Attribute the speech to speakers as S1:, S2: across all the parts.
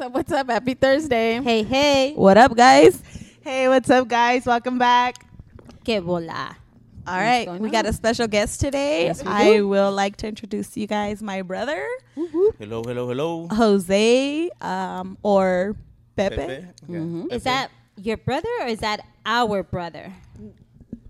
S1: up? What's up? Happy Thursday.
S2: Hey, hey.
S1: What up, guys?
S3: Hey, what's up, guys? Welcome back.
S2: Que bola.
S3: All right,
S1: going
S3: we got a
S1: on?
S3: special guest today.
S1: Yes, we
S3: I
S1: do.
S3: will like to introduce you guys my brother,
S4: Hello, hello, hello.
S3: Jose, um, or Pepe.
S2: Mm-hmm. Is that your brother or is that our brother?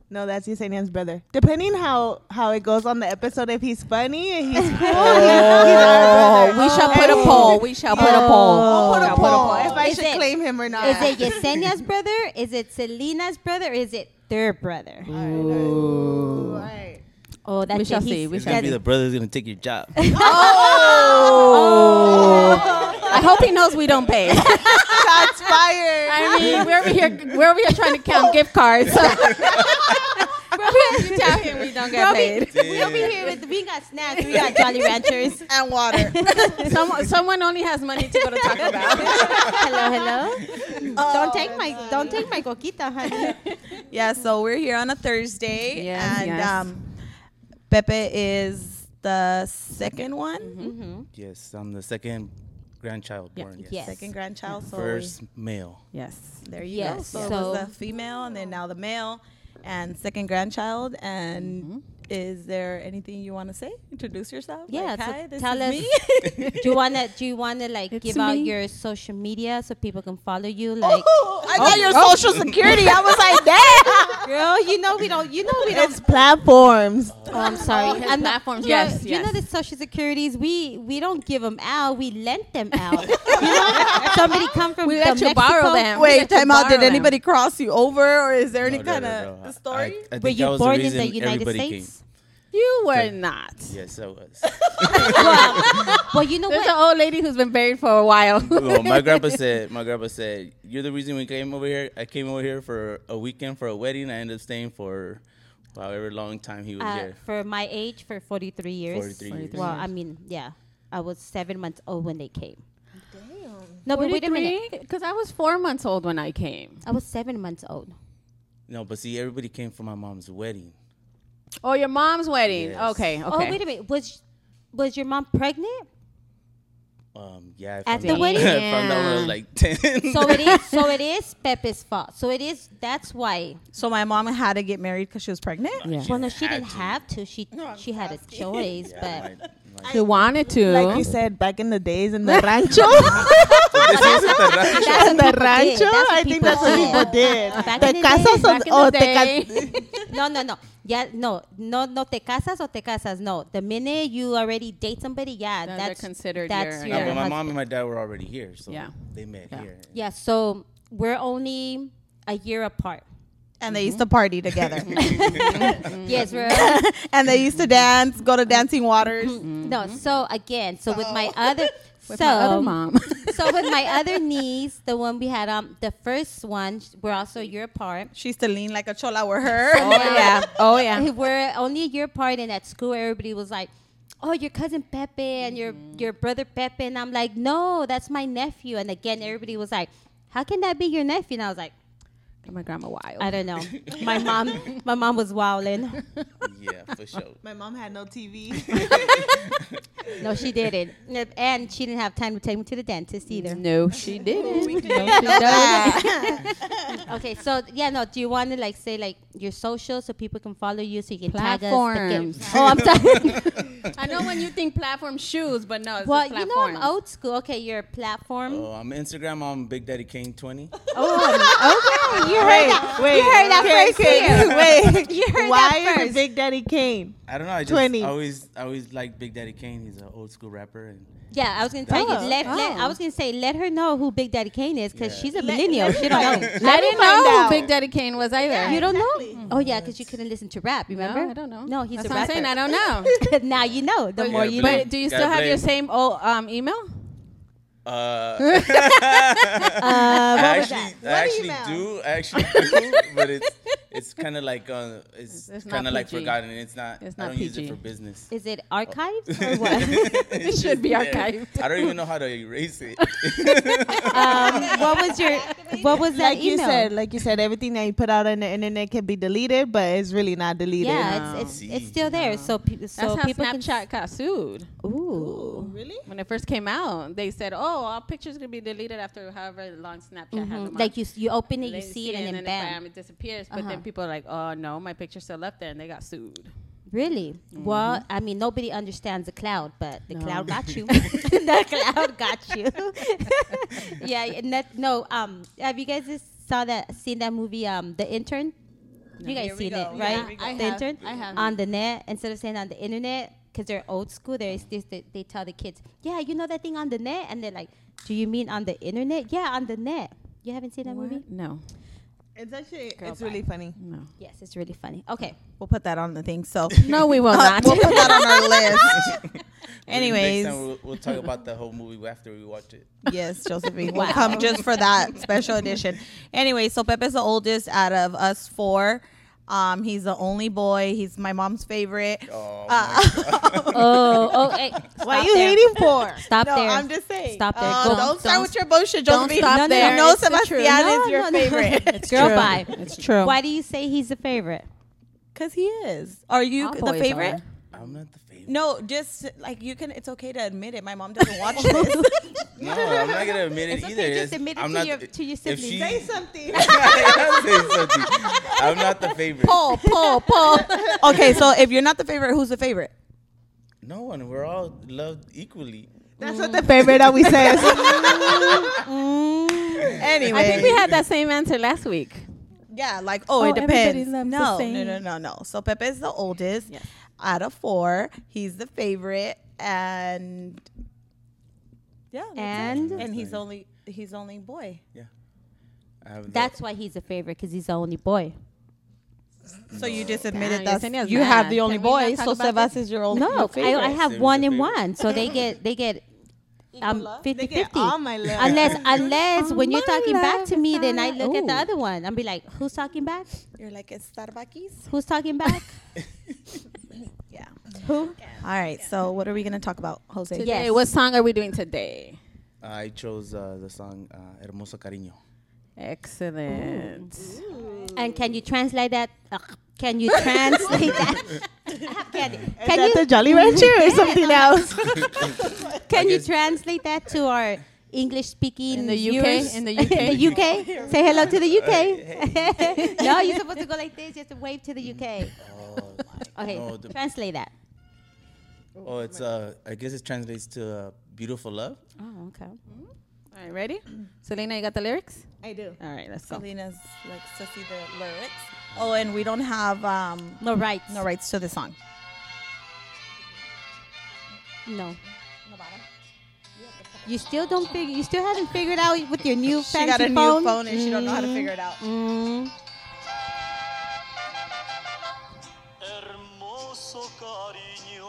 S3: No, that's Yesenia's brother. Depending how how it goes on the episode, if he's funny and he's cool, he's, he's our
S1: Oh,
S3: brother.
S1: we shall put a
S3: Hey.
S1: poll. We shall Oh, put a poll.
S3: Oh. We'll put
S1: Shall
S3: a poll if I
S2: Is
S3: should
S2: it-
S3: claim him or
S1: Uh,
S3: not.
S2: Is it Yesenia's brother? Is it Selena's brother? Or is it their brother?
S3: Ooh, all right.
S2: Oh, that's
S1: We shall
S2: it. He's-
S1: see. We
S4: It's gonna
S1: shall
S4: be
S1: see.
S4: the brother who's gonna take your job.
S1: Oh. I hope he knows we don't pay.
S3: Shots fired.
S1: I mean, we're over here, we're over here trying to count gift cards. you tell him we don't get paid.
S2: We over here with we got snacks, we got Jolly Ranchers.
S3: and water.
S1: Someone, someone only has money to go to Taco Bell.
S2: hello, hello.
S1: Uh,
S2: don't take my don't take my coquita, honey.
S3: Yeah, so we're here on a Thursday,
S1: Yes,
S3: and
S1: yes.
S3: Um, Pepe is the second one,
S4: yes, I'm the second grandchild born. Yes.
S2: yes.
S3: second grandchild. So we-
S4: First male.
S1: Yes.
S3: there you go.
S2: Yes,
S3: So, it
S2: so-
S3: was the female, and then now the male, and second grandchild. And
S2: Mm-hmm.
S3: is there anything you want to say? Introduce yourself.
S2: Yeah,
S3: Like,
S2: so
S3: hi, this
S2: tell
S3: is
S2: us-
S3: me.
S2: do you wanna do you wanna like
S1: It's
S2: give out
S1: me. Oh,
S2: your social media so people can follow you? Like oh,
S3: I got your social security. I was like, damn.
S2: girl, you know we don't you know we don't
S3: It's platforms.
S2: Oh, I'm sorry.
S1: his
S2: I'm not-
S1: platforms.
S2: you know-
S1: Yes,
S2: You know
S1: yes.
S2: the social securities. We we don't give them out. We lent them out. you know, somebody come from
S1: We
S2: from
S1: let you borrow
S2: Mexico.
S1: them. We
S3: Wait,
S1: let you
S3: time out. Did
S1: borrow them.
S3: anybody cross you over, or is there any
S4: No, no,
S3: kind
S4: no,
S3: of
S4: no. I-
S3: story?
S4: I, I
S2: Were
S4: think that
S2: you
S4: was the
S2: born in
S4: reason
S2: the United
S4: everybody came.
S2: States?
S1: You were not.
S4: Yes, I was.
S2: Well, you know
S1: There's an
S2: what?
S1: old lady who's been married for a while.
S4: well, my grandpa said, my grandpa said, you're the reason we came over here. I came over here for a weekend for a wedding. I ended up staying for however long time he was
S2: Uh,
S4: here.
S2: For my age, for 43 years.
S4: 43 years.
S2: Well, I mean, yeah, I was seven months old when they came. Damn. No, but wait a minute.
S1: Because I was four months old when I came.
S2: I was seven months old.
S4: No, but see, everybody came for my mom's wedding.
S1: Oh, your mom's wedding.
S4: Yes.
S1: Okay, okay.
S2: Oh, wait a minute. Was was your mom pregnant?
S4: Um, yeah.
S2: At
S4: I found
S2: the
S4: out-
S2: wedding?
S4: I found out when I
S1: Yeah.
S4: was like 10.
S2: So it is. So it is Pepe's fault. So it is. That's why.
S3: So my mom had to get married because she was pregnant.
S1: Yeah.
S2: Well, no, she
S4: had
S2: didn't
S4: to.
S2: have to. She she had a choice, but.
S4: My- my-
S1: She wanted to.
S3: Like you said, back in the days in the rancho.
S2: That's what
S3: in the
S2: people did.
S3: rancho,
S2: That's what
S3: I think that's what
S2: did.
S3: people did.
S2: Back in
S3: Te
S2: the
S3: casas
S2: day,
S3: o
S1: Back in
S3: o
S1: Oh, the
S3: te ca-
S1: day.
S2: No, no, no. Yeah, no, no, no. Te casas or te casas? No. The minute you already date somebody, yeah,
S1: Then they're
S2: that's
S1: considered
S2: That's
S1: your-
S2: your
S4: No, but my
S2: husband.
S4: mom and my dad were already here, so
S1: Yeah.
S4: they met
S1: Yeah.
S4: here.
S2: Yeah. So we're only a year apart.
S3: And they used to party together.
S1: Mm-hmm.
S2: Yes, we're.
S3: and they used to dance, go to dancing waters.
S2: No. So again, so with my other,
S1: Mm-hmm. Oh. With
S2: so
S1: my other mom.
S2: so with my other niece, the one we had, um, the first one, sh- we're also a year apart.
S3: She used to lean like a chola with her.
S1: oh, yeah. Oh, yeah.
S2: We're only a year apart, and at school, everybody was like, "Oh, your cousin Pepe and your your brother Pepe," and I'm like, "No, that's my nephew." And again, everybody was like, "How can that be your nephew?" And I was like,
S1: My grandma wild.
S2: "I don't know." my mom, my mom was wilding.
S4: Yeah, for sure.
S3: My mom had no TV.
S2: No, she didn't, Yep, and she didn't have time to take me to the dentist either.
S1: no, she didn't. no, she doesn't.
S2: Okay, so yeah, no. Do you want to like say like your social so people can follow you so you can
S1: Platforms.
S2: tag us? Oh, I'm sorry.
S1: I know when you think platform shoes, but no, it's
S2: well,
S1: just
S2: you know I'm
S1: platforms.
S2: old school. Okay, your platform.
S4: Oh, I'm Instagram. I'm Big Daddy Kane 20.
S2: Oh, okay. You heard that. you heard that first here.
S3: Wait.
S2: You heard
S3: Why
S2: that
S3: is
S2: first.
S3: it Big Daddy Kane?
S4: I don't know. I just
S3: 20.
S4: always I always liked Big Daddy Kane. He's an old school rapper. And
S2: Yeah, I was gonna tell
S3: Oh,
S2: you. Let, let- I was gonna say let her know who Big Daddy Kane is because
S4: Yeah.
S2: she's a millennial. she don't know.
S1: I didn't
S3: find
S1: know
S3: out.
S1: who Big Daddy Kane was either.
S2: you don't know? Oh yeah, because you couldn't listen to rap. Remember?
S1: No, I don't know.
S2: No, he's
S1: That's
S2: a
S1: what I'm
S2: rapper.
S1: saying. I don't know.
S2: now you know. The
S1: But-
S2: more
S4: Yeah,
S2: you know.
S1: But do you
S4: Gotta
S1: still have your
S4: blame.
S1: same old um, email?
S4: uh, I actually, I actually do. I actually do, but it's it's kind of like uh, it's,
S1: It's not
S4: kind of like
S1: PG.
S4: forgotten. It's not.
S1: It's
S4: I
S1: not
S4: don't use it
S1: PG.
S4: for business.
S2: Is it archived or what?
S4: it
S1: should be archived.
S4: I don't even know how to erase it.
S2: um, what was your what was that
S5: like
S2: email?
S5: you said, like you said, everything that you put out on the internet can be deleted, but it's really not deleted.
S2: yeah,
S1: No.
S2: it's it's,
S4: See,
S2: it's still there. So pe- so
S1: That's how
S2: people
S1: Snapchat got sued.
S2: Can, ooh.
S5: Really?
S1: When it first came out, they said, "Oh, all pictures gonna be deleted after however long Snapchat had them
S2: Mhm.
S1: on."
S2: Like you s- you open it,
S1: They
S2: you see it, and then
S1: it,
S2: bam.
S1: it disappears. But then
S2: Uh-huh.
S1: people are like, "Oh no, my picture's still up there," and they got sued.
S2: Really? Well, I mean, nobody understands the cloud, but the cloud got you. the cloud got you. yeah. And that, no. Um. Have you guys just saw that? Seen that movie? Um. The Intern. You guys
S4: Here we
S2: seen
S4: go.
S2: it,
S4: Yeah,
S2: right?
S4: here we go. I
S2: the
S1: have.
S2: Intern
S1: I have.
S2: on the net instead of saying on the internet because they're old school. They they they tell the kids, yeah, you know that thing on the net, and they're like, do you mean on the internet? Yeah, on the net. You haven't seen that movie?
S1: No,
S5: It's actually
S2: Girl,
S5: it's really funny.
S1: no,
S2: Yes, it's really funny. Okay.
S3: We'll put that on the thing. So
S1: no. We will
S3: Uh,
S1: not.
S3: we'll put that on our list. Anyways,
S4: Next time we'll, we'll talk about the whole movie after we watch it.
S3: yes, Josephine, we'll come just for that special edition. Anyway, so Pepe's the oldest out of us four. Um, he's the only boy. He's my mom's favorite.
S4: Oh,
S1: Uh,
S2: Oh, oh, hey,
S5: Why
S2: stop
S5: you
S2: there.
S5: hating for?
S2: Stop
S5: no,
S2: there.
S5: I'm just saying.
S2: Stop there.
S3: Uh,
S2: Go-
S3: don't, start with your bullshit,
S1: don't
S3: Josephine.
S1: stop
S3: No, no,
S1: there.
S3: No, no
S1: It's the
S3: Sebastian
S1: truth.
S3: is your
S2: no, no.
S3: favorite
S2: It's girl
S1: true.
S2: bye.
S1: It's true.
S2: Why do you say he's the favorite?
S3: because he is. Are you
S1: All
S3: the
S1: boys
S3: favorite?
S1: are.
S4: I'm not the favorite.
S3: No, just like you can. It's okay to admit it. My mom doesn't watch this.
S4: No, I'm not gonna admit it
S2: It's okay,
S4: either.
S2: just
S4: It's-
S2: admit it
S4: I'm
S2: to
S4: not
S2: your-
S4: the-
S2: to your
S4: if
S2: siblings.
S4: she-
S5: Say something.
S4: I'm saying something. I'm not the favorite.
S3: Paul, Paul, Paul. okay, so if you're not the favorite, who's the favorite?
S4: No one. We're all loved equally.
S5: That's what the favorite always says.
S3: Mm. Anyway,
S1: I think we had that same answer last week.
S3: yeah, like oh,
S1: Oh,
S3: it depends.
S1: everybody loves the
S3: No, no,
S1: same.
S3: no, no, no. So Pepe is the oldest
S1: Yes.
S3: out of four. He's the favorite, and yeah, that's it.
S2: And-
S3: and he's only he's only boy.
S4: Yeah. I have the-
S2: That's why he's the favorite because he's the only boy.
S3: So you just
S1: Dang,
S3: admitted that
S1: Yesenia's
S3: you
S1: mad.
S3: have the only
S1: Can we not
S3: boy.
S1: talk
S3: So
S1: about
S3: Sebas is your only
S2: No, I, I have
S4: Favorite.
S2: one and
S4: Favorite.
S2: one, so they get they get um
S5: They
S2: 50
S5: get
S2: 50
S5: all my love.
S2: Unless unless
S1: All
S2: when you're
S1: my
S2: talking back
S1: love
S2: to
S1: is
S2: me, then
S1: all
S2: I
S1: I-
S2: look at the
S1: Ooh.
S2: other one. I'm be like, who's talking back?
S3: You're like it's Starbucks.
S2: Who's talking back?
S3: Yeah.
S2: Who?
S3: All right. So what are we gonna talk about, Jose?
S1: Today,
S2: Yes.
S1: what song are we doing today?
S4: I chose uh, the song uh, "Hermoso Cariño."
S1: Excellent.
S2: And can you translate that? Ugh, can you translate that? I have candy.
S5: Is
S2: Can
S5: that
S2: you
S5: the Jolly Rancher or something else?
S2: Can
S4: I
S2: you
S4: guess-
S2: translate that to our English speaking
S1: In the UK?
S2: viewers?
S1: In the UK?
S2: In the UK? Say hello to the
S4: Uh,
S2: UK. no, you're supposed to go like this. You have to wave to the UK.
S4: Oh,
S2: Okay,
S4: No, the-
S2: translate that.
S4: oh, it's uh, I guess it translates to uh, "beautiful love."
S2: Oh, okay.
S1: All right, ready? Selena, you got the lyrics?
S5: I do.
S1: All right, let's go.
S3: Selena's like to see the lyrics. Oh, and we don't have um
S2: No rights.
S3: no rights to the song.
S2: No. You still don't figure. You still haven't figured out with your new
S3: She
S2: fancy
S3: got a new
S2: phone.
S3: phone and she don't know how to figure it out.
S2: Mm.
S6: Hermoso cariño,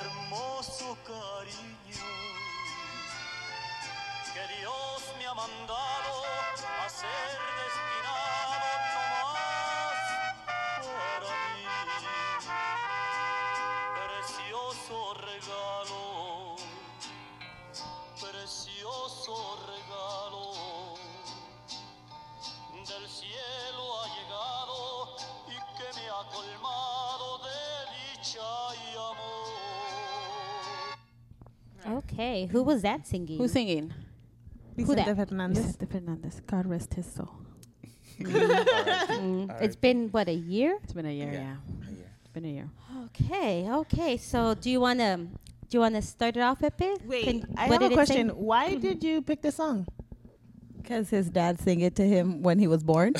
S6: hermoso cariño, que Dios me ha mandado a ser destinado nomás para mí. Precioso regalo, precioso regalo del cielo ha llegado y que me ha colmado de dicha y amor.
S2: Okay, who was that singing?
S1: Who's singing?
S5: Vicente
S2: that?
S5: Fernandez.
S1: Fernandez. God rest his soul.
S2: Mm, It's been what a year.
S1: It's been a year, yeah.
S4: Yeah.
S1: It's been a year.
S2: Okay, okay. So do you wanna do you wanna start it off, Pepe?
S5: Wait,
S2: Can-
S5: I
S2: what
S5: have a
S2: did it say?
S5: question. Why did you pick the song?
S3: Because his dad sang it to him when he was born.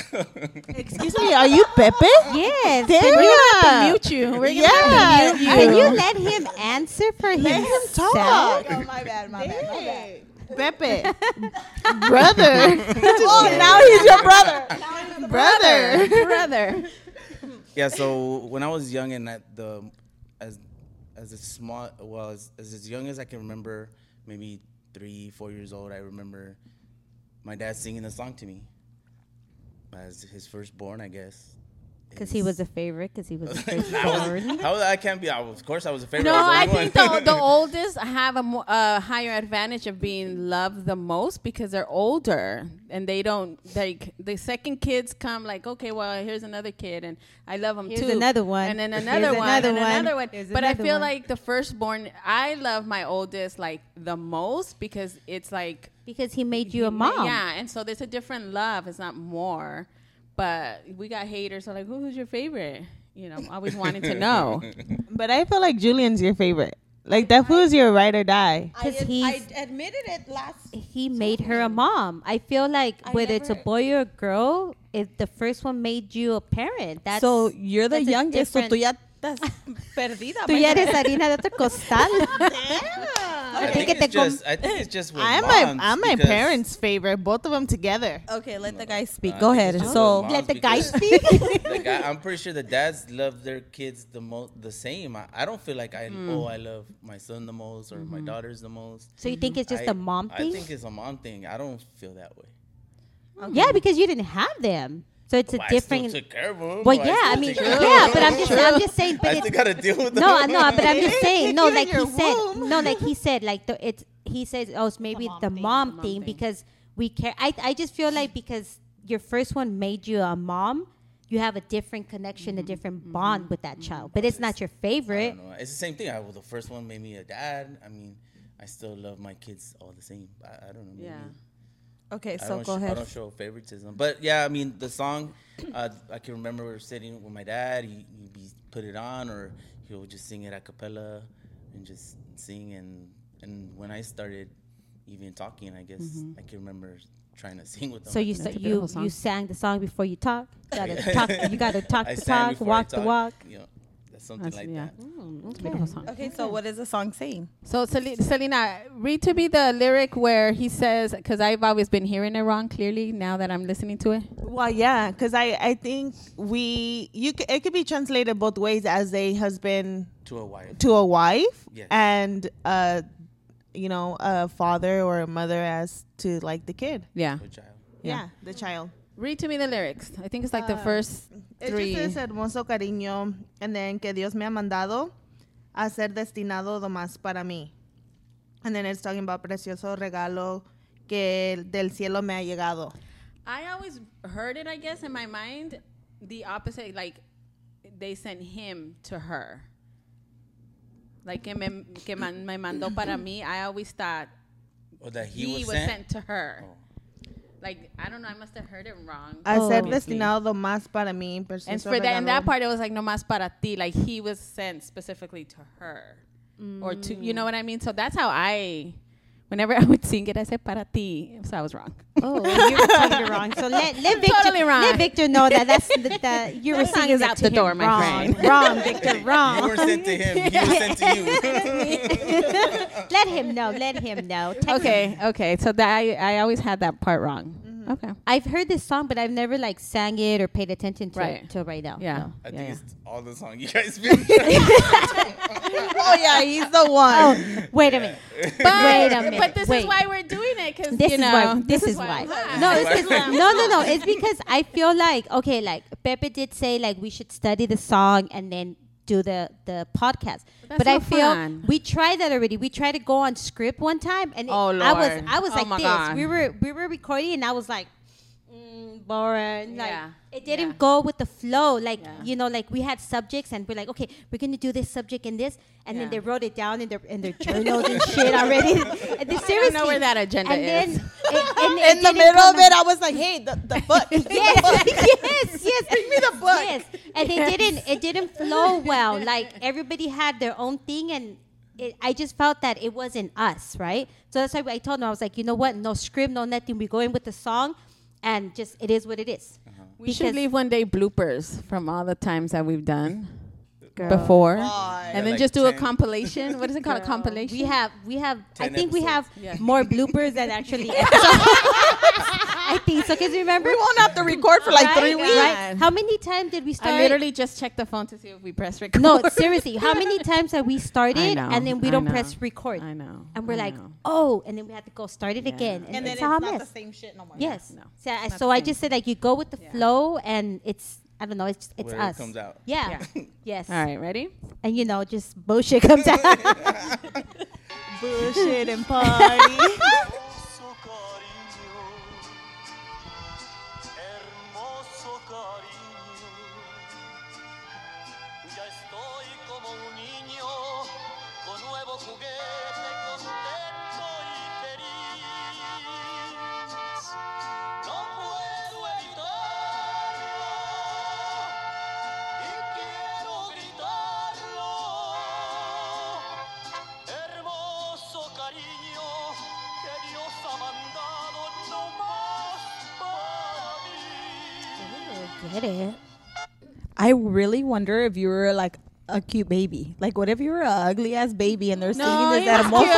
S5: Excuse me, are you Pepe?
S2: Yes.
S5: Damn.
S2: Pepe.
S1: mute you. We're gonna
S5: yeah.
S2: Can you let him answer for himself?
S5: talk.
S3: oh my bad, my bad.
S5: Pepe. brother.
S3: Oh, now he's your brother.
S5: brother.
S1: brother.
S4: yeah so when i was young and at the as as a small well as, as as young as i can remember maybe three four years old i remember my dad singing the song to me as his firstborn i guess
S2: Because he was a favorite, because he was a firstborn.
S4: How I can't be. I was, of course, I was a favorite.
S1: No, I
S4: was the only
S1: think
S4: one.
S1: the, the oldest have a mo- a higher advantage of being loved the most because they're older and they don't like the second kids come like okay well here's another kid and I love them
S2: Here's
S1: too
S2: another one.
S1: and then
S2: Here's
S1: another one
S2: another
S1: and
S2: one.
S1: another one
S2: Here's
S1: but I
S2: another
S1: feel
S2: one.
S1: like the firstborn I love my oldest like the most because it's like
S2: because he made you a
S1: he-
S2: mom.
S1: yeah and so there's a different love it's not more but we got haters so like "Who- who's your favorite you know I'm always wanting to know.
S5: But I feel like Julian's your favorite. Like that fool's your ride or
S3: I,
S5: die.
S2: 'Cause
S3: ad-
S2: he's-
S3: I admitted it last.
S2: He made her a mom. I feel like whether it's a
S3: never-
S2: boy or a girl, if the first one made you a parent, that's
S3: so you're the
S2: that's a
S3: youngest, so tú
S2: different-
S3: ya estás perdida.
S2: Tú ya eres harina de otro costal.
S4: I
S2: Ahorita
S4: think
S2: que te
S4: it's
S2: com-
S4: just. I think it's just. With
S5: I'm
S4: moms
S5: my I'm my
S4: because-
S5: parents' favorite. Both of them together.
S3: Okay, let the guy
S4: I
S3: speak.
S4: think
S3: Go
S4: it's
S3: ahead.
S4: just
S3: So
S4: with moms
S2: Let the guy
S4: because-
S2: speak.
S4: like I, I'm pretty sure the dads love their kids the most, the same. I, I don't feel like I oh I love my son the most or my daughters the most.
S2: so you think it's just
S4: I-
S2: a mom thing?
S4: I think it's a mom thing. I don't feel that way.
S2: yeah, because you didn't have them, so it's a
S4: But Oh, I
S2: different.
S4: still took care of 'em.
S2: well,
S4: I
S2: yeah, I
S4: still
S2: mean,
S4: take care of
S2: yeah,
S4: 'em.
S2: but I'm just, I'm just saying, but
S4: I
S2: it's
S4: still gotta deal with them.
S2: No, I- no, but I'm just saying, no,
S5: Kick you
S2: like
S5: in
S2: he
S5: your
S2: said,
S5: womb.
S2: no, like he said, like the it's he says, oh, it's maybe the mom, thing,
S1: thing.
S2: because we care. I I just feel like because your first one made you a mom, you have a different connection,
S1: Mm-hmm.
S2: a different bond with that child, but it's not your
S4: I
S2: favorite.
S4: don't know. It's the same thing. I, well, the first one made me a dad. I mean, I still love my kids all the same. I, I don't know. Maybe.
S1: Yeah.
S3: okay,
S4: I
S3: so
S4: don't
S3: go
S4: sh- I
S3: ahead.
S4: don't show favoritism, but yeah, I mean the song. Uh, I can remember we were sitting with my dad. He he'd be put it on, or he would just sing it a cappella and just sing. And and when I started even talking, I guess I can remember trying to sing with them.
S2: So you
S1: a
S2: st- you
S1: beautiful song.
S2: you sang the song before you talk. You gotta talk. You gotta talk
S4: I
S2: the
S4: sang
S2: talk,
S4: before I
S2: walk the
S4: talked,
S2: walk.
S4: You know, that's something
S1: That's-
S4: like
S1: yeah.
S4: that.
S1: Beautiful song.
S3: Okay, so what is the song saying?
S1: So Sel- Selena, read to me the lyric where he says, because I've always been hearing it wrong. Clearly, now that I'm listening to it,
S5: Well, yeah, because I I think we you c- it could be translated both ways as a husband
S4: To a wife.
S5: to a wife
S4: Yes.
S5: and uh you know a father or a mother as to like the kid.
S1: yeah.
S4: to a child.
S1: Yeah.
S5: Yeah, the child.
S1: Read to me the lyrics. I think it's like the first three.
S5: It just says hermoso cariño, and then que Dios me ha mandado a ser destinado lo más para mí. And then it's talking about precioso regalo que del cielo me ha llegado.
S1: I always heard it, I guess, in my mind, the opposite. Like they sent him to her. Like que me, que man, me mandó para mí. I always thought
S4: Or that he,
S1: he,
S4: was,
S1: was
S4: sent.
S1: sent to her.
S4: Oh.
S1: Like I don't know. I must have heard it wrong.
S5: A ser
S2: Oh.
S5: destinado lo más para mí.
S1: And
S5: precioso
S1: for that, and that
S5: regalo.
S1: part, it was like no más para ti. Like he was sent specifically to her, or to you
S2: Mm.
S1: know what I mean. So that's how I, whenever I would sing it, I said para ti. So I was wrong.
S2: Oh, you were totally wrong. So let let Victor
S1: Totally wrong.
S2: let Victor know that that's the, that you were
S1: That song
S2: singing
S1: is
S2: it
S1: out
S2: to
S1: the
S2: him
S1: door, my
S2: wrong.
S1: friend.
S2: Wrong, Victor. Wrong.
S4: You were sent to him. He was sent to you.
S2: let him know. Let him know. Text
S1: Okay, okay. So that I, I always had that part wrong.
S2: Mm-hmm.
S1: Okay.
S2: I've heard this song, but I've never like sang it or paid attention to
S1: Right.
S2: it till right now.
S1: Yeah.
S2: No.
S4: I
S1: yeah,
S4: think
S1: yeah.
S4: it's all the song you guys been.
S3: Oh yeah, he's the one.
S2: Wait a minute.
S1: But,
S2: Wait a minute.
S1: But this
S2: Wait.
S1: is why we're doing it because
S2: This
S1: you
S2: is
S1: know
S2: why. This, is why. No, it's 'cause- no, no, no. It's because I feel like okay, like Pepe did say, like we should study the song and then do the the podcast.
S1: But that's
S2: but I
S1: not
S2: feel
S1: fun.
S2: we tried that already. We tried to go on script one time, and it-
S1: Oh,
S2: I was
S1: Lord.
S2: I was
S1: Oh,
S2: like
S1: my
S2: this.
S1: God.
S2: We were we were recording, and I was like. Mm, boring. Like
S1: Yeah.
S2: it didn't
S1: Yeah.
S2: go with the flow. Like
S1: Yeah.
S2: you know, like we had subjects and we're like, okay, we're gonna do this subject and this, and then
S1: Yeah.
S2: they wrote it down in their in their journals and shit already. and they,
S1: I don't know where that agenda
S2: and then
S1: is.
S2: it- and it
S3: In the
S2: didn't
S3: middle
S2: come
S3: of it,
S2: out-
S3: I was like, "Hey, the, the book."
S2: yes, yes, yes. Bring me
S3: the book.
S2: Yes, and it didn't. It didn't flow well. Like everybody had their own thing, and it, I just felt that it wasn't us, right? So that's why I told them I was like, you know what? No script, no nothing. We go in with the song, and just it is what it is.
S3: Uh-huh.
S1: We should
S2: Because-
S1: leave one day bloopers from all the times that we've done
S2: Girl.
S1: before,
S2: Oh,
S3: God.
S1: and then
S4: like
S1: just do a
S4: 10.
S1: compilation. What is it called? A compilation.
S2: We have, we have. I
S4: Ten
S2: think we have
S1: Yeah.
S4: episodes.
S2: more bloopers than actually. episodes. I think so. Cause remember,
S3: we won't have to record for like
S2: right?
S3: three weeks.
S2: Right? How many times did we start?
S1: I literally just checked the phone to see if we press record.
S2: No, seriously, how many times have we started
S1: know,
S2: and then we
S1: I
S2: don't
S1: know,
S2: press record?
S1: I know,
S2: And we're
S1: I
S2: like,
S1: know.
S2: oh, and then we have to go start it again. And,
S3: And then
S2: it's
S3: it's
S2: a hot
S3: not
S2: mess.
S3: the same shit no more.
S2: Yes.
S1: No,
S2: so I,
S1: not
S2: so
S1: the
S2: I
S1: same.
S2: just said like you go with the flow and it's I don't know. It's just, it's
S4: Where it
S2: us.
S4: comes out.
S2: Yeah. yes.
S1: All right, ready?
S2: And you know, just bullshit comes out.
S3: Bullshit and party.
S6: Hermoso cariño, hermoso cariño. Ya estoy como un niño, con nuevo juguete, contento y feliz. No puedo evitarlo y quiero gritarlo. Hermoso cariño que Dios ha mandado no más para mí.
S2: Get it.
S3: I really wonder if you were like a cute baby. Like, what if you were an ugly ass baby and they're singing this at a mall?
S1: He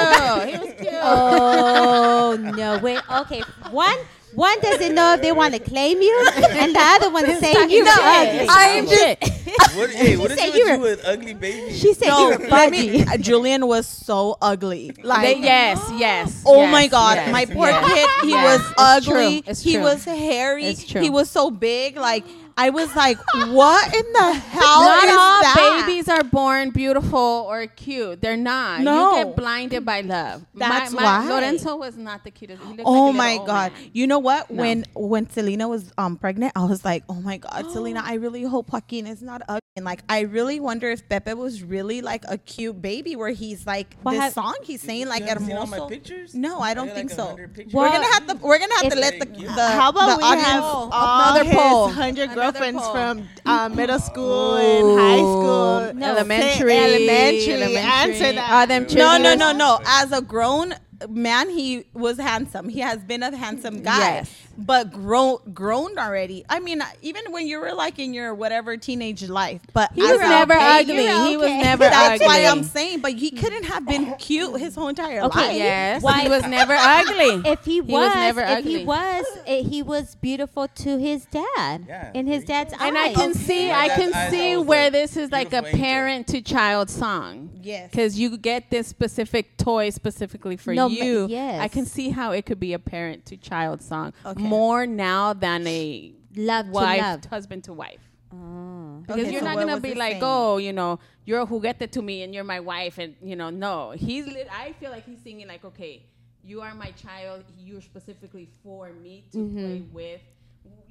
S1: was Oh, cute.
S2: Oh no! Wait. Okay. One one doesn't know if they want to claim you, and the other one's saying you
S3: No,
S2: ugly.
S3: I'm just.
S4: What, hey, what is
S2: said
S4: it
S2: you
S4: with you
S2: were-
S4: with ugly baby?
S2: She said
S3: No,
S2: you were
S3: let me.
S2: fudgy.
S3: uh, Julian was so ugly. Like,
S1: They- yes, yes.
S3: Oh
S1: yes,
S3: my God,
S1: yes,
S3: my poor
S1: yes.
S3: kid. He
S1: Yeah.
S3: was
S1: It's
S3: ugly.
S1: true, it's
S3: he
S1: true.
S3: was hairy.
S1: It's true.
S3: He was so big. Like, I was like, what in the hell
S1: not
S3: is
S1: all
S3: that?
S1: babies are born beautiful or cute. They're not.
S3: No.
S1: You get blinded by love.
S3: That's
S1: my, my
S3: why.
S1: Lorenzo was not the cutest. He looked like a
S3: Oh
S1: little
S3: my
S1: old
S3: god!
S1: man.
S3: You know what?
S1: No.
S3: When when Selena was um pregnant, I was like, oh my god, Selena, I really hope Joaquin is not ugly. And like, I really wonder if Pepe was really like a cute baby, where he's like
S2: Well,
S3: this
S2: have-
S3: song he's saying
S4: You
S3: like
S4: haven't seen all my
S3: hermoso.
S4: pictures?
S3: No, I don't
S4: got,
S3: think
S4: like,
S3: so.
S4: 100 pictures.
S3: We're gonna have to we're gonna have to
S2: If-
S3: let the,
S4: Thank you.
S3: the
S5: How about
S3: the
S5: we
S3: audience-
S5: have
S1: Oh,
S5: all
S1: another
S5: his
S1: poll.
S5: hundred
S1: Another
S5: girlfriends
S1: poll.
S5: from uh, middle school and high school,
S1: No. Elementary,
S5: Say elementary,
S1: elementary.
S5: Answer that. Oh
S1: Are them
S3: No, no,
S1: Yes.
S3: no, no. As a grown man, he was handsome. He has been a handsome guy,
S1: Yes.
S3: but grown, grown already. I mean, even when you were like in your whatever teenage life, but
S1: He
S3: as
S1: was
S3: a-
S1: never
S2: okay,
S1: ugly.
S2: you're
S1: He was
S2: okay.
S1: never
S3: That's
S1: ugly.
S3: why I'm saying, but he couldn't have been cute his whole entire life.
S2: Okay.
S1: Yes,
S2: Why-
S1: he was never ugly.
S2: If he was,
S1: was never
S2: if he
S1: ugly.
S2: was, eh, he was beautiful to his dad.
S4: Yeah,
S2: in his
S4: there you
S2: dad's eyes.
S1: And I can see,
S4: My
S1: I
S4: dad's
S1: can
S4: eyes
S1: see
S4: always
S1: where
S4: like
S1: this is like a
S4: beautiful angel.
S1: parent to child song.
S3: Yes.
S1: because you get this specific toy specifically for
S2: No, but
S1: you.
S2: yes.
S1: I can see how it could be a parent to child song
S3: Okay.
S1: more now than a
S2: love
S1: wife,
S2: to love.
S1: husband to wife.
S3: Okay,
S1: Because you're
S3: so
S1: not
S3: what
S1: gonna
S3: was
S1: be
S3: it
S1: like,
S3: saying?
S1: oh, you know, you're a juguete to me and you're my wife, and you know, no. He's. Li- I feel like he's singing like, okay, you are my child. You're specifically for me to
S3: Mm-hmm.
S1: play with.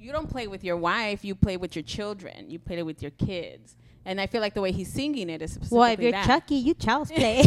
S1: You don't play with your wife. You play with your children. You play with your kids. And I feel like the way he's singing it is specifically
S2: Well, if you're
S1: that.
S2: Chucky, you child's play.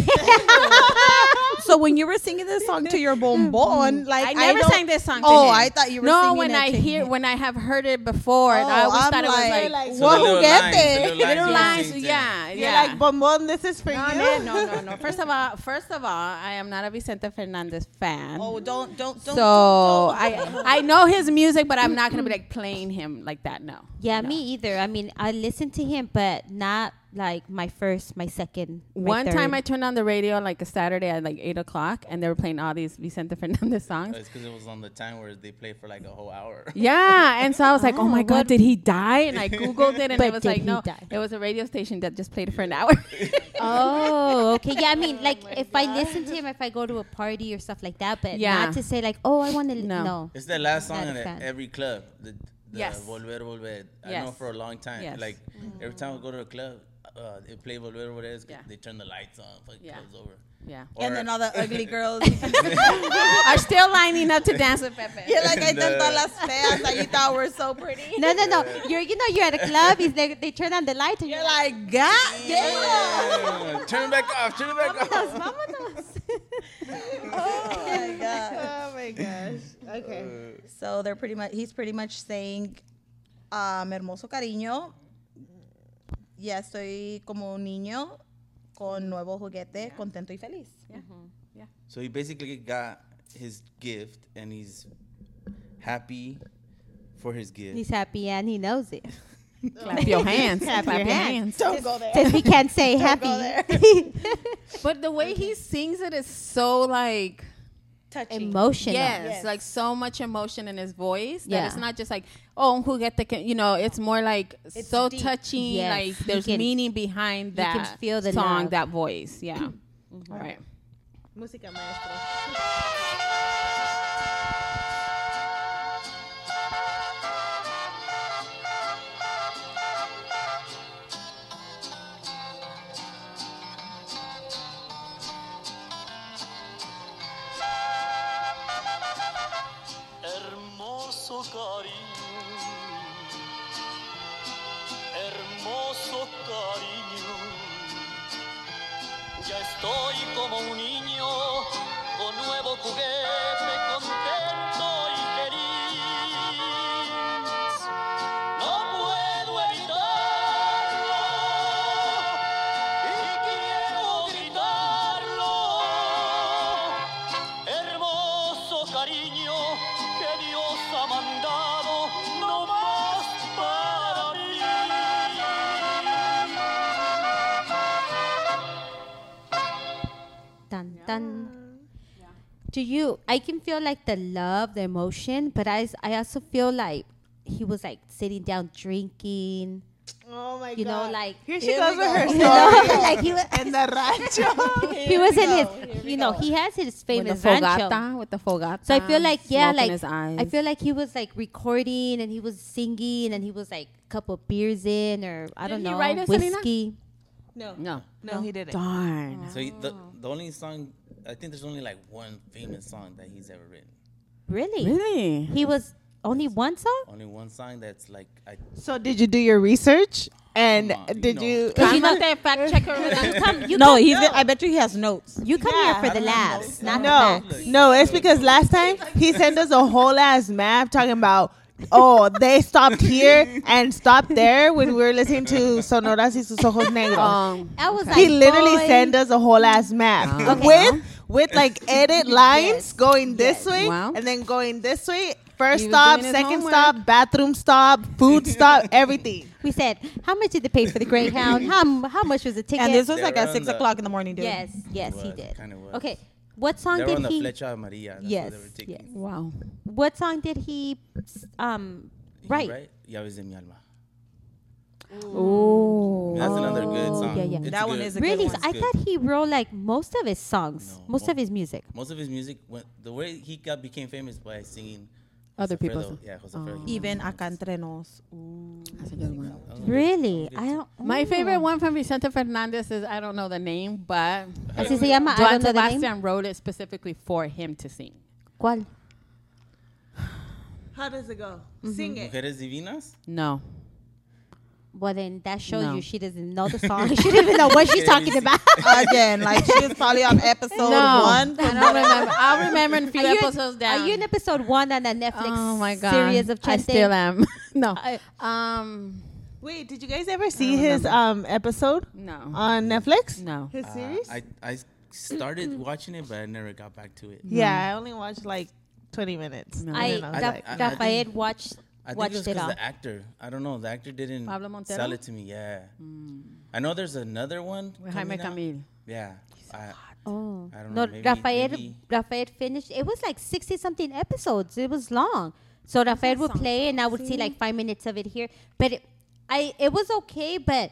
S3: So when you were singing this song to your bonbon, like
S1: I never
S3: don't-
S1: sang this song. to
S3: Oh,
S1: him.
S3: I thought you were
S1: No,
S3: singing
S1: when
S3: it
S1: I
S3: to
S1: hear,
S3: him.
S1: when I have heard it before, and I
S3: Oh,
S1: always
S3: I'm
S1: thought it was
S3: like,
S1: like
S4: So
S3: Wow,
S4: the little
S3: get
S4: lines,
S3: there.
S4: the little
S1: little
S4: lines,
S1: lines.
S4: you
S1: Yeah,
S5: You're
S1: yeah.
S5: like, Bonbon, this is for you.
S1: no, no, no, no, no. First of all, first of all, I am not a Vicente Fernandez fan.
S3: oh, don't, don't, don't.
S1: so I, I know his music, but I'm not gonna be like playing him like that. No.
S2: yeah,
S1: No.
S2: me either. I mean, I listened to him, but not like my first, my second. my
S1: One time
S2: third.
S1: I turned on the radio on like a Saturday at like eight o'clock, and they were playing all these Vicente Fernandez songs.
S4: Oh, It's because it was on the time where they play for like a whole hour.
S1: Yeah, and so I was like, "Oh my
S2: what-
S1: god, did he die?" And I googled it, and
S2: But
S1: it was
S2: did
S1: like,
S2: he
S1: "No,
S2: die?
S1: it was a radio station that just played it for an hour."
S2: Oh, okay. Yeah, I mean, like if I listen to him, if I go to a party or stuff like that, but
S1: Yeah.
S2: not to say like, oh, I want to. Li- no.
S1: No.
S4: It's the last song
S2: Not a
S4: in e-,
S2: fan.
S4: every club. The, the
S1: Yes.
S4: Volver, Volver. I know
S1: Yes.
S4: for a long time.
S1: Yes.
S4: Like every time we go to a club, uh, they play Volver, Volver. it's-
S1: Yeah.
S4: They turn the lights on. Fucking
S1: Yeah.
S4: club's over.
S1: yeah,
S3: and
S4: Or-
S3: then all the ugly girls.
S1: are still lining up to dance with Pepe.
S3: You're like, I
S4: No.
S3: todas las feas that you thought were so pretty.
S2: No, no, no. You're, you know, you're at a club. Is they, they turn on the light and you're
S3: You're
S2: like,
S3: like, God damn.
S4: Yeah, turn it back off. Turn it back off.
S3: Oh my God.
S5: Oh my gosh. Okay.
S3: So they're pretty much, he's pretty much saying, um, hermoso cariño, ya estoy como un niño con nuevo juguete, contento y feliz.
S4: So he basically got his gift, and he's happy for his gift.
S2: he's happy and he knows it.
S1: Clap your hands. Clap your hands.
S3: Don't go there.
S2: Since we can't say happy,
S1: But the way he sings it is so like
S3: Touching.
S2: emotional.
S1: yes,
S3: Yes.
S1: like so much emotion in his voice that
S2: Yeah.
S1: it's not just like oh who get the ca-" you know it's more like so touching
S2: Yes.
S1: like
S2: You
S1: there's
S2: can-
S1: meaning behind that
S2: can feel the
S1: song
S2: love. Mm-hmm.
S1: that voice yeah All right.
S5: Música maestro.
S6: Hermoso
S2: tan to you i can feel like the love the emotion but i s- I also feel like he was like sitting down drinking
S5: Oh my
S2: You know,
S5: God.
S2: like-
S5: here she
S3: Here
S5: goes
S3: we
S5: with
S3: go.
S5: her
S2: you
S5: story.
S2: know
S1: Oh.
S2: like he was
S5: En the rancho.
S2: he was in his you know he has his famous
S1: with the fogata,
S2: rancho
S1: with the fogata.
S2: so I feel like
S1: smoke
S2: yeah,
S1: in
S2: like
S1: his eyes.
S2: I feel like he was like recording and he was singing and he was like a couple beers in or I
S1: Didn't he
S2: don't know
S1: write it, Selena?
S2: whiskey.
S5: No.
S1: no.
S5: No, he didn't.
S1: Darn.
S4: So he- the,
S2: Oh.
S4: the only song, I think there's only like one famous song that he's ever written.
S2: Really?
S1: Really?
S2: He was only one song.
S4: Only one song that's like, I,
S5: So did you do your research? And
S4: Come on,
S5: did
S4: you know.
S5: you?
S2: you know-
S1: Cálmate, fact checker. over there.
S2: Come, you
S3: No,
S2: come,
S3: he's. I bet you he has notes.
S2: you come
S5: Yeah.
S2: here
S4: I
S2: for the
S4: don't know.
S2: laughs, not
S5: No,
S2: the facts.
S5: no, it's because last time he sent us a whole ass map talking about, oh, they stopped here and stopped there when we were listening to Sonoras y sus ojos negros.
S1: Um,
S2: I was like,
S5: He literally
S2: boy.
S5: sent us a whole ass map
S1: Wow. Ah. Okay.
S5: with with like edit lines going this way
S1: Wow.
S5: and then going this way. First
S1: He was
S5: stop,
S1: doing his
S5: second
S1: homework.
S5: stop, bathroom stop, food stop, everything.
S2: We said, how much did they pay for the Greyhound? how m- how much was the ticket?
S3: And this was
S4: They
S3: like
S4: were
S3: at
S4: on
S3: six
S4: the-
S3: o'clock in the morning, dude.
S2: yes, yes, he
S4: was,
S2: did.
S4: kinda was.
S2: Okay, what song
S4: they were on
S2: did he?
S4: the Flecha Maria. That's
S2: Yes,
S4: what they were
S2: yes.
S4: taking.
S1: wow.
S2: What song did he? Um, right.
S4: Right? Ya ves de mi alma.
S1: Oh.
S4: That's another good song.
S2: yeah, yeah.
S4: It's
S3: That one
S4: good.
S3: is a good
S2: Really,
S3: one.
S2: so I
S4: Good.
S2: thought he wrote like most of his songs,
S4: No,
S2: most
S4: mo-
S2: of his music.
S4: Most of his music, went, the way he got became famous by singing
S1: Other
S4: José
S1: people's
S4: Fredo.
S1: song.
S4: Yeah, Jose
S2: Oh.
S4: Fredo.
S3: Even acá entre nos.
S1: That's a good one.
S2: Really, I don't.
S1: My
S2: oh.
S1: favorite one from Vicente Fernandez is I don't know the name, but
S2: Así se llama. I
S1: Joan
S2: don't know the name.
S1: Sebastian wrote it specifically for him to sing.
S2: ¿Cuál?
S5: How does it go?
S1: Mm-hmm.
S5: Sing it.
S4: Mujeres Divinas?
S1: No.
S2: Well, then that shows
S1: No.
S2: you she doesn't know the song. she doesn't even know what she's talking about.
S3: Again, like she was probably on episode one.
S1: I don't remember. I'll remember in a few
S2: Are you,
S1: episodes
S2: in,
S1: down.
S2: are you in episode one on the Netflix
S1: oh my god.
S2: series of
S1: I
S2: Chente?
S1: still am. no.
S2: I-
S1: um.
S5: Wait, did you guys ever see his um episode
S1: No.
S5: on Netflix?
S1: no.
S5: His
S4: Uh,
S5: series?
S4: I, I started watching it, but I never got back to it.
S5: yeah, I only watched like 20 minutes.
S1: No.
S2: I,
S5: don't know.
S2: Ra-
S4: I- I- I
S2: Rafael
S4: think-
S2: watched
S4: I think it was
S2: watched it,
S4: because
S2: all.
S4: the actor. I don't know. The actor didn't
S1: Pablo Montero?
S4: sell it to me. Yeah.
S2: Mm.
S4: I know there's another one.
S1: With Jaime
S4: coming out.
S1: Camil.
S4: Yeah. I,
S2: Oh.
S4: I don't
S2: No,
S4: know, maybe-
S2: Rafael
S4: maybe-
S2: Rafael finished. It was like sixty something episodes. It was long. So Rafael would play, and I would see like five minutes of it here. But it, I it was okay, but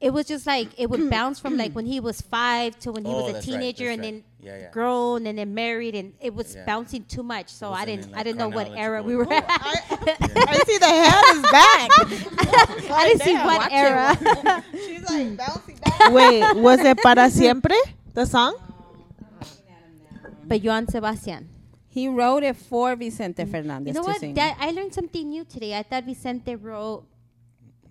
S2: it was just like it would bounce from like when he was five to when he
S4: Oh,
S2: was a
S4: that's right,
S2: teenager,
S4: that's
S2: and
S4: right.
S2: then
S4: Yeah, yeah.
S2: grown, and then married, and it was
S4: Yeah.
S2: bouncing too much. So I
S4: wasn't
S2: didn't
S4: in,
S2: I
S4: like,
S2: didn't know what era we
S4: chronological
S2: were at.
S5: I see the head is back.
S2: I didn't see what era.
S3: She's like bouncing back.
S5: Hmm. Wait, was it Para Siempre? The song?
S2: but Joan Sebastian.
S1: He wrote it for Vicente Fernandez
S2: You know what? That, I learned something new today. I thought Vicente wrote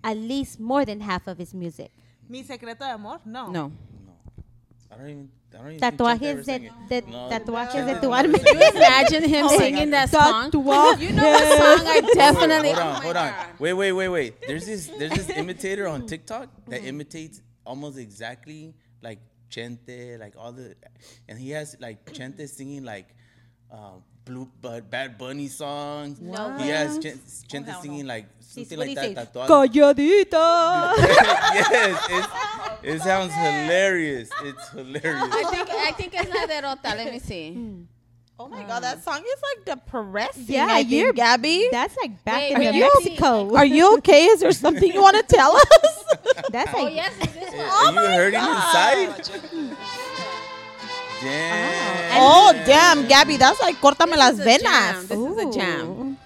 S2: at least more than half of his music.
S5: Mi secreto de amor?
S1: no.
S4: I don't even. I don't even. think Chente ever
S2: Tatuajes
S4: sang
S2: de,
S4: it.
S2: de,
S4: No,
S2: tatuajes de
S4: Chente
S2: tu
S4: never
S2: alma.
S4: sang it.
S1: Imagine him
S2: Oh
S1: singing that song. You know the song I definitely.
S4: Hold on,
S1: oh my
S4: hold on.
S1: God.
S4: Wait, wait, wait, wait. There's this there's this imitator on TikTok
S2: Mm.
S4: that imitates almost exactly like Chente, like all the, and he has like Chente singing like uh, Blue Bud, Bad Bunny songs.
S2: No
S4: he
S2: way.
S4: has Chen- Chente singing like something
S2: what
S4: like
S2: do you
S4: that. tatuado.
S2: Calladita.
S4: yes, it's- it sounds hilarious. It's hilarious.
S1: I think I think it's not that Rota. Let me see.
S3: Oh my god, that song is like depressing.
S2: Yeah,
S3: I think,
S2: you're-
S3: Gabby.
S2: That's like back
S1: Wait,
S2: in
S1: wait,
S2: the
S1: you-
S2: Mexico.
S3: Are you okay? Is there something you want to tell us?
S2: That's
S1: Oh
S2: like
S1: yes, it is.
S2: oh
S4: Are you hurting inside? Damn.
S3: oh damn, Gabby, that's like cortame las
S1: This is a jam.
S3: venas.
S1: This is a jam.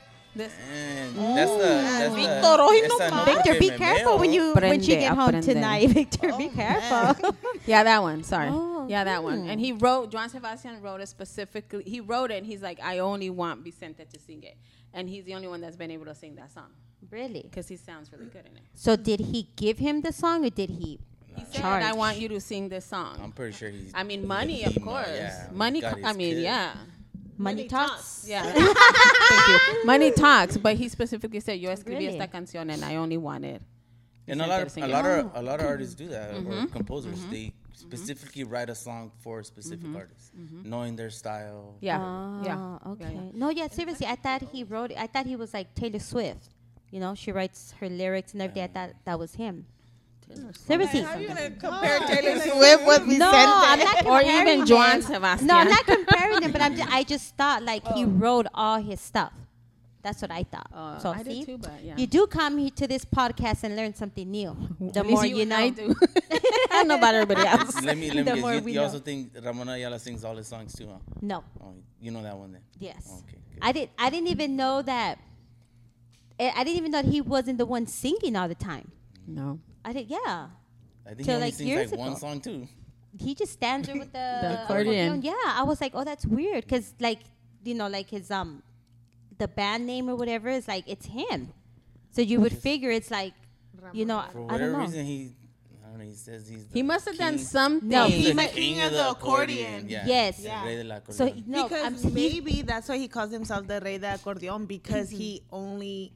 S4: And that's the that's
S3: Víctor,
S4: the,
S3: hoy
S4: esa
S3: no más.
S4: noche
S2: Victor, be
S4: me
S2: careful when
S4: meo.
S2: you when you
S1: Aprende,
S2: get home
S1: aprende.
S2: tonight, Victor.
S4: Oh,
S2: be careful.
S1: Yeah, that one. Sorry.
S2: Oh,
S1: yeah, that one. And he wrote, Juan Sebastian wrote it specifically. He wrote it and he's like, I only want Vicente to sing it. And he's the only one that's been able to sing that song
S2: really?
S1: because he sounds really good in it.
S2: So did he give him the song or did he?
S1: He said,
S2: Charge.
S1: I want you to sing this song.
S4: I'm pretty sure he's.
S1: I mean, money,
S4: he
S1: of
S4: mu-
S1: course.
S4: yeah,
S1: money,
S4: got
S1: co-
S4: his
S1: I mean,
S4: kid.
S1: yeah.
S2: Money talks.
S1: Yeah. Thank you. Money talks, but he specifically said, Yo escribí
S2: Really?
S1: esta canción and I only wanted.
S4: And a lot
S1: Vicente
S4: of
S1: sing
S4: a
S1: it.
S4: lot of a lot of artists do that,
S2: Mm-hmm.
S4: or composers. They specifically write a song for a specific
S2: Mm-hmm.
S4: artist, knowing their style.
S1: Yeah.
S2: Ah,
S1: yeah.
S2: Okay.
S1: Yeah, yeah.
S2: No, yeah. Seriously, I thought he wrote. I thought he was like Taylor Swift. You know, she writes her lyrics and everything. I thought that was him. Seriously.
S5: How are you gonna compare Taylor Swift with Vicente?
S2: No, I'm not
S1: Or
S2: comparing
S1: even
S2: him.
S1: Joan Sebastian. Oh.
S2: No, I'm not comparing them, but I'm just, I just thought like he wrote all his stuff. That's what I thought.
S1: Uh,
S2: so
S1: I do
S2: see,
S1: too, but yeah.
S2: you do come here to this podcast and learn something new. The
S1: At least
S2: more you,
S1: and
S2: know.
S1: I do.
S2: I don't know about everybody else.
S4: Let me let
S2: the
S4: me
S2: more
S4: guess. You,
S2: we
S4: you
S2: know.
S4: also think Ramona Ayala sings all his songs too, huh?
S2: no.
S4: Oh, you know that one then.
S2: Yes.
S1: Oh.
S4: Okay. good.
S2: I didn't. I didn't even know that. I I didn't even know that he wasn't the one singing all the time.
S1: no.
S2: I did. Yeah.
S4: I think he
S2: till,
S4: only
S2: like,
S4: sings
S2: years
S4: like one
S2: ago.
S4: song too.
S2: he just stands there with the,
S1: The accordion.
S2: Yeah, I was like, oh, that's weird, because like you know, like his um, the band name or whatever is like it's him, so you would figure it's like, you know,
S4: For
S2: I don't
S4: whatever
S2: know.
S4: reason, he I don't know. He says he's.
S1: He
S4: the
S1: must have done
S4: king-
S1: something.
S2: No,
S4: he's
S2: he
S4: the
S2: might-
S4: king of the accordion. Yeah.
S2: Yes.
S4: El rey del accordion.
S2: so he- no, I'm,
S5: because
S2: he-
S5: maybe that's why he calls himself the Rey de Acordeon because he
S3: Mm-hmm.
S5: only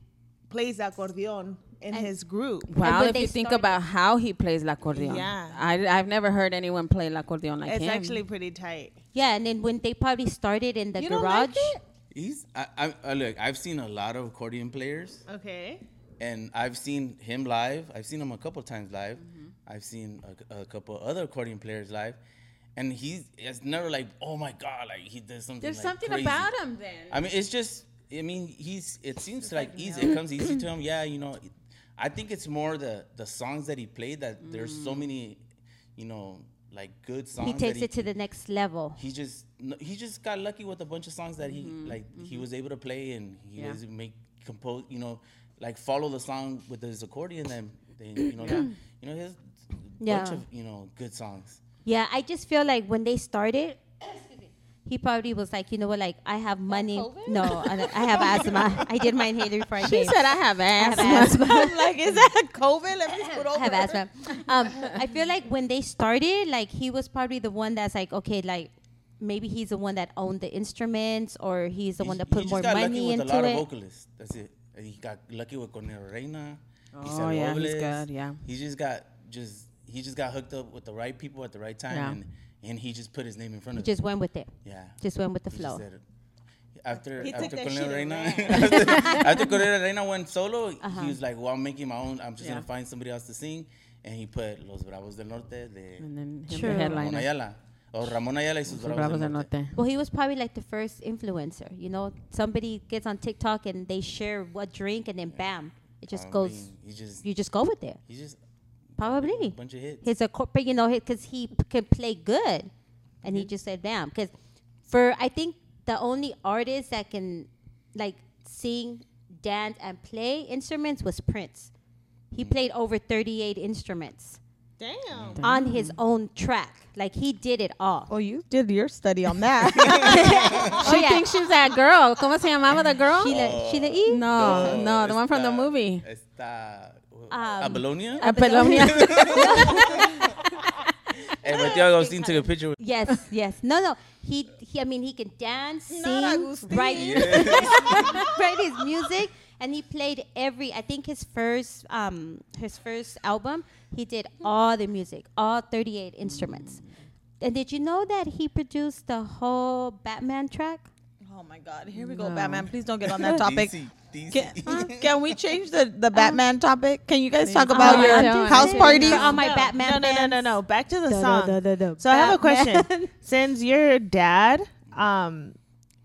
S5: plays accordion in his group.
S1: Wow,
S2: when
S1: if
S2: they
S1: you think
S2: started-
S1: about how he plays la accordion.
S5: Yeah.
S1: I, I've never heard anyone play la accordion like
S5: It's
S1: him.
S5: actually pretty tight.
S2: yeah, and then when they probably started in the
S5: You don't like
S2: garage,
S5: it?
S4: he's. I, I, I uh, look. I've seen a lot of accordion players,
S5: Okay.
S4: and I've seen him live. I've seen him a couple times live. I've seen a, a couple other accordion players live, and he's. It's never like, oh my god, like he does something.
S1: There's
S4: like,
S1: something
S4: crazy.
S1: about him then.
S4: I mean, it's just. I mean, he's. It seems like easy. It comes easy to him. Yeah, you know. I think it's more the the songs that he played. That there's so many, you know, like good songs.
S2: Mm. he
S4: that
S2: takes it
S4: can-
S2: to the next level.
S4: he just no, he just got lucky with a bunch of songs that he
S2: Mm-hmm,
S4: like he was able to play and he
S1: Yeah.
S4: was make compose you know like follow the song with his accordion and then you know that, you know his
S2: Yeah.
S4: bunch of you know good songs
S2: Yeah, I just feel like when they started, he probably was like, you know what, like I have money. No, I, don't- I have asthma. I did mine here before I
S1: She
S2: came.
S1: said I have
S2: I have
S1: ass.
S2: asthma.
S3: like, is that COVID? Let me put
S2: I have asthma. Um, I feel like when they started, like he was probably the one that's like, okay, like maybe he's the one that owned the instruments, or he's the
S4: He-
S2: one that
S4: he
S2: put
S4: just
S2: more
S4: got
S2: money
S4: lucky with
S2: into
S4: a lot
S2: it.
S4: of vocalists that's it And he got lucky with Cornel Reina
S1: Oh, yeah, he's good, yeah.
S4: he just got just he just got hooked up with the right people at the right time
S1: Yeah.
S4: and and he just put his name in front
S2: He
S4: of it
S2: just went with it.
S4: yeah
S2: Just went with the
S4: He just
S2: flow.
S4: said it. After
S5: He took
S4: after
S5: that
S4: Cornelia
S5: shit and
S4: Reina,
S5: ran.
S4: after, after Cornelia Reina went solo,
S2: Uh-huh.
S4: he was like, "Well, I'm making my own. I'm just
S1: Yeah.
S4: gonna find somebody else to sing." And he put Los Bravos del Norte de
S1: And then him the
S2: True.
S4: Ramon
S1: headliner.
S4: Ayala, or Ramon Ayala y sus Bravos,
S1: Bravos del
S4: del Norte.
S1: Norte.
S2: Well, he was probably like the first influencer. You know, somebody gets on TikTok and they share what drink, and then bam, it just
S4: I
S2: goes.
S4: mean, he just
S2: You just go with it.
S4: he just a
S2: Probably.
S4: bunch of hits.
S2: He's a corporate, you know, because he p- can play good, and he just said, "Damn." Because for I think the only artist that can like sing, dance, and play instruments was Prince. He played over thirty-eight instruments
S5: Damn.
S2: on his own track. Like he did it all. Oh,
S3: Oh, you did your study on that.
S1: She thinks she's that girl. ¿Cómo se llamaba the girl?
S2: Sheila, Sheila E.
S1: no,
S4: Oh,
S1: no, the one from the
S4: esta-
S1: movie.
S4: Esta um,
S2: Um,
S4: Apollonia.
S1: Ah, Apollonia.
S4: Hey, Eh, Mateo Agustin took a picture. With
S2: Yes, yes. No, no. He, he I mean, he can dance,
S3: Not
S2: sing,
S3: Agustin.
S2: write, write his music, and he played every. I think his first, um, his first album, he did all the music, all thirty-eight instruments. And did you know that he produced the whole Batman track?
S3: oh my God, here we go, Batman. Please don't get on that topic.
S4: DC,
S3: Can,
S4: DC.
S3: can we change the,
S1: Um,
S3: the Batman topic? Can you guys talk
S1: Oh,
S3: about
S1: I
S3: your
S1: don't-
S3: house
S1: I
S3: party? Um,
S2: For all my Batman
S5: No, no, no, no,
S2: fans.
S5: no. Back to the
S2: Da,
S5: song.
S2: da, da, da,
S5: So I have a
S2: Batman.
S5: question. Since your dad um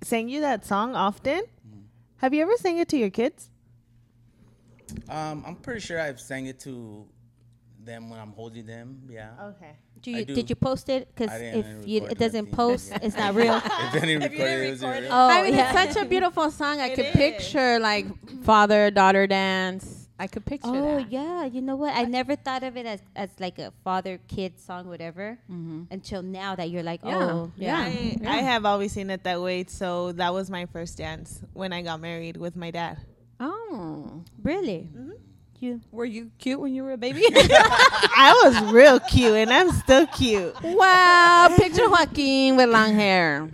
S5: sang you that song often,
S3: Mm-hmm.
S5: have you ever sang it to your kids?
S4: Um, I'm pretty sure I've sang it to them when I'm holding them. Yeah.
S5: Okay.
S2: Do
S4: I
S2: you,
S4: do.
S2: did you post it? Because
S4: I didn't-
S2: if
S4: I didn't
S2: you,
S4: record
S2: it doesn't
S4: nothing.
S2: post,
S4: Yeah.
S2: it's not real.
S4: If any recorded, it was
S3: record
S4: real.
S2: Oh,
S1: I mean,
S2: yeah.
S1: it's such a beautiful song. I could picture like father daughter dance. I could picture
S2: Oh
S1: that.
S2: yeah, you know what? I never thought of it as, as like a father kid song, whatever, until now that you're like,
S1: Mm-hmm. Yeah,
S2: oh yeah,
S1: yeah.
S5: I, I have always seen it that way, so that was my first dance when I got married with my dad.
S1: Oh,
S2: really? You
S3: Were you cute when you were a baby?
S5: I was real cute and I'm still cute.
S1: wow! Picture Joaquin with long hair.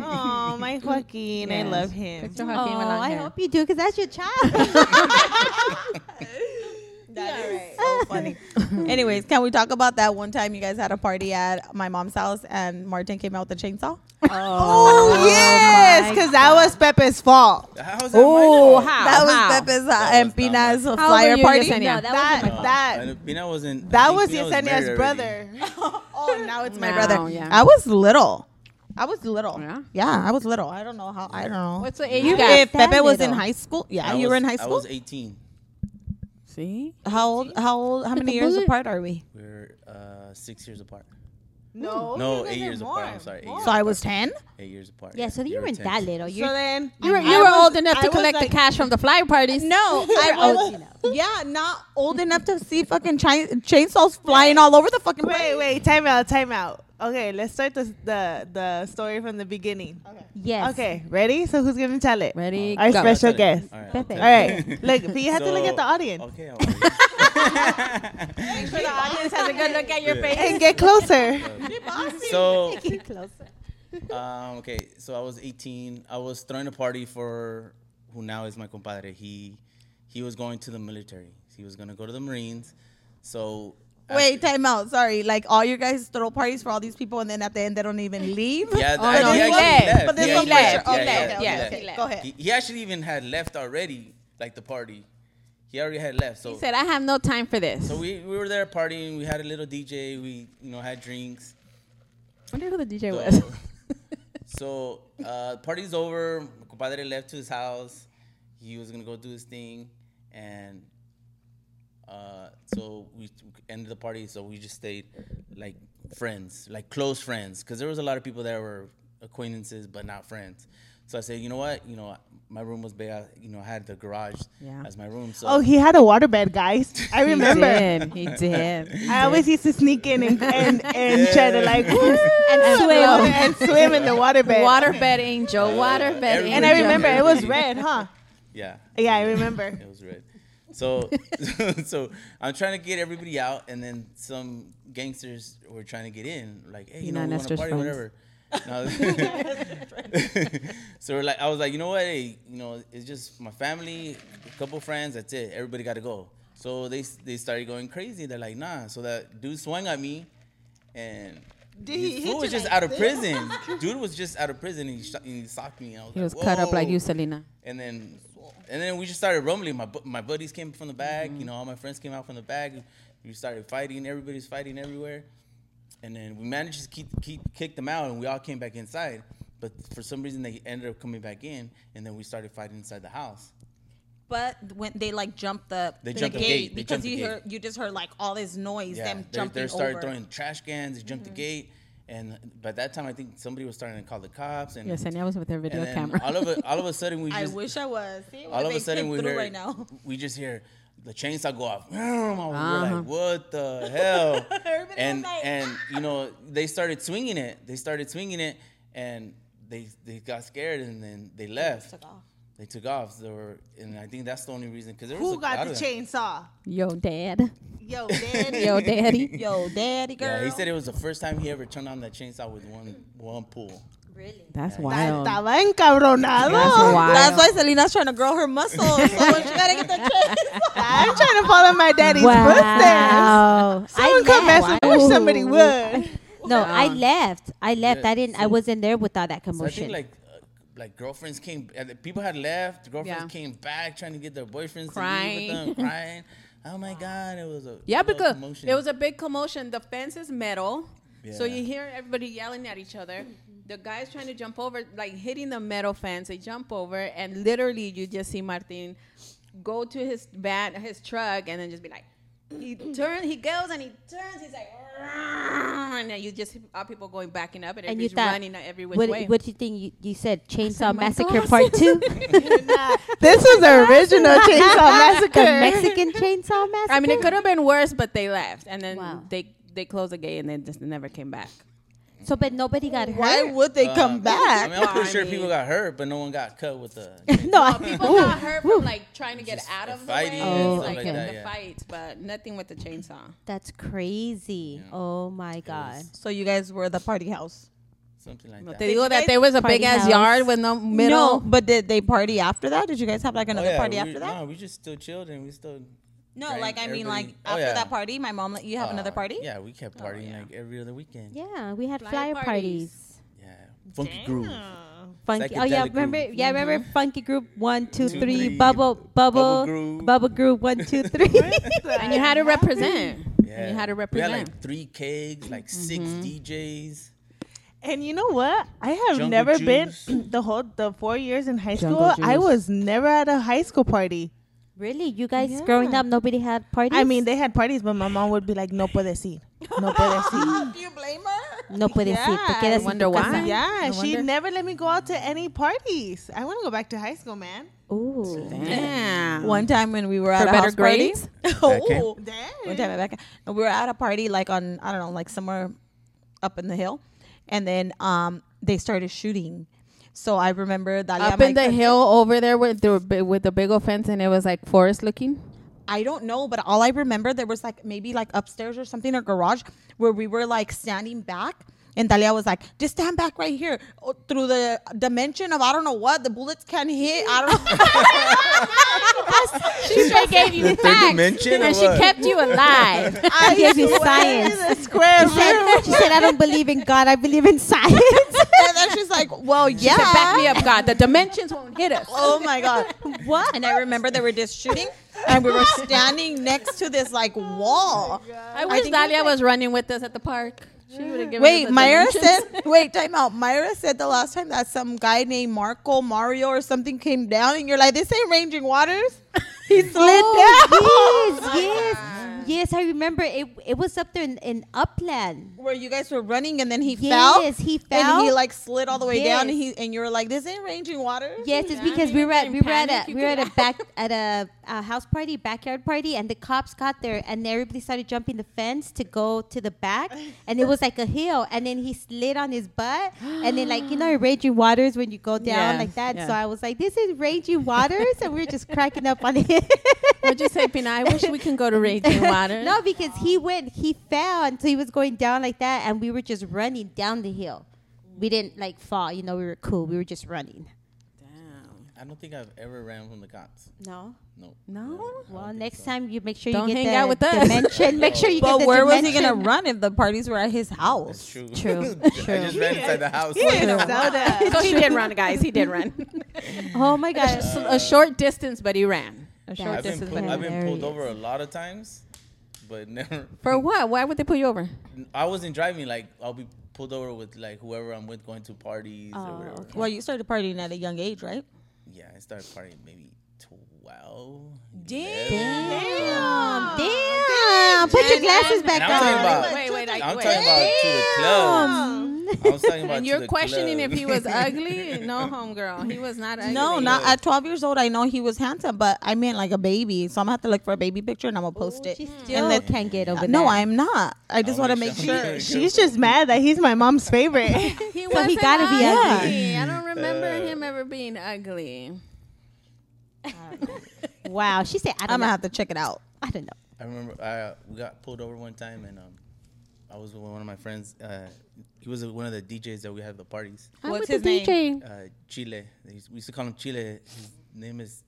S5: Oh, my Joaquin, I love him.
S1: Picture
S2: oh,
S1: Joaquin with long
S2: I
S1: hair.
S2: hope you do because that's your child.
S3: so funny. Anyways, can we talk about that one time you guys had a party at my mom's house and Martin came out with a chainsaw?
S5: Oh, yes,
S2: my
S5: because Because that was Pepe's fault.
S4: How is that
S1: Oh,
S4: my
S1: how?
S3: That
S4: fault?
S3: was
S1: how?
S3: Pepe's uh,
S4: That
S3: and
S4: was not
S3: Pina's
S1: How
S4: my-
S1: old were
S3: flyer
S1: you, Yesenia?
S3: party.
S2: No, that,
S5: That
S2: wasn't my fault.
S5: that
S4: I- Pina wasn't. I
S5: that
S4: think
S5: was
S4: Pina
S5: Yesenia's
S4: married already.
S5: brother. oh, now it's my
S1: No.
S5: brother.
S1: Oh, yeah.
S3: I was little. I was little.
S1: Yeah?
S3: Yeah. I was little. I don't know how. I don't know.
S1: What's the age you
S2: Yeah.
S1: got?
S3: if Pepe was in
S2: Little.
S3: high school, yeah,
S4: I
S3: you were in
S4: was-
S3: high
S4: I
S3: school.
S4: was 18.
S1: See?
S3: How old? How old? How
S2: the
S3: many years
S2: bullet.
S3: apart are we?
S4: We're uh, six years apart.
S5: No,
S4: No,
S5: you guys
S4: eight
S5: are
S4: years
S5: Oh, more.
S4: apart. I'm sorry. Eight years,
S3: So I was ten.
S4: eight years apart.
S2: Yeah, so you
S4: were
S2: weren't
S4: 10.
S2: that little.
S5: So
S2: You're,
S5: then
S1: You were,
S5: I
S1: you were
S5: was-
S1: old enough
S5: I
S1: to
S5: was
S1: collect
S5: like-
S1: the cash from the fly parties.
S3: No, I
S2: old
S3: was.
S2: enough.
S3: Yeah, not old enough to see fucking chi- chainsaws flying all over the fucking
S5: Wait,
S3: place.
S5: wait, time out, time out. Okay, let's start the the, the story from the beginning.
S2: yes.
S5: Okay, ready? So who's gonna tell it?
S1: Ready?
S5: Our
S1: go.
S5: special
S4: I'll tell you.
S5: guest.
S4: All right. I'll
S2: Pepe.
S5: All
S4: tell you.
S5: right, look, but you have to look at the
S4: So-
S5: audience
S4: Okay. I'll-
S1: The audience has a good look at your face.
S5: and get closer.
S4: so
S2: Keep closer.
S4: um, okay, so I was 18. I was throwing a party for who now is my compadre. He he was going to the military. He was gonna go to the Marines. So
S3: Wait,
S4: after-
S3: time out. Sorry. Like all you guys throw parties for all these people, and then at the end they don't even leave.
S4: yeah,
S1: Oh, no, he
S4: actually
S1: left.
S4: He
S1: But this
S4: actually
S1: one left.
S4: Yeah,
S1: He
S4: yeah,
S1: left.
S4: he
S1: Yes,
S4: left.
S1: he left.
S3: Go ahead.
S4: He, he actually even had left already, like the party. He already had left. So
S1: He said, I have no time for this.
S4: so we, we were there partying. We had a little DJ. We you know had drinks.
S1: wonder who the DJ
S4: So-
S1: was.
S4: So uh, party's over. My compadre left to his house. He was gonna go do his thing, and uh, so we ended the party. So we just stayed like friends, like close friends, because there was a lot of people that were acquaintances but not friends. So I said, you know what, you know, my room was big. I, you know, I had the garage
S1: Yeah.
S4: as my room. So
S5: Oh, he had a waterbed, guys. I remember.
S1: He did. He did.
S5: I always used to sneak in and and, and try to like woo,
S2: And
S1: blow.
S2: swim.
S5: and swim in the waterbed.
S1: Waterbed angel,
S4: Oh,
S1: waterbed angel.
S5: and I remember it was red, huh?
S4: yeah,
S5: Yeah, I remember.
S4: It was red. So, so I'm trying to get everybody out, and then some gangsters were trying to get in. Like, hey, you
S1: Pina
S4: know,
S1: and
S4: we want to
S1: Esther's
S4: party,
S1: friends.
S4: whatever. And I was- so we're like, I was like, you know what? Hey, you know, it's just my family, a couple friends. That's it. Everybody got to go. So they they started going crazy. They're like, nah. So that dude swung at me, and. Dude, fool was just out of prison. Dude was just out of prison. And he, shot, and he socked me. I was
S1: He
S4: like,
S1: was cut up like
S4: "Whoa."
S1: you, Selena.
S4: And then, and then we just started rumbling. My bu- my buddies came from the back.
S3: Mm-hmm.
S4: You know, all my friends came out from the back. We started fighting. Everybody's fighting everywhere. And then we managed to keep, keep kick them out, and we all came back inside. But for some reason, they ended up coming back in, and then we started fighting inside the house.
S3: But when they like jumped the,
S4: They
S3: the
S4: jumped the
S3: gate,
S4: gate. They
S3: because
S4: jumped the
S3: you
S4: gate.
S3: heard you just heard like all this noise, them
S4: they,
S3: jumping
S4: they started
S3: over. Mm-hmm.
S4: throwing trash cans. They jumped the gate, and by that time, I think somebody was starting to call the cops. And
S1: Yes, and I was with their video
S4: and then
S1: camera.
S4: all of a, all of a sudden, we
S3: I
S4: just
S3: wish I was. See,
S4: all of
S3: they
S4: a sudden
S3: came
S4: we
S3: through
S4: heard,
S3: right now.
S4: we just hear the chainsaw go off. We're
S1: Uh-huh.
S4: like, what the hell?
S3: Everybody
S4: and
S3: was like,
S4: and you know they started swinging it. They started swinging it, and they they got scared and then they left.
S3: Took off.
S4: They took off. So They were, and I think that's the only reason because there was
S5: Who
S4: a
S5: got
S4: crowd
S5: the
S4: of them.
S5: chainsaw?
S1: Yo, dad.
S5: Yo, daddy.
S1: Yo, daddy.
S3: Yo, daddy girl.
S4: Yeah, he said it was the first time he ever turned on that chainsaw with one one pull.
S2: Really?
S1: That's
S5: Estaba
S1: wild. That's
S5: encabronado.
S1: wild.
S3: That's why Selena's trying to grow her muscles. so she gotta get that chain.
S5: I'm trying to follow my daddy's footsteps.
S2: Wow.
S5: Someone come mess
S2: left.
S5: with me. I wish somebody would.
S2: No, I
S1: Wow.
S2: left. I left.
S4: Yeah,
S2: I didn't. I wasn't there with all that
S4: So I think
S2: commotion.
S4: like uh, like girlfriends came, uh, people had left. Girlfriends
S1: Yeah.
S4: came back trying to get their boyfriends
S1: Crying.
S4: to leave with them, crying. Oh my god, it was a
S1: Yeah,
S4: real
S1: because
S4: commotion.
S1: there was a big commotion. The fence is metal, so
S4: Yeah.
S1: you hear everybody yelling at each other. The guys trying to jump over, like hitting the metal fence. They jump over, and literally you just see Martin go to his van, his truck, and then just be like, he turns, he goes, and he turns. He's like, "Rrrr," and then you just all people going back and up, and,
S2: and you
S1: everybody's
S2: thought,
S1: running every which
S2: what,
S1: way.
S2: what you think? You, you said Chainsaw
S1: "My
S2: Massacre
S1: God."
S2: Part Two,
S5: This was the original chainsaw
S2: the
S5: massacre.
S2: Mexican Chainsaw Massacre.
S1: I mean, it could have been worse, but they left, and then
S2: Wow.
S1: they they closed the gate, and then just never came back.
S2: so, but nobody got
S3: Why
S2: hurt.
S3: would they come
S4: Uh, I
S3: back?
S4: mean, I'm pretty
S1: I
S4: sure
S1: mean-
S4: people got hurt, but no one got cut with the.
S2: No, I-
S1: People got hurt from like trying to get
S4: Just
S1: out of the
S4: fighting
S1: way,
S4: and
S2: Oh,
S1: like,
S2: stuff like
S1: in
S4: that,
S1: the
S4: yeah.
S1: fight, but nothing with the chainsaw.
S2: that's crazy. Oh my God.
S3: So you guys were the party house.
S4: Something like
S1: They
S4: that.
S1: knew that there was a
S2: Party
S1: big ass
S2: house.
S1: yard with no
S3: No,
S1: middle.
S3: but did they party after that? Did you guys have like
S4: Oh,
S3: another
S4: yeah,
S3: party
S4: we,
S3: after that?
S4: No, we just still chilled and we still.
S3: No,
S4: drank,
S3: like I mean, like
S4: everybody- oh,
S3: after
S4: yeah.
S3: that party, my mom let you have another
S4: uh,
S3: party.
S4: Yeah, we
S1: Oh,
S4: kept partying like every other weekend.
S2: Yeah, we had
S1: Flyer
S2: flyer
S1: parties.
S2: parties.
S4: Yeah. Funky groove.
S2: funky. Oh yeah,
S4: Psychedelic
S2: remember?
S4: groove.
S2: Yeah, remember funky group one, two,
S4: Two,
S2: three,
S4: three.
S2: bubble,
S4: Bubble
S2: bubble,
S4: group.
S2: bubble group one, two, three.
S1: and you had to represent.
S4: Yeah.
S1: You had to
S4: We had
S1: represent. Mm-hmm.
S4: like three kegs, like six DJs.
S5: And you know what? I have
S4: Jungle
S5: never
S4: juice.
S5: been the whole the four years in high
S1: Jungle
S5: school. I
S1: juice.
S5: was never at a high school party.
S2: really, you guys growing up, nobody had parties.
S5: I mean, they had parties, but my mom would be like, "No puedes ir, no puedes ir."
S3: Do you blame her?
S2: no puedes ir. Te
S5: Yeah,
S2: quedas
S1: I
S2: en
S1: wonder
S2: tu
S1: why.
S2: casa.
S5: yeah,
S1: No
S5: she
S1: wonder.
S5: never let me go out to any parties. I want to go back to high school, man.
S2: Ooh.
S1: Damn.
S3: One time when we were at
S1: For
S3: a
S1: better
S3: house party.
S1: grades?
S4: Okay.
S3: Ooh. One time at Becca, we were at a party like on I don't know like somewhere up in the hill, and then um they started shooting. So I remember that
S1: Up in the hill over there with the bi- with the big old fence, and it was like forest looking.
S3: I don't know, but all I remember there was like maybe like upstairs or something or garage where we were like standing back. And Dalia was like, just stand back right here oh, through the dimension of I don't know what. The bullets can hit. I don't know.
S1: She straight gave you
S4: The third facts, dimension or
S1: and
S4: and
S1: she
S4: she what?
S1: kept
S4: kept
S1: you alive.
S2: I gave you science. She said, she said, I don't believe in God. I believe in science.
S3: and then she's like, well, yeah.
S1: Back me up, God. The dimensions won't hit us.
S3: Oh my god. What? And I remember they were just shooting and we were standing next to this
S1: Oh
S3: like wall.
S1: I wish
S3: think
S1: Dalia was running with us at the park. She would have given. us
S3: Wait,
S1: the
S3: Myra
S1: dimensions.
S3: said wait, time out. Myra said the last time that some guy named Marco Mario or something came down and you're like, This ain't ranging waters. He slid
S2: oh, yes, yes, yes. I remember it. It was up there in, in Upland.
S3: down where you guys were running and then he fell.
S2: Yes, he
S3: And he
S2: fell.
S3: like slid all the way down and
S2: Yes.
S3: he and you were like, This ain't ranging waters.
S2: Yes, it's
S1: Yeah,
S2: because
S1: you
S2: we
S1: guys
S2: were
S1: were
S2: at
S1: in
S2: we were at
S1: panic,
S2: a
S1: you
S2: we were at
S1: could-
S2: a back at a, a house party, backyard party, and the cops got there, and everybody started jumping the fence to go to the back, and it was like a hill, and then he slid on his butt, and then like you know in raging waters when you go down
S1: Yes,
S2: like that.
S1: yes.
S2: So I was like, this is raging waters, and we were just cracking up on it.
S1: What'd you say, Pina? I wish we can go to Raging Water.
S2: no, because he went, he fell, and so he was going down like that, and we were just running down the hill. We didn't like fall, you know. We were cool. We were just running.
S4: I don't think I've ever ran from the cops.
S2: No.
S4: No.
S1: No.
S2: Well, next time you make sure
S1: Don't
S2: you get
S1: hang
S2: the
S1: out with us.
S2: dimension. Make sure you get
S3: But
S2: the
S3: where was
S2: dimension.
S3: he gonna run if the parties were at his
S4: That's
S3: house?
S4: true.
S2: True,
S4: I just ran inside the house.
S5: Soda.
S1: So he did run, guys. He did run.
S2: Oh my gosh!
S1: S- a short distance, but he ran. A short
S4: I've been,
S1: distance,
S4: pulled,
S1: but he
S4: I've
S1: ran.
S4: been pulled
S2: hilarious.
S4: over a lot of times, but never.
S1: For what? Why would they pull you over?
S4: I wasn't driving. Like I'll be pulled over with like whoever I'm with going to parties or
S2: Oh,
S4: whatever.
S3: Well, you started partying at a young age, right?
S4: Yeah, I started partying maybe twelve.
S1: Damn.
S4: 11.
S2: Damn! Damn! Put your glasses back
S4: And I'm talking
S2: on.
S4: about-
S1: wait, wait, like,
S4: I'm
S1: wait.
S4: talking about to the club. I was talking about
S1: And
S4: to
S1: you're
S4: the
S1: questioning
S4: club.
S1: if he was ugly? No, homegirl. He was not ugly.
S3: No, not at 12 years old. I know he was handsome, but I meant like a baby. So I'm gonna have to look for a baby picture and I'm gonna post
S2: She
S3: it.
S2: still
S3: then-
S2: can't get over that.
S3: No, I'm not. I just
S4: I'll
S3: want to
S4: make
S3: make
S4: sure.
S3: sure.
S5: She's just mad that he's my mom's favorite.
S1: He
S2: So he
S1: wasn't
S2: gotta be
S1: ugly. I don't remember him ever being ugly.
S2: Wow, she said, "I don't
S3: I'm
S2: know."
S3: gonna have to check it out.
S2: I don't know.
S4: I remember I uh, we got pulled over one time and um, I was with one of my friends. Uh, he was one of the DJs that we had at the parties.
S1: I'm
S3: What's
S1: with
S3: his
S1: the DJ.
S4: Uh, Chile. They used- We used to call him Chile. His name is.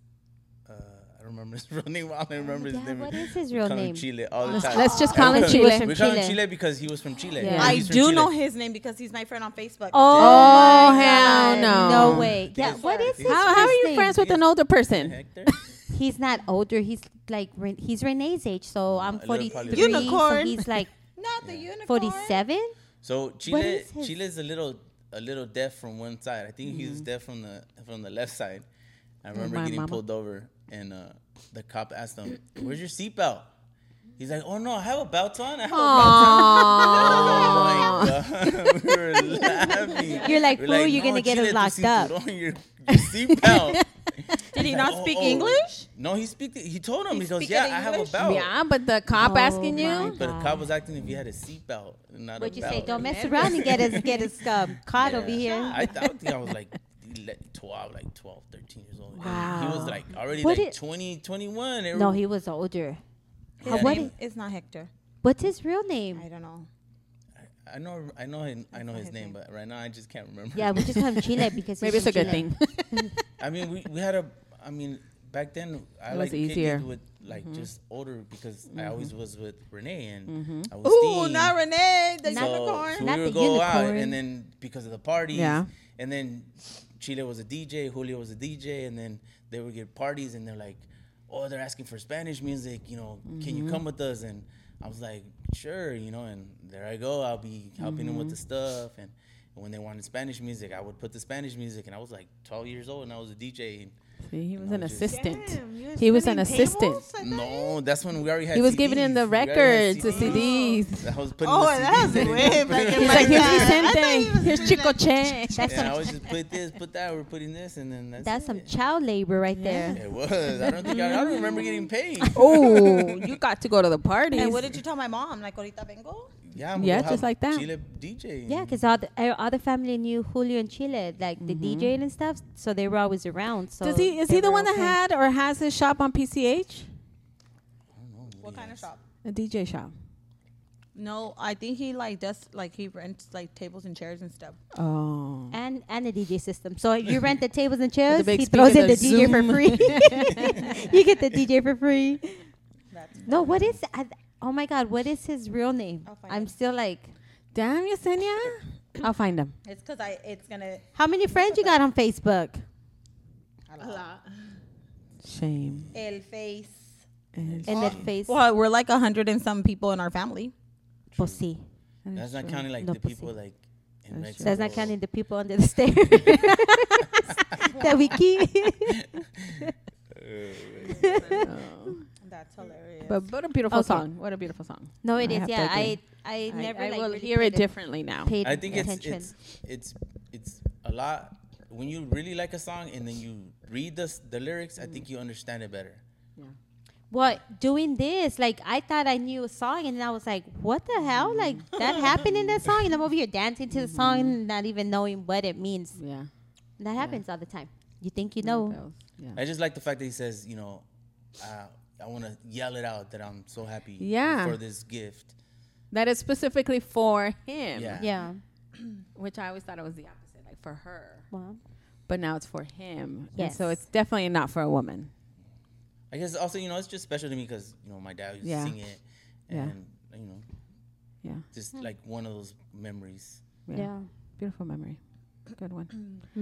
S4: Uh, I don't remember his real name. I don't remember his
S2: yeah,
S4: name.
S2: what is his
S4: We
S2: real
S4: call him
S2: name?
S4: Chile all the
S1: Let's-
S4: time.
S1: let's just call him
S4: Because-
S1: Chile.
S4: We call him
S2: Chile.
S4: Chile because he was from Chile.
S1: Yeah.
S3: I
S4: He's from
S3: do
S4: Chile.
S3: know his name because he's my friend on Facebook.
S1: Oh, hell no.
S2: No way. Yeah,
S4: Yes,
S2: what
S4: sir.
S2: is his?
S4: Yes, sir.
S1: How, how are you
S2: name?
S1: friends with an older person?
S4: Hector.
S2: He's not older. He's like Ren- he's Renee's age, so I'm
S4: a little
S2: 43.
S4: probably.
S2: So
S5: Unicorn.
S2: he's like
S3: Not the unicorn.
S2: 47.
S4: So Chile,
S2: is his-
S4: Chile's a little a little deaf from one side. I think he was deaf from the from the left side. I remember
S1: my
S4: getting
S1: mama.
S4: pulled over, and uh, the cop asked him, "Where's your seatbelt?" He's like, "Oh no, I have a belt on. I have a belt on." Oh my god, we were laughing.
S2: You're like,
S4: We're
S2: fool, you're gonna get us
S4: tu
S2: locked up."
S4: cinturón, Your, your seatbelt.
S3: Did he
S4: He's
S3: not
S4: like,
S3: speak
S4: "Oh, oh."
S3: English?
S4: No, he speak. He told him. He, goes,
S3: speaking
S4: "Yeah, I have a
S3: English?
S4: belt."
S1: Yeah, but the cop
S2: Oh
S1: asking you.
S2: my-
S4: But the cop was acting if he had a seatbelt, not
S2: Would
S4: a
S2: you
S4: belt.
S2: say don't mess around and get us get us um, caught over
S4: Yeah.
S2: here?
S4: I, th- I think I was like ele- 12, like 12, 13 years old. He
S2: Wow.
S4: was like already
S2: What
S4: like
S2: did-
S4: 20, 21. It-
S2: No, he was older.
S4: yeah,
S2: what
S4: he-
S2: is-
S3: It's not Hector.
S2: What's his real name?
S3: I don't know.
S4: I know, I know, him, I know his name, but right now I just can't remember.
S2: Yeah, we just call him Chile because
S1: Maybe
S2: he's
S1: it's a
S2: from
S1: good
S2: Chile.
S1: thing.
S4: I mean, we, we had a, I mean, back then I
S1: It was
S4: like
S1: easier.
S4: with like
S2: Mm-hmm.
S4: just older because I always was with Renee and
S2: Mm-hmm.
S4: I was
S3: Ooh,
S4: Steve.
S3: not Renee, the
S4: So,
S3: unicorn.
S4: so
S2: Not the
S4: we would go out,
S2: unicorn.
S4: and then because of the parties,
S1: Yeah.
S4: and then Chile was a DJ, Julio was a DJ, and then they would get parties and they're like, oh, they're asking for Spanish music, you know, can
S1: Mm-hmm.
S4: you come with us? And I was like, sure, you know, and there I go, I'll be helping them with the
S1: Mm-hmm.
S4: stuff. And when they wanted Spanish music, I would put the Spanish music, and I was like 12 years old and I was a DJ. And
S1: See, he was an
S4: just-
S1: assistant.
S5: Damn, you were
S1: he was an
S5: spinning
S1: assistant.
S5: tables at that age?
S4: no, that's when we already had
S1: He was giving him the
S4: CDs. We already
S1: records,
S4: had
S1: the CDs.
S4: I was putting
S5: Oh,
S4: the
S5: that's
S4: CDs in it.
S5: way back in
S1: He's
S5: my
S1: like, here's
S5: time. I thought you
S1: Vicente,
S5: was
S1: here's
S5: doing
S1: Chico
S5: that-
S1: Che.
S2: That's
S4: And I
S2: some,
S4: was just put this, put that, we're putting this, and then that's,
S2: that's some
S4: it.
S2: child labor right there.
S4: It was. I don't think I, I don't remember getting
S2: Mm.
S4: paid.
S1: Oh, you got to go to the parties.
S3: And what did you tell my mom? Like, ahorita vengo?
S4: Yeah, I'm a
S1: Yeah,
S4: little
S1: just
S4: hot
S1: like that.
S4: Chile DJ.
S2: Yeah, because all the, eh, all the family knew Julio and Chile, like the
S1: Mm-hmm.
S2: DJ and stuff, so they were always around. So
S1: Does he is
S2: they
S1: he the
S2: were
S1: one that
S2: okay.
S1: had or has his shop on PCH?
S3: What kind of shop?
S1: A DJ shop.
S3: No, I think he like does like he rents like tables and chairs and stuff.
S1: Oh.
S2: and and the DJ system. So if you rent the tables and chairs,
S1: big
S2: he throws
S1: speaker,
S2: in the
S1: the
S2: DJ for
S1: Zoom.
S2: free. you get the DJ for free.
S3: That's
S2: No, what is? I, oh my God, what is his real name?
S3: I'll find
S2: I'm
S3: it.
S2: still like,
S1: Damn, Yesenia. I'll find him.
S3: it's because I it's gonna
S2: how many friends you got on Facebook?
S1: Shame.
S3: uh, el face.
S2: In that face,
S3: Well, we're like a hundred and some people in our family.
S2: Pues sí.
S4: That's not counting like
S2: No,
S4: the
S2: pues
S4: people
S2: sí.
S4: like in Mexico.
S2: That's not counting the people under the stairs that we keep.
S4: Uh,
S3: That's hilarious.
S1: But what a beautiful
S2: Okay.
S1: song. What a beautiful song.
S2: no, it
S1: I
S2: is.
S1: have to
S2: Yeah, I
S1: agree.
S2: I
S1: I-
S2: never
S1: I,
S2: like
S1: will
S2: really
S1: hear
S2: paid
S1: it
S2: a-
S1: differently now.
S2: Paid
S4: I think it's,
S2: attention.
S4: it's it's it's a lot when you really like a song and then you read the s- the lyrics. I
S2: Mm.
S4: think you understand it better.
S2: what doing this like i thought i knew a song and then i was like what the
S1: Mm.
S2: hell like that happened in that song and i'm over here dancing to the song and not even knowing what it means
S1: Yeah.
S2: And that happens all the time you think you know
S1: Yeah.
S4: I just like the fact that he says, you know, uh, I want to yell it out that I'm so happy
S1: Yeah.
S4: for this gift.
S1: That is specifically for him.
S4: Yeah.
S2: yeah
S1: Which I always thought it was the opposite, like for her.
S2: well
S1: But now it's for him. And so
S2: Yes.
S1: it's definitely not for a woman.
S4: I guess also you know it's just special to me because you know my dad used
S1: Yeah.
S4: to sing it,
S1: Yeah.
S4: and you know
S1: Yeah.
S4: just like one of those memories.
S1: Yeah. Beautiful memory. Good one.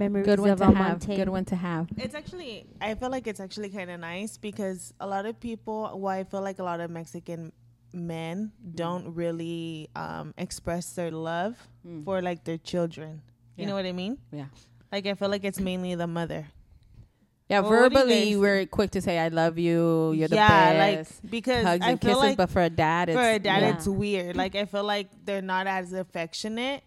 S2: memories
S1: Good one
S2: of
S1: to have.
S2: Almonte.
S1: Good one to have.
S5: It's actually, I feel like it's actually kind of nice because a lot of people, well, I feel like a lot of Mexican men don't really um, express their love for like their children. You
S1: Yeah.
S5: know what I mean?
S1: Yeah.
S5: Like, I feel like it's mainly the mother.
S1: Yeah,
S5: Well, what do you
S1: verbally
S5: guys-
S1: we're quick to say I love you, you're the best.
S5: like because
S1: Hugs
S5: I
S1: and
S5: feel
S1: kisses,
S5: like
S1: but for a dad it's
S5: for a dad,
S1: yeah.
S5: it's weird. Like I feel like they're not as affectionate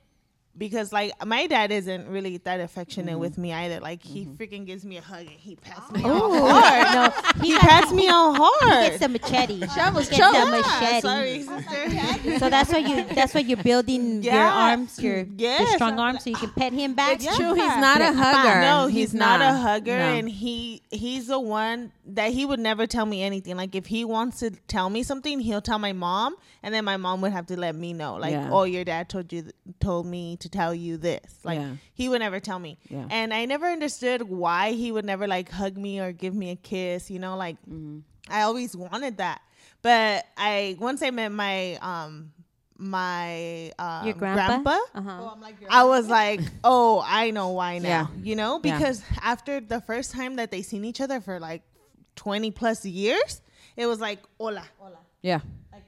S5: because like my dad isn't really that
S2: Mm-hmm.
S5: affectionate with me either. Like he freaking gives me a hug and he pats me. all hard.
S2: no
S5: He pats me all hard.
S2: Oh. he gets a machete she almost gets
S5: Yeah,
S2: a machete
S5: sorry, sister.
S2: so that's why you that's why you're building your
S5: Yeah.
S2: arms your, your
S5: Yes.
S2: strong arms so you can pet him back
S5: It's
S1: true, he's
S5: Yeah.
S1: not a
S2: Yeah.
S1: hugger.
S5: No, he's, not, a hugger,
S1: No.
S5: and he he's the one that he would never tell me anything. Like if he wants to tell me something, he'll tell my mom, and then my mom would have to let me know. Like,
S1: Yeah.
S5: oh, your dad told you th- told me to tell you this. Like
S1: Yeah.
S5: he would never tell me,
S1: Yeah.
S5: and I never understood why he would never like hug me or give me a kiss. You know, like
S1: Mm-hmm.
S5: I always wanted that, but I once I met my um my um,
S2: your grandpa,
S5: grandpa
S2: Uh-huh.
S5: I was Oh, like, oh, I know why now. You know,
S1: Yeah.
S5: because after the first time that they seen each other for like 20 plus years, it was like, hola. hola.
S1: Yeah.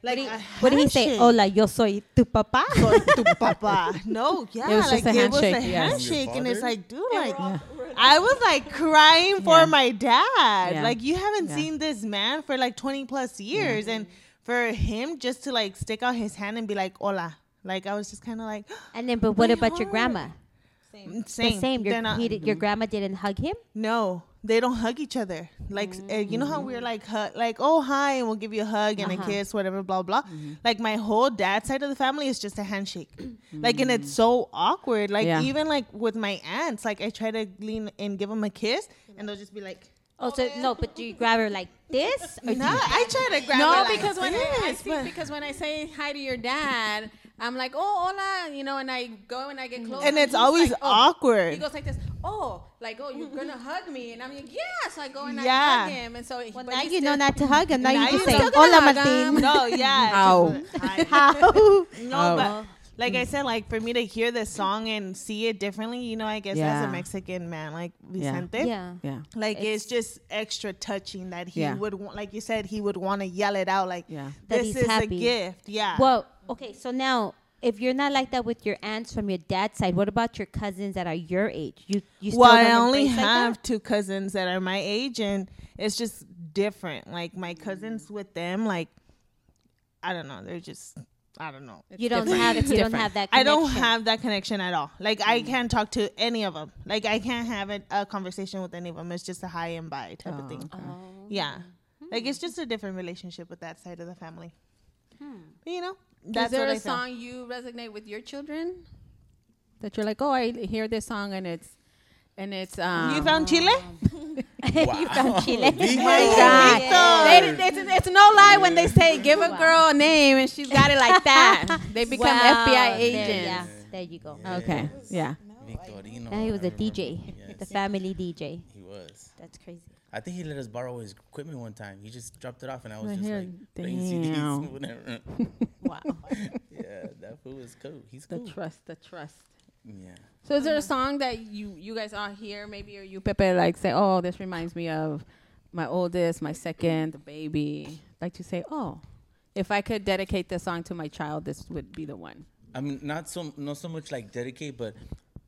S5: Like,
S2: what did he say hola yo soy tu papa
S5: to papa. No, yeah.
S1: It was just
S5: like,
S1: a
S5: it was
S1: handshake, yes.
S5: handshake,
S4: Your
S5: And it's
S4: father?
S5: like, dude, like, I was like crying for
S1: Yeah.
S5: my dad.
S1: Yeah.
S5: Like, you haven't
S1: Yeah.
S5: seen this man for like 20 plus years. And for him just to like stick out his hand and be like, hola. Like, I was just kind of like,
S2: and then but what
S5: My
S2: about your
S5: heart.
S2: grandma
S5: same.
S2: the same. Your,
S5: They're not-
S2: he, did- your grandma didn't hug him.
S5: No, they don't hug each other. Like uh, you know how we're like hug, like oh hi, and we'll give you a hug and
S2: Uh-huh.
S5: a kiss, whatever, blah blah.
S1: Mm-hmm.
S5: Like my whole dad side of the family is just a handshake. Like and it's so awkward. Like
S1: Mm-hmm. Yeah.
S5: even like with my aunts, like I try to lean and give them a kiss, and they'll just be like,
S2: Oh, so no, but do you grab her like this? Or do
S5: Nah, I try to grab. her
S1: No,
S5: like
S1: because when I- I
S5: this,
S1: see,
S5: but-
S1: because when I say hi to your dad, I'm like, oh, hola, you know, and I go and I get close,
S5: Mm. and it's
S1: he's
S5: always
S1: like, oh. He
S5: awkward.
S1: goes like this, oh, like oh, you're gonna hug me, and I'm like, yes. I go and I
S5: Yeah.
S1: hug him, and so he-
S2: you,
S1: but
S2: now
S1: he
S2: you know
S1: still-
S2: not to hug him. Now,
S5: Now
S2: you just
S5: you
S2: say,
S5: still
S1: gonna
S2: "Hola,
S1: hug him."
S2: Martin."
S5: no, yeah.
S1: Ow.
S5: it's just like,
S2: How?
S5: hi. No,
S1: Oh.
S5: but Like I said, like for me to hear this song and see it differently, you know, I guess as
S1: Yeah.
S5: a Mexican man, like
S1: Yeah.
S5: Vicente,
S2: yeah.
S1: Yeah.
S5: like it's, just extra touching that he
S1: Yeah.
S5: would want, like you said, he would want to yell it out, like
S1: Yeah.
S2: That
S5: this
S2: he's
S5: is a
S2: happy.
S5: gift, yeah.
S2: Well, Ah. okay, so now if you're not like that with your aunts from your dad's side, what about your cousins that are your age? You you still
S5: well, I
S2: don't
S5: only
S2: embrace like that?
S5: have two cousins that are my age, and it's just different. Like my cousins with them, like I don't know, they're just I don't know.
S2: you don't
S1: different.
S2: have
S1: It's
S2: you don't
S1: different.
S2: have that.
S5: I don't
S2: connection.
S5: have that connection at all. Like I can't talk to any of them. Like I can't have a, a conversation with any of them. It's just a high and by type of thing.
S3: Oh.
S5: Yeah, like it's just a different relationship with that side of the family.
S3: Hmm.
S5: But, you know,
S1: is
S5: that's
S1: there
S5: what
S1: a
S5: I feel.
S1: song you resonate with your children that you're like, oh, I hear this song and it's and it's um,
S5: You found Chile?
S2: you found Chile.
S4: Vico.
S1: God. They, they- it's, it's no lie when they say give a girl a name and she's got it like that. They become
S2: Wow,
S1: FBI
S2: There, yeah,
S1: agents.
S2: there you go.
S1: Okay. Yeah.
S4: Victorino.
S2: Now he was
S4: I
S2: a DJ,
S4: remember.
S2: the
S4: Mm. Yes,
S2: family DJ.
S4: he was.
S2: That's crazy.
S4: I think he let us borrow his equipment one time. He just dropped it off, and I was
S1: Right
S4: just
S1: here.
S4: like playing CDs,
S1: Damn.
S4: whatever.
S2: Wow.
S4: yeah, that fool is cool. He's
S1: The
S4: cool.
S1: trust. The trust. Uh-huh.
S4: yeah.
S1: So is there a song that you you guys all hear maybe or you Pepe like say oh this reminds me of my oldest my second the baby like you say oh if I could dedicate this song to my child this would be the one
S4: I mean, not so not so much like dedicate, but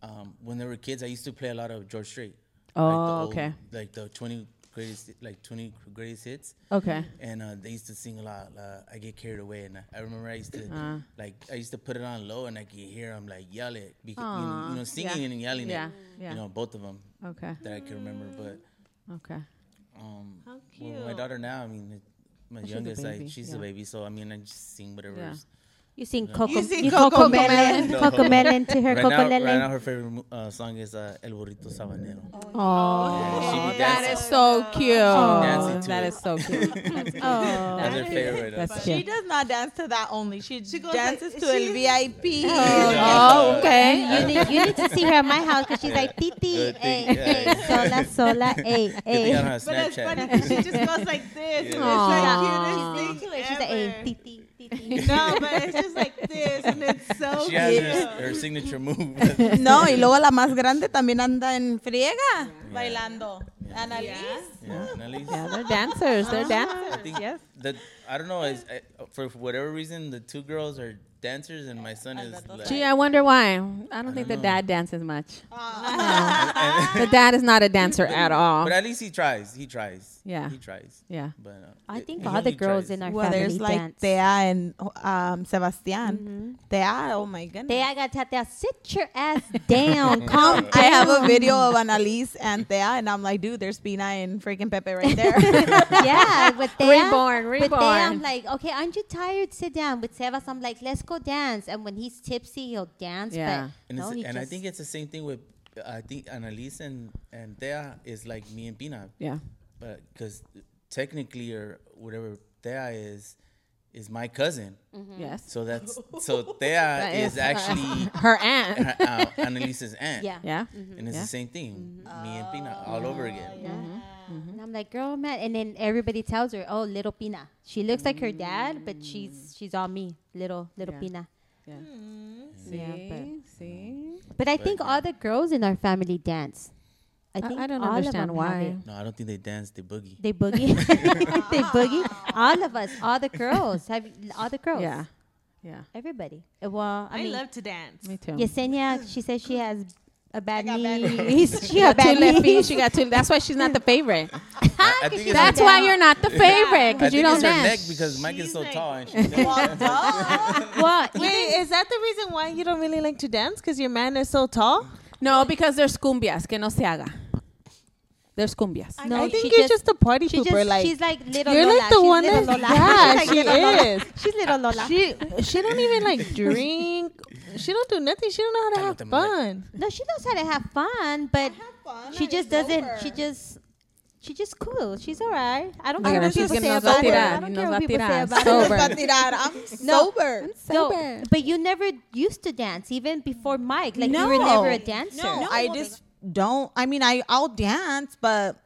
S4: um, when they were kids, I used to play a lot of George Strait.
S1: Oh,
S4: old-
S1: okay.
S4: Like the twenty greatest, like twenty greatest hits.
S1: okay
S4: And uh, they used to sing a lot. Uh, I get carried away, and I, I remember I used to
S1: Uh-huh.
S4: like I used to put it on low, and I could hear them like yell it, because, you, know,
S1: Aw,
S4: you know, singing
S1: yeah.
S4: and yelling
S1: Yeah,
S4: it.
S1: yeah.
S4: You know, both of them
S1: okay
S4: that I can remember. But
S1: okay
S4: um,
S5: How
S4: well, my
S5: cute.
S4: daughter now, I mean, it- my
S1: She's a
S4: youngest, I,
S1: baby,
S4: she's a
S1: yeah.
S4: baby, so I mean, I just sing whatever.
S1: Yeah.
S4: is-
S2: You sing Coco, you,
S5: sing
S2: Coco,
S5: Coco
S2: Melon,
S4: Melon.
S2: Coco Melon to her
S4: Right
S2: Coco
S4: now, right
S2: Melon.
S4: now, her favorite mo- uh, song is uh, El Burrito Sabanero.
S1: Oh,
S4: be
S1: that
S4: dancing.
S1: is so cute.
S4: dancing to
S1: Oh, That
S4: it.
S1: is so cute. Oh, That's cute.
S4: That's her favorite. uh,
S1: That's
S3: She
S1: cute.
S3: does not dance to that only. She,
S5: goes
S3: dances
S5: like-
S3: to El VIP.
S1: Oh, okay.
S2: You need, you need to see her at my house because she's like, Titi,
S4: Good
S2: hey,
S4: thing,
S2: hey, sola,
S4: yeah.
S2: sola, hey,
S4: Could be on
S2: hey.
S4: her
S5: But it's funny
S4: Snapchat.
S5: 'cause she just goes like this.
S2: Aw.
S5: And
S2: She's
S5: it's like cutest thing
S2: like, she's like, hey,
S5: ever.
S2: Titi, Titi.
S5: No, but it's just like this, and it's so
S4: She has
S5: cute.
S4: her, her signature move.
S3: No, y luego la más grande también anda en friega bailando. Ana Liz.
S4: yeah, Annalise.
S1: Yeah, they're dancers. They're
S2: Uh-huh.
S4: I
S1: dancers.
S4: think
S1: Yes.
S4: that I don't know. Is, I, for whatever reason, the two girls are dancers, and my son is. Like,
S1: Gee, I wonder why. I don't think the
S4: know.
S1: dad dances much. the dad is not a dancer at all.
S4: but at least he tries. He tries.
S1: Yeah.
S4: he tries.
S1: Yeah.
S4: But uh,
S2: I
S4: it-
S2: think
S4: he
S2: all the
S4: only
S2: girls
S4: tries.
S2: in our
S3: Well,
S2: family
S3: there's like
S2: dance. Mm-hmm.
S3: Thea and um, Sebastian. Thea, oh my goodness.
S2: Thea got tapped out. Sit your ass down. Calm down.
S3: I have a video of Annalise and Thea, and I'm like, dude, there's Pina and freaking Pepe right there.
S2: yeah, with Thea.
S1: Reborn,
S2: With Thea, I'm
S1: reborn.
S2: like, okay, aren't you tired? Sit down. With Sebas, I'm like, let's go dance. And when he's tipsy, he'll dance.
S1: Yeah.
S2: But
S4: And,
S2: no,
S4: it's,
S2: he
S4: and I
S2: just-
S4: think it's the same thing with I think Annalise and and Thea is like me and Pina,
S1: Yeah.
S4: but because technically or whatever Thea is is my cousin.
S1: Yes.
S4: So that's so Thea is,
S1: is-
S4: actually
S1: Her aunt.
S4: her, uh, Annalise's aunt.
S2: Yeah.
S1: Yeah.
S5: Mm-hmm.
S4: And it's
S1: Yeah.
S4: the same thing, me and Pina all
S5: Oh,
S4: over again.
S2: Mm-hmm. And I'm like, girl, man. And then everybody tells her, oh, little Pina. She looks like her dad, but she's she's all me, little little
S1: Yeah.
S2: Pina.
S1: Yeah. Hmm.
S2: Yeah,
S1: See. See.
S2: But I think all the girls in our family dance. I
S1: I,
S2: think
S1: I don't
S2: all of
S1: understand
S2: them have
S1: why.
S2: it.
S4: No, I don't think they dance. They boogie.
S2: They boogie. they boogie. All of us, all the girls, have all the girls.
S1: Yeah. Yeah.
S2: Everybody. Uh, Well, I,
S5: I
S2: mean,
S5: love to dance.
S1: Me too.
S2: Yesenia, she says she has a bad
S3: got bad
S2: knee. she got
S1: Two
S2: bad
S1: left feet.
S2: knees.
S1: She got two. That's why she's not the favorite.
S4: I, I think it's
S1: That's
S4: her,
S1: why you're not the favorite
S4: I
S1: because
S4: think
S1: you don't
S4: it's her neck
S1: dance.
S4: because Mike is
S5: She's
S4: so
S5: like- oh,
S4: tall and she's
S2: What?
S5: Wait, is that the reason why you don't really like to dance? Because your man is so tall?
S1: No, because there's cumbias. Que no se haga. There's cumbias.
S2: No,
S3: I
S2: she
S3: think you're
S2: just-
S3: just a party
S2: She
S3: pooper.
S2: just,
S3: like,
S2: she's like little
S3: you're
S2: Lola.
S3: like the
S2: she's
S3: one
S2: little
S3: that's
S2: Lola.
S3: yeah,
S2: She's like little
S3: she
S2: Lola.
S3: is.
S2: She's little Lola.
S5: She she don't even like drink. She don't do nothing. She don't know how to have
S4: Cállate, mujer.
S5: fun.
S2: no, she knows how to have fun, but
S3: fun,
S2: she
S3: I'm
S2: just doesn't. She just. She just cool. She's all right. I don't care
S1: Mira,
S2: what
S1: she's
S2: people
S1: gonna
S2: say
S1: nos va
S2: about
S1: a
S2: her. I
S1: tirar,
S2: don't
S1: nos
S2: care
S1: va
S2: what
S1: a
S2: people say
S1: tirar.
S2: about
S1: Sober.
S2: her.
S3: I'm
S2: No.
S3: sober.
S2: So, but you never used to dance, even before Mike. Like you were
S3: No.
S2: never a dancer.
S3: No, I just don't. I mean, I I'll dance, but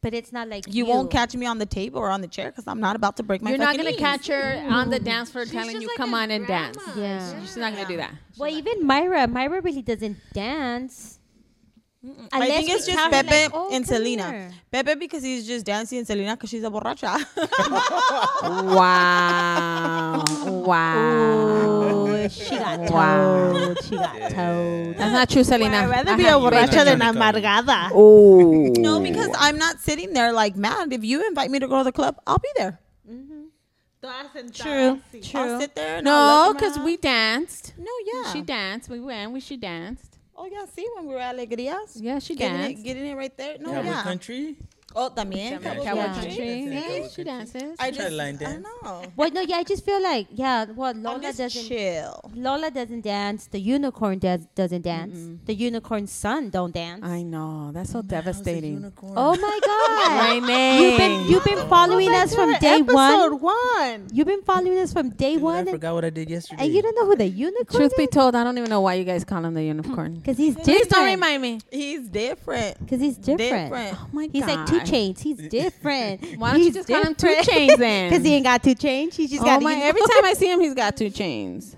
S2: But it's not like
S3: You, won't catch me on the table or on the chair because I'm not about to break my.
S1: You're not
S3: fucking
S1: gonna
S3: knees.
S1: catch her on the dance floor telling
S7: just
S1: you
S7: like
S1: come
S7: a
S1: on and dance.
S7: grandma.
S2: Yeah.
S1: She's not gonna do that.
S2: Well, even Myra, Myra really doesn't dance.
S3: I
S2: Unless
S3: think it's
S2: we
S3: just
S2: count, like,
S3: Pepe
S2: oh, come
S3: and Selena.
S2: here.
S3: Pepe because he's just dancing, and Selena because she's a borracha.
S1: Wow. Wow.
S2: Oh, she got
S1: Wow.
S2: told. She got told.
S1: That's not true, Selena.
S5: I'd rather
S1: I
S5: be a
S1: have you.
S5: borracha than
S4: You're not gonna
S5: amargada.
S1: Oh.
S3: no, because I'm not sitting there like mad. If you invite me to go to the club, I'll be there. True. True. I'll sit there. And
S1: No,
S3: I'll let them
S1: because
S3: out.
S1: we danced.
S3: No, yeah.
S1: She danced. We went. We she danced.
S3: oh yeah. See when we were at Alegrias.
S1: Yeah, she
S3: Getting
S1: danced.
S3: it, getting it right there. No,
S4: Cowboy
S3: yeah.
S4: country.
S3: Oh, también.
S1: Cowboy
S4: Yeah,
S2: yeah.
S1: country.
S4: That's it,
S1: Yeah,
S4: cowboy
S1: she
S4: country.
S1: dances.
S3: I
S4: Try
S3: just.
S4: line
S3: I
S4: dance.
S3: know.
S2: Well, no, yeah, I just feel like yeah. Well,
S3: I'm
S2: Lola
S3: just
S2: doesn't.
S3: chill.
S2: Lola doesn't dance. The unicorn does, doesn't dance. The unicorn's son don't dance.
S1: I know. That's so devastating.
S2: oh my god!
S1: Renee.
S2: you've been you've
S1: Oh
S2: been following us from day one.
S5: Episode one.
S2: You've been following us from day
S4: Dude, I
S2: one, and,
S4: forgot what I did yesterday.
S2: and you don't know who the unicorn
S1: Truth be
S2: is
S1: told, I don't even know why you guys call him the unicorn.
S2: because he's
S1: Please don't
S2: different.
S1: remind me.
S3: He's different.
S2: Because he's different.
S3: Different.
S1: Oh my
S2: He's like
S1: God.
S2: two chains. He's different.
S1: Why don't you just call him Two Chainz then?
S2: Because he ain't got two chains. He's just
S1: Oh
S2: got a
S1: my,
S2: unicorn.
S1: every time I see him, he's got two chains.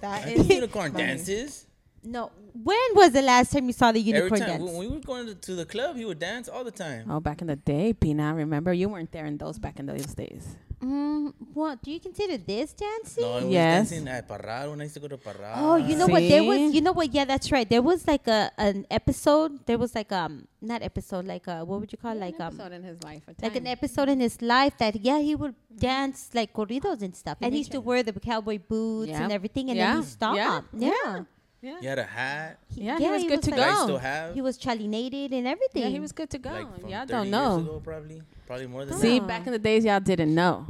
S3: That
S4: I
S3: is.
S4: think unicorn dances.
S2: No. When was the last time you saw the
S4: Every
S2: unicorn
S4: time
S2: dance?
S4: when we were going to, to the club, he would dance all the time.
S1: Oh, back in the day, Pina, remember you weren't there in those back in those days.
S2: Mm, what do you consider this dancing?
S4: No, he was
S1: Yes.
S4: dancing at Parral when I used to go to Parral.
S2: Oh, you know what? There was,
S1: See?
S2: you know what? Yeah, that's right. There was like a an episode. There was like um, not episode, like uh, what would you call like um,
S1: in his life,
S2: like an episode in his life that yeah, he would dance like corridos and stuff, and he used to wear the cowboy boots
S1: Yeah.
S2: and everything, and
S1: Yeah.
S2: then he stopped.
S1: Yeah.
S2: Yeah,
S1: Yeah.
S4: You had a hat.
S1: Yeah, he was good to
S4: That I
S1: go.
S4: still have.
S2: He was chalinated and everything.
S1: yeah, he was good to go.
S4: like from
S1: y'all
S4: 30
S1: don't
S4: years
S1: know.
S4: ago, probably, probably more than
S1: See,
S4: that.
S1: back in the days, y'all didn't know.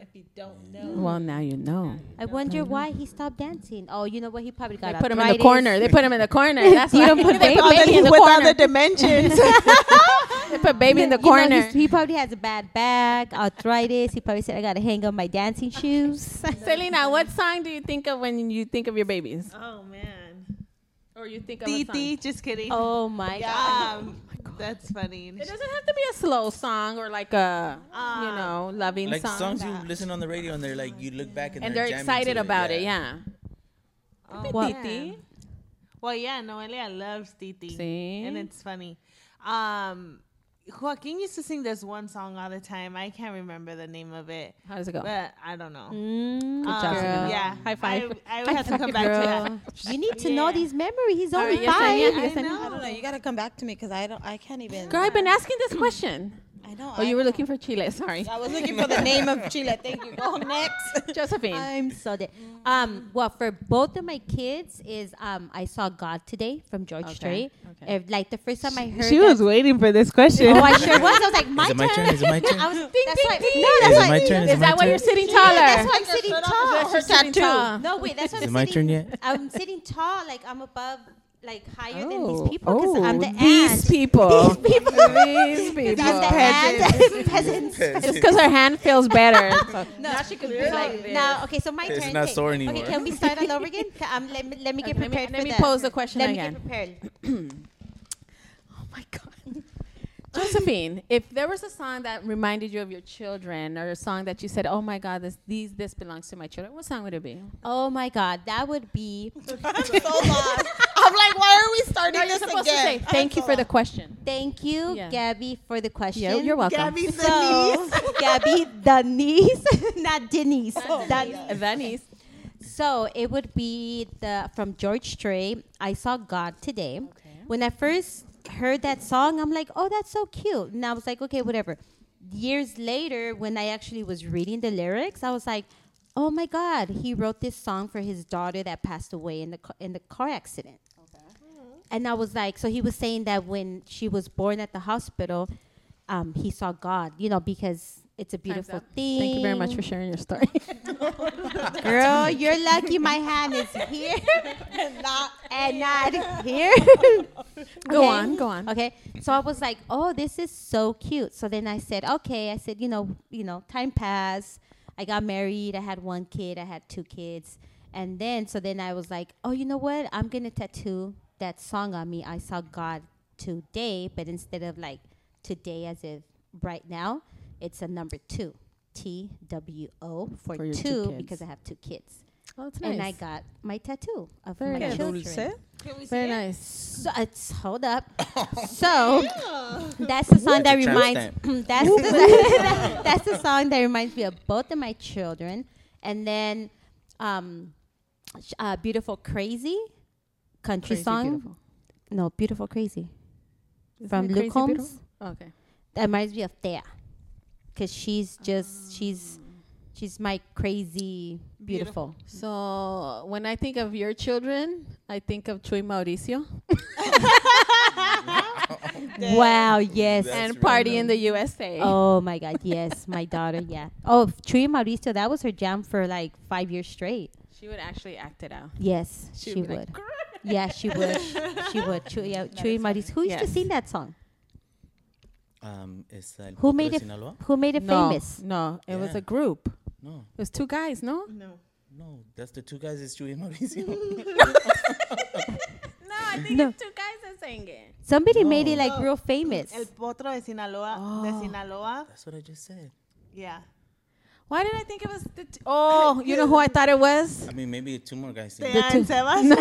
S1: If you don't know, well, now you know.
S2: I wonder why he stopped dancing. Oh, you know what? He probably got
S1: They put him in the
S2: arthritis.
S1: corner. They put him in the corner. That's
S2: You
S1: why
S2: don't put
S1: they
S2: baby
S1: put baby in the
S5: Without
S1: corner.
S5: the dimensions.
S1: They put baby in the
S2: You know,
S1: corner.
S2: he's- he probably has a bad back, arthritis. He probably said, "I gotta hang up my dancing shoes."
S1: Selena, what song do you think of when you think of your babies?
S5: oh man.
S1: Or you think of
S5: Titi, just kidding.
S2: oh my god!
S5: Um, that's funny.
S1: It doesn't have to be a slow song or like a you know loving
S4: Like
S1: song.
S4: songs you listen on the radio, and they're like, you look back and,
S1: and they're
S4: jamming
S1: excited
S4: to
S1: about it. Yeah. Could be
S2: Well-
S1: Titi.
S5: Well, yeah, Noelia loves Titi.
S1: See?
S5: And it's funny. Um, Joaquin used to sing this one song all the time. I can't remember the name of it,
S1: How does it go?
S5: but I don't know.
S2: Mm,
S5: Um,
S1: job, Selena.
S5: yeah.
S1: High five.
S5: I, I would have to come back to
S2: you need to know
S5: Yeah.
S2: these memories. He's
S1: All
S2: only
S1: right, yes, I
S2: five.
S1: am.
S5: that.
S1: Yes,
S5: I
S1: I
S3: I don't
S5: know.
S3: know. You gotta come back to me because I don't. I can't even.
S1: Girl, I've been asking this question.
S3: I know.
S1: Oh,
S3: I
S1: you were looking for Chile. Sorry,
S3: I was looking for the name of Chile. Thank you. Go next.
S1: Josephine.
S2: I'm so dead. Um, well, for both of my kids is um, I saw God today from George
S1: Okay,
S2: Strait.
S1: okay.
S2: If, like the first time I heard,
S5: that. She
S2: that-
S5: was waiting for this question.
S2: Oh, I sure was. I was like, my,
S4: Is it my turn? Is it my turn?
S2: I was. that's why.
S1: ding.
S2: No,
S4: Is
S2: that's
S4: it
S2: why.
S4: my turn?
S1: Is that why you're sitting taller?
S2: That's why I'm sitting
S3: Oh,
S2: tall.
S1: Her tattoo.
S2: No, wait. That's why I'm sitting.
S4: it my turn yet?
S2: I'm sitting tall. Like I'm above, like higher than
S1: Oh,
S2: these people because I'm the
S1: these
S2: ant.
S1: people.
S2: These people.
S1: These people.
S2: I'm the ant. Peasants.
S1: Just because her hand feels better. So-
S2: now she could be like Now, okay, so my
S4: It's
S2: turn.
S4: not
S2: okay.
S4: sore
S2: Okay,
S4: anymore.
S2: can we start all over again? Ca- Um, let me let me get
S1: Okay, let me-
S2: prepared.
S1: let
S2: for
S1: me
S2: the-
S1: pose the question
S2: let
S1: again.
S2: Me get prepared.
S1: oh my god. Josephine, if there was a song that reminded you of your children, or a song that you said, "Oh my God, this these this belongs to my children," what song would it be?
S2: Oh my God, that would be
S3: I'm like, why are we starting
S1: No, you're
S3: this
S1: supposed
S3: again?
S1: to say thank you for the question.
S2: thank you,
S1: Yeah.
S2: Gabby, for the question.
S1: Yeah, you're welcome.
S2: So, Gabby, Denise, not Denise. Denise.
S1: Venice.
S2: So it would be the from George Strait. I saw God today. When I first heard that song, I'm like, oh, that's so cute, and I was like, okay, whatever. Years later, when I actually was reading the lyrics, I was like, oh my God, he wrote this song for his daughter that passed away in the ca- in the car accident. And I was like, so he was saying that when she was born at the hospital, um, he saw God, you know, because it's a beautiful thing.
S1: Thank you very much for sharing your story.
S2: Girl, you're lucky my hand is here and not, and not here.
S1: Go
S2: Okay.
S1: on, go on.
S2: Okay. So I was like, oh, this is so cute. So then I said, okay. I said, you know, you know, time passed. I got married. I had one kid. I had two kids. And then, so then I was like, oh, you know what? I'm going to tattoo that song on me. I saw God today. But instead of like today as of right now, it's a number two, T W O for,
S7: For your two
S2: two,
S7: kids.
S2: because I have two kids.
S1: Oh, it's
S2: And I got my tattoo of
S1: Very
S2: my
S1: nice.
S2: children.
S1: Very nice.
S2: So it's hold up. so that's the song
S4: That's
S2: that
S4: a
S2: reminds that's the, that's the song that reminds me of both of my children. And then um sh- uh, beautiful crazy country
S1: Crazy
S2: song.
S1: Beautiful.
S2: No, beautiful crazy.
S1: Isn't
S2: From
S1: it
S2: Luke
S1: Crazy
S2: Holmes?
S1: Beautiful? Okay.
S2: That reminds me of Thea. Cuz she's
S1: Ah.
S2: just she's she's my crazy beautiful.
S1: So when I think of your children, I think of Chuy Mauricio
S2: Wow, yes.
S4: That's
S1: and
S4: really
S1: Party in
S4: nice.
S1: the USA.
S2: Oh my God! Yes, my daughter. Yeah. Oh, Chuy Mauricio, that was her jam for like five years straight.
S1: She would actually act it out.
S2: Yes, she,
S1: She'd be
S2: would.
S1: like,
S2: yeah, she would. She, she would. Chuy, yeah, Chuy Mauricio. Who used to
S1: Yes.
S2: sing that song?
S4: Um, es el
S2: Who
S4: Potro
S2: made
S4: de
S2: it?
S4: Sinaloa?
S2: Who made it
S1: no,
S2: famous?
S1: No, it was
S4: Yeah.
S1: a group.
S4: No,
S1: It was two guys, no?
S5: No.
S4: no, that's the two guys. It's Chuy and Mauricio.
S1: No, I think
S2: No.
S1: it's two guys that sang it.
S2: Somebody made it
S4: No.
S2: like real famous.
S1: Oh.
S5: El potro de Sinaloa. De Sinaloa.
S4: that's what I just said.
S5: Yeah.
S1: Why did I think it was the t- Oh, you know who I thought it was?
S4: I mean, maybe two more guys.
S5: Thea and Sebas.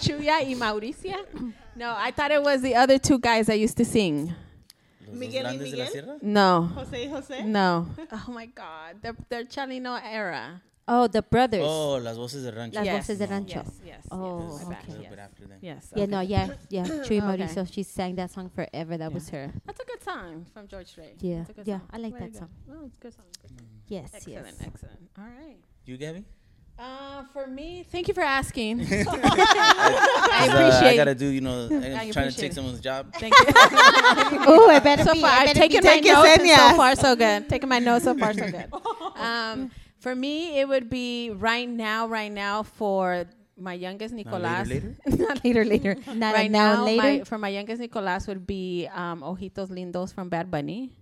S1: Chuya y Mauricia? No, I thought it was the other two guys that used to sing.
S4: Los
S5: Miguel y
S4: dos grandes de la
S5: Miguel?
S4: sierra?
S1: No.
S5: Jose Jose.
S1: No. Oh my god. They're, they're Chalino era.
S2: Oh, the brothers.
S4: Oh, las voces de rancho.
S2: Las
S1: yes.
S2: voces de rancho.
S1: Yes, yes.
S2: Oh,
S1: yes.
S4: That's
S1: My
S4: A
S1: bad.
S4: little
S1: Yes.
S4: bit after them.
S1: Yes,
S2: Yeah,
S1: okay.
S2: no, yeah, yeah. Chuy
S1: Oh, Okay.
S2: Mauricio, she sang that song forever. That was her.
S1: That's a good song from George Strait.
S2: Yeah,
S1: It's a good
S2: yeah,
S1: song.
S2: I like
S1: Very
S2: that
S1: good.
S2: song.
S1: No, it's a good song. Good song.
S2: Yes,
S1: Excellent,
S2: yes.
S1: excellent. All right.
S4: You, Gabby?
S1: Uh, for me, thank you for asking.
S4: I
S1: appreciate
S4: uh, I
S1: it.
S4: gotta do, you know,
S1: I
S4: I'm trying to
S1: appreciate
S4: take
S1: it.
S4: someone's job.
S1: Thank you.
S2: oh, I better
S1: so
S2: be.
S1: far,
S2: I
S1: I've
S2: better be
S1: taken my
S2: taking
S1: notes and so
S2: señas.
S1: far so good. Taking my notes so far so good. Um, for me, it would be right now, right now for my youngest Nicolas.
S4: later,
S1: Not later, later.
S2: Not a
S1: right
S2: now
S1: now,
S2: and later?
S1: My, for my youngest Nicolas would be um, Ojitos Lindos from Bad Bunny.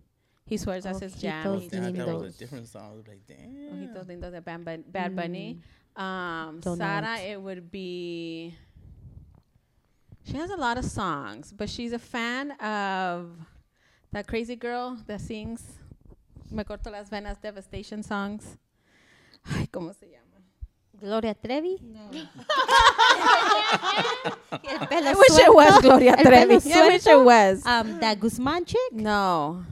S1: He swears that's his jam.
S2: Ojitos
S1: He
S4: Damn, I thought it Ah, was
S2: Lindos.
S4: a different song. I was like, damn.
S1: Ojitos Lindos de Bad, Bun- Bad Bunny. Um,
S2: Don't know
S1: Sara, it would be. She has a lot of songs, but she's a fan of that crazy girl that sings Me Corto las Venas Devastation songs. Ay, ¿cómo se llama?
S2: Gloria Trevi. No.
S1: I wish it was Gloria
S2: El pelo
S1: Trevi. I wish
S2: suelto.
S1: it was.
S2: Um, that Guzman chick.
S1: No.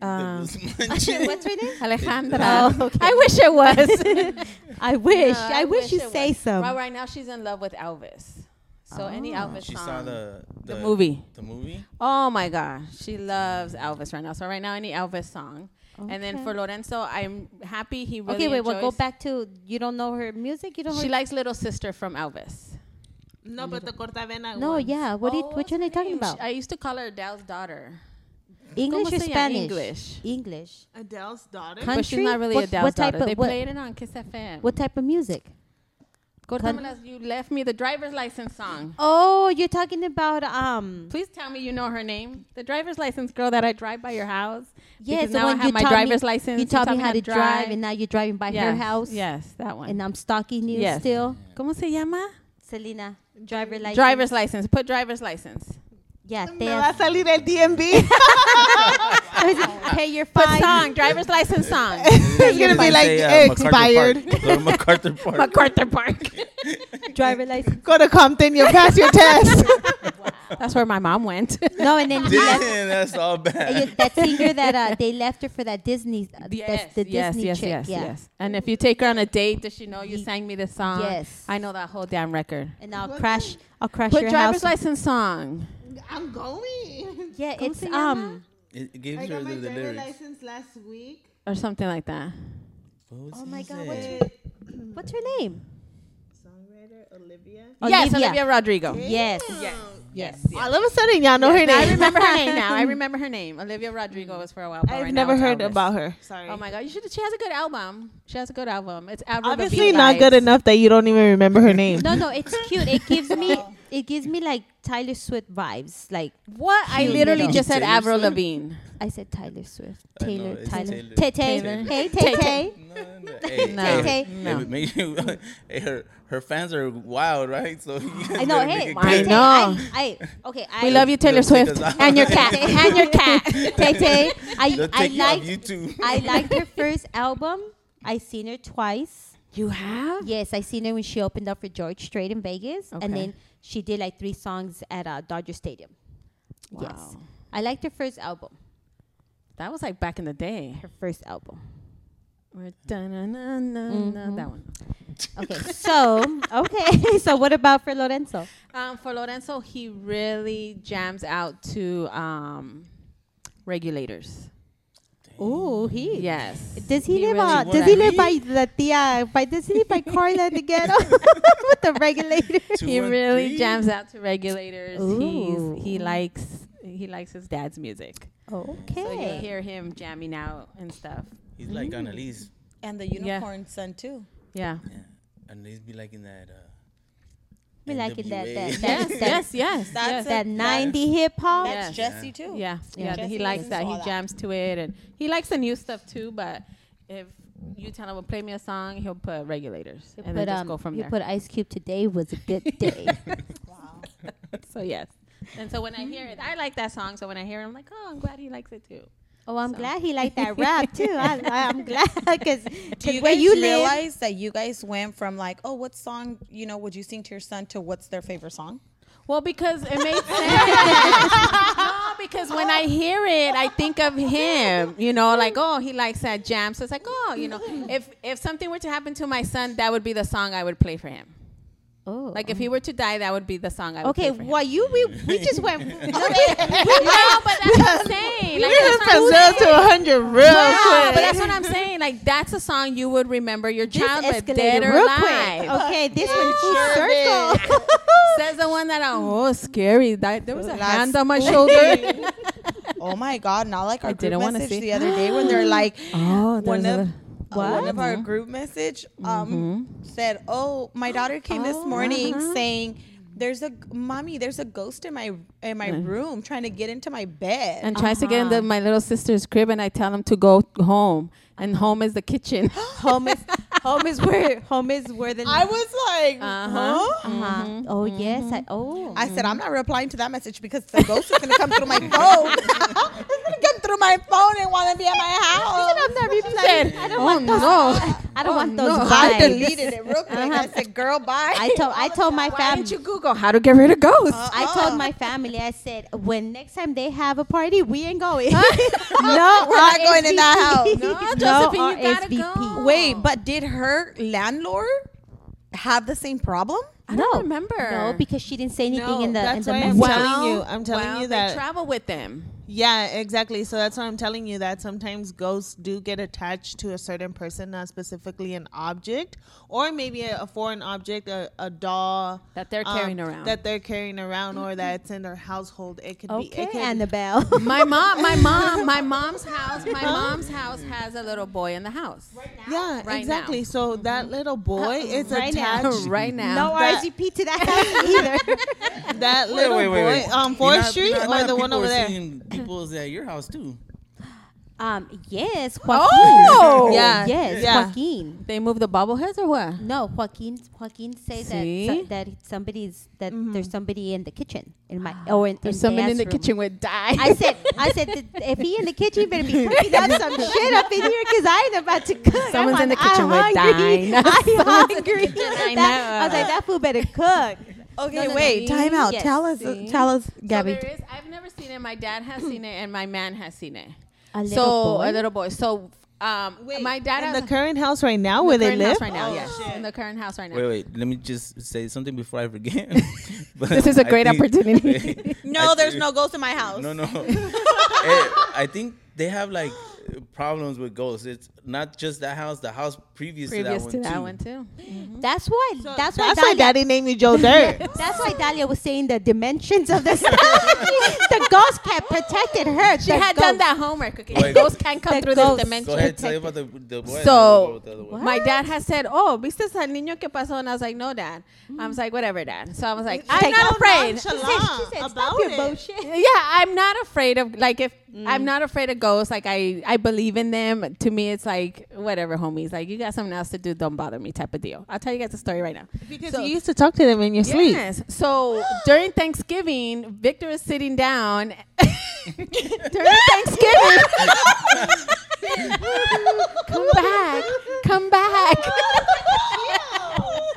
S1: Um,
S2: What's her name?
S1: Alejandra.
S2: Oh, okay.
S1: I wish it was.
S2: I wish.
S1: No,
S2: I, wish, you
S1: it
S2: say
S1: was.
S2: some.
S1: Right, right now she's in love with Elvis. So any Elvis
S4: she
S1: song.
S4: saw the,
S1: Oh. the movie.
S4: The movie.
S1: Oh my gosh, she loves Elvis right now. So right now any Elvis song. And then for Lorenzo, I'm happy he really.
S2: okay, wait. Well, go
S1: enjoys-
S2: back to you don't know her music. You don't.
S1: She
S2: her,
S1: likes Little Sister from Elvis.
S5: No, but the corta vena.
S2: no,
S5: one.
S2: yeah. What? do you, which one are you talking about?
S1: Oh, I used to call her Adele's daughter. ¿Cómo
S2: English or
S1: se llama?
S2: Spanish?
S1: English.
S2: English.
S5: Adele's daughter.
S2: Con-
S1: But she's not really
S2: What-
S1: Adele's
S2: what type
S1: daughter.
S2: of-
S1: they
S2: what-
S1: played it on Kiss FM.
S2: What type of music?
S1: Cortame las- you left me the driver's license song.
S2: Oh, you're talking about um.
S1: Please tell me you know her name. The driver's license girl that I drive by your house.
S2: Yeah,
S1: Because
S2: the
S1: now I
S2: one
S1: have
S2: you
S1: my
S2: taught me-
S1: driver's license.
S2: You taught me how to drive, and now you're driving by her
S1: Yes,
S2: house.
S1: Yes, that one.
S2: And I'm stalking you
S1: Yes.
S2: still,
S1: ¿Cómo se llama?
S2: Selena. Driver license.
S1: Driver's license. Put driver's license.
S2: Yeah.
S5: Me va a
S2: Dance.
S5: salir el DMB.
S2: Pay your
S1: Put
S2: fine.
S1: song. Driver's license song.
S5: it's gonna be like expired.
S4: Go to MacArthur uh, Park.
S1: MacArthur Park.
S2: Driver license.
S5: Go to Compton. You pass your test.
S1: That's where my mom went.
S2: No, and then he left.
S4: Damn, that's all bad.
S2: Yeah, that singer that uh, they left her for that Disney, uh,
S1: yes,
S2: the, the
S1: yes,
S2: Disney
S1: yes,
S2: chick.
S1: yes,
S2: yeah. Uh,
S1: yes. And if you take her on a date, does she know you
S2: Ye-
S1: sang me this song?
S2: Yes.
S1: I know that whole damn record.
S2: And I'll crash, I'll crash
S1: Put
S2: your
S1: driver's
S2: house.
S1: license song.
S5: I'm going.
S2: yeah, it's
S1: se
S2: um.
S4: It, it gives
S5: I
S4: her the,
S5: got my
S4: the
S5: driver
S4: lyrics.
S5: license last week.
S1: Or something like that.
S4: Oh
S2: my God, what's
S4: What's
S5: Eh,
S2: What's her name?
S5: Songwriter Olivia.
S1: Yes, Oh, Olivia Rodrigo.
S2: Yes.
S1: Yes.
S5: All of a sudden, y'all know
S1: Yes,
S5: her
S1: I
S5: name.
S1: remember her name now. I remember her name. Olivia Rodrigo was for a while. but
S5: I've
S1: right now
S5: never
S1: it's
S5: heard
S1: Elvis.
S5: about her. Sorry.
S1: Oh my god, you should. She has a good album. She has a good album. It's Avril
S5: Obviously,
S1: Lavigne
S5: not
S1: vibes.
S5: good enough that you don't even remember her name.
S2: No, no, it's cute. It gives me it gives me like Tyler Swift vibes. Like
S1: What? I
S2: Cute
S1: literally
S2: little-
S1: just said
S4: Taylor
S1: Avril
S4: Swift?
S1: Lavigne.
S2: I said, Tyler Swift,
S4: I know,
S2: Taylor,
S4: it's
S2: Tyler,
S4: Taylor.
S2: Tay
S4: Taylor.
S2: Tay, hey Tay Tay.
S4: No, no, hey,
S1: No.
S4: hey,
S2: Okay.
S1: No.
S4: hey, make- hey, her, her fans are wild, right? So you guys
S2: I know,
S4: better
S2: hey,
S4: make it
S1: I
S2: Tay
S4: good.
S2: Tay,
S1: know.
S2: I, I okay, I
S1: We love you, Taylor
S4: Just take
S1: Swift,
S4: us out.
S1: and your cat,
S2: and your cat, Tay Tay. I
S4: They'll
S2: I
S4: take you off
S2: like
S4: YouTube.
S2: I liked her first album. I seen her twice.
S1: You have?
S2: Yes, I seen her when she opened up for George Strait in Vegas,
S1: Okay.
S2: and then she did like three songs at uh, Dodger Stadium. Yes,
S1: Wow.
S2: I liked her first album.
S1: That was like back in the day.
S2: Her first album.
S1: We're dun-dun-dun-dun-dun. That one.
S2: Okay, so okay, so what about for Lorenzo?
S1: Um, for Lorenzo, he really jams out to um, regulators.
S2: Ooh, he
S1: Yes.
S2: Does he, live?
S1: really
S2: uh,
S1: would.
S2: does he live by the tia? By does he live by Carla in the ghetto with the regulator?
S4: Two,
S1: He
S4: one,
S1: really
S4: three.
S1: jams out to regulators.
S2: Ooh.
S1: He's he likes he likes his dad's music. So you'll
S2: Okay.
S1: hear him jamming out and stuff.
S4: He's like Annalise.
S3: And the
S1: Yeah.
S3: unicorn son too.
S1: Yeah.
S4: Yeah. Annalise be liking that. Uh,
S2: Be liking that-
S4: NWA.
S1: Yes,
S2: that- That's-
S1: yes, yes.
S3: that's
S1: yes.
S2: That ninety hip hop.
S3: That's
S1: Yeah.
S3: Jesse too.
S1: Oh, Yeah, yeah.
S2: Jesse
S1: he likes
S3: listens
S1: that.
S3: to
S1: He
S3: all that.
S1: jams to it, and he likes the new stuff too. But if you tell him to play me a song, he'll put regulators, and then just go from
S2: you
S1: there.
S2: put Ice Cube. Today was a good day.
S1: so yes. And so when I hear it, I like that song. So when I hear it, I'm like, oh, I'm glad he likes it too.
S2: oh, I'm
S1: So.
S2: glad he liked that rap too. I, I, am glad because
S3: Do you
S2: where
S3: guys
S2: you live,
S3: realize that you guys went from like, oh, what song you know would you sing to your son to what's their favorite song?
S1: Well, because it made sense. no, because when I hear it, I think of him. You know, like oh, he likes that jam. So it's like oh, you know, if if something were to happen to my son, that would be the song I would play for him.
S2: oh,
S1: Like if he were to die, that would be the song I would
S2: okay,
S1: play for him.
S2: well you we, we just went.
S1: No, but that's what I'm saying. Like, that's what I'm
S5: From
S1: saying.
S5: zero to a hundred real
S1: No,
S5: quick.
S1: but that's what I'm saying. Like that's a song you would remember your
S2: This
S1: child with,
S2: escalated
S1: dead or
S2: real
S1: alive.
S2: quick. Okay, this went full
S5: sure did.
S2: circle.
S1: Says the one that I'm, oh scary. That, there was a
S3: Last-
S1: hand on my shoulder.
S3: oh my god, not like our
S1: I
S3: group
S1: didn't wanna
S3: message
S1: see-
S3: the other day when they're like
S1: oh,
S3: one
S1: there's
S3: of
S1: a-
S3: uh, one of our group message um
S1: Mm-hmm.
S3: said, "Oh, my daughter came this morning
S1: uh-huh.
S3: saying there's a mommy, there's a ghost in my in my room trying to get into my bed."
S1: Mm. and tries to get
S2: Uh-huh.
S1: into my little sister's crib, and I tell him to go home, and home is the kitchen.
S2: home is home is where home is where the
S3: I was like,
S1: Uh-huh.
S3: "Huh?"
S2: Uh-huh. Oh yes, I oh.
S3: I said, I'm not replying to that message because the ghost is going to come through my phone. it's going to come through my phone and want to be at my house.
S2: I'm not
S1: Said,
S2: replying. I don't
S1: oh
S2: want those.
S1: no!
S2: I don't want those
S1: no.
S3: I
S2: vibes.
S3: deleted it real quick. I said, girl, bye.
S2: I told I told my
S1: Why didn't
S2: family.
S1: you Google how to get rid of ghosts?
S2: I told my family. I said, when next time they have a party, we ain't going. no, we're
S1: uh,
S2: not
S3: going in that house.
S1: No, Josephine,
S2: uh,
S1: you gotta go.
S3: Wait, but did her landlord have the same problem?
S1: I
S2: no,
S1: don't remember.
S2: No, because she didn't say anything in the in
S5: that's
S2: the
S5: why I'm
S2: message.
S5: telling you. I'm telling
S1: well,
S5: you
S1: they
S5: that.
S1: travel with them.
S5: yeah, exactly. So that's why I'm telling you that sometimes ghosts do get attached to a certain person, not specifically an object, or maybe a, a foreign object, a, a doll um,
S1: That they're carrying around.
S5: that they're carrying around, or that's in their household. It could be.
S2: Okay,
S5: It could
S2: Annabelle.
S1: My mom, my mom, my mom's house, my mom's house has a little boy in the house
S5: Yeah,
S1: Right now.
S5: exactly. So that little boy is
S2: right now.
S5: attached.
S1: right
S2: no
S1: now.
S5: That-
S2: RGP to that house either.
S5: That little boy on
S4: You're
S5: Fourth
S4: not-
S5: Street
S4: you're
S5: or
S4: not
S5: the one
S4: people
S5: over
S4: are
S5: there.
S4: seeing People's at your house too.
S2: um, yes, Joaquin.
S1: Oh!
S5: Yeah,
S2: yes,
S5: yeah.
S2: Joaquin.
S1: They moved the bobbleheads or what?
S2: No, Joaquin. Joaquin say
S1: See? Mm-hmm.
S2: that so, that somebody's that there's somebody in the kitchen in my or in,
S1: There's
S2: in
S1: someone
S2: Dan's
S1: in the
S2: room.
S1: kitchen with die.
S2: I said, I said, "Th- if he in the kitchen, you better be cooking up some shit up in here because I ain't about to cook. I'm
S1: Someone's in
S2: on-
S1: the kitchen
S2: I'm
S1: with
S2: hungry.
S1: Dinah.
S2: I'm
S1: Someone's in the
S2: hungry.
S1: kitchen, I
S2: That- I was
S1: know.
S2: like, that food better cook.
S3: Okay,
S2: no,
S3: wait,
S2: no.
S3: time out.
S2: Yes.
S3: Tell us,
S1: See?
S3: tell us,
S1: So
S3: Gabby.
S1: there is. I've never seen it. My dad has seen it, and my man has seen it.
S2: A little
S1: so a
S2: boy?
S1: little boy. So um, my dad
S5: in
S1: has
S5: the current house right now where
S1: the
S5: they
S1: current house
S5: live. Oh,
S1: right now. yes, in the current house right now.
S4: Wait, wait. Let me just say something before I forget. But
S1: This is a
S4: I
S1: great
S4: think-
S1: opportunity.
S3: no,
S4: I
S3: there's
S4: think-
S3: no ghost in my house.
S4: No, no. Eh, I think they have like problems with ghosts. It's not just that house, the house previous,
S1: Previous
S4: to that one too.
S1: too.
S2: That's why. that's why.
S3: That's why
S2: Dahlia-
S3: daddy named me Joe Dirt.
S2: That's why Dahlia was saying the dimensions of the stuff. the ghost cat protected her.
S1: She had done that homework. Okay,
S4: Wait.
S1: ghosts can come
S2: The
S1: through
S2: ghost.
S1: this dimension.
S4: Go ahead, tell you about the the boy.
S1: So
S4: the other one.
S1: my dad has said, "Oh, viste al niño que pasó?" And I was like, "No, dad." I was like, "Whatever, dad." So I was like, "I'm
S2: Take
S1: not
S2: out
S1: afraid."
S2: She said, she said, "Stop your bullshit."
S1: yeah i'm not afraid of like if i'm not afraid of ghosts like i i believe in them to me it's like whatever homies like you got something else to do don't bother me type of deal i'll tell you guys the story right now
S3: Because
S1: So-
S3: you used to talk to them in your sleep.
S1: Yes. So during Thanksgiving, Victor is sitting down. during Thanksgiving, come back, come back.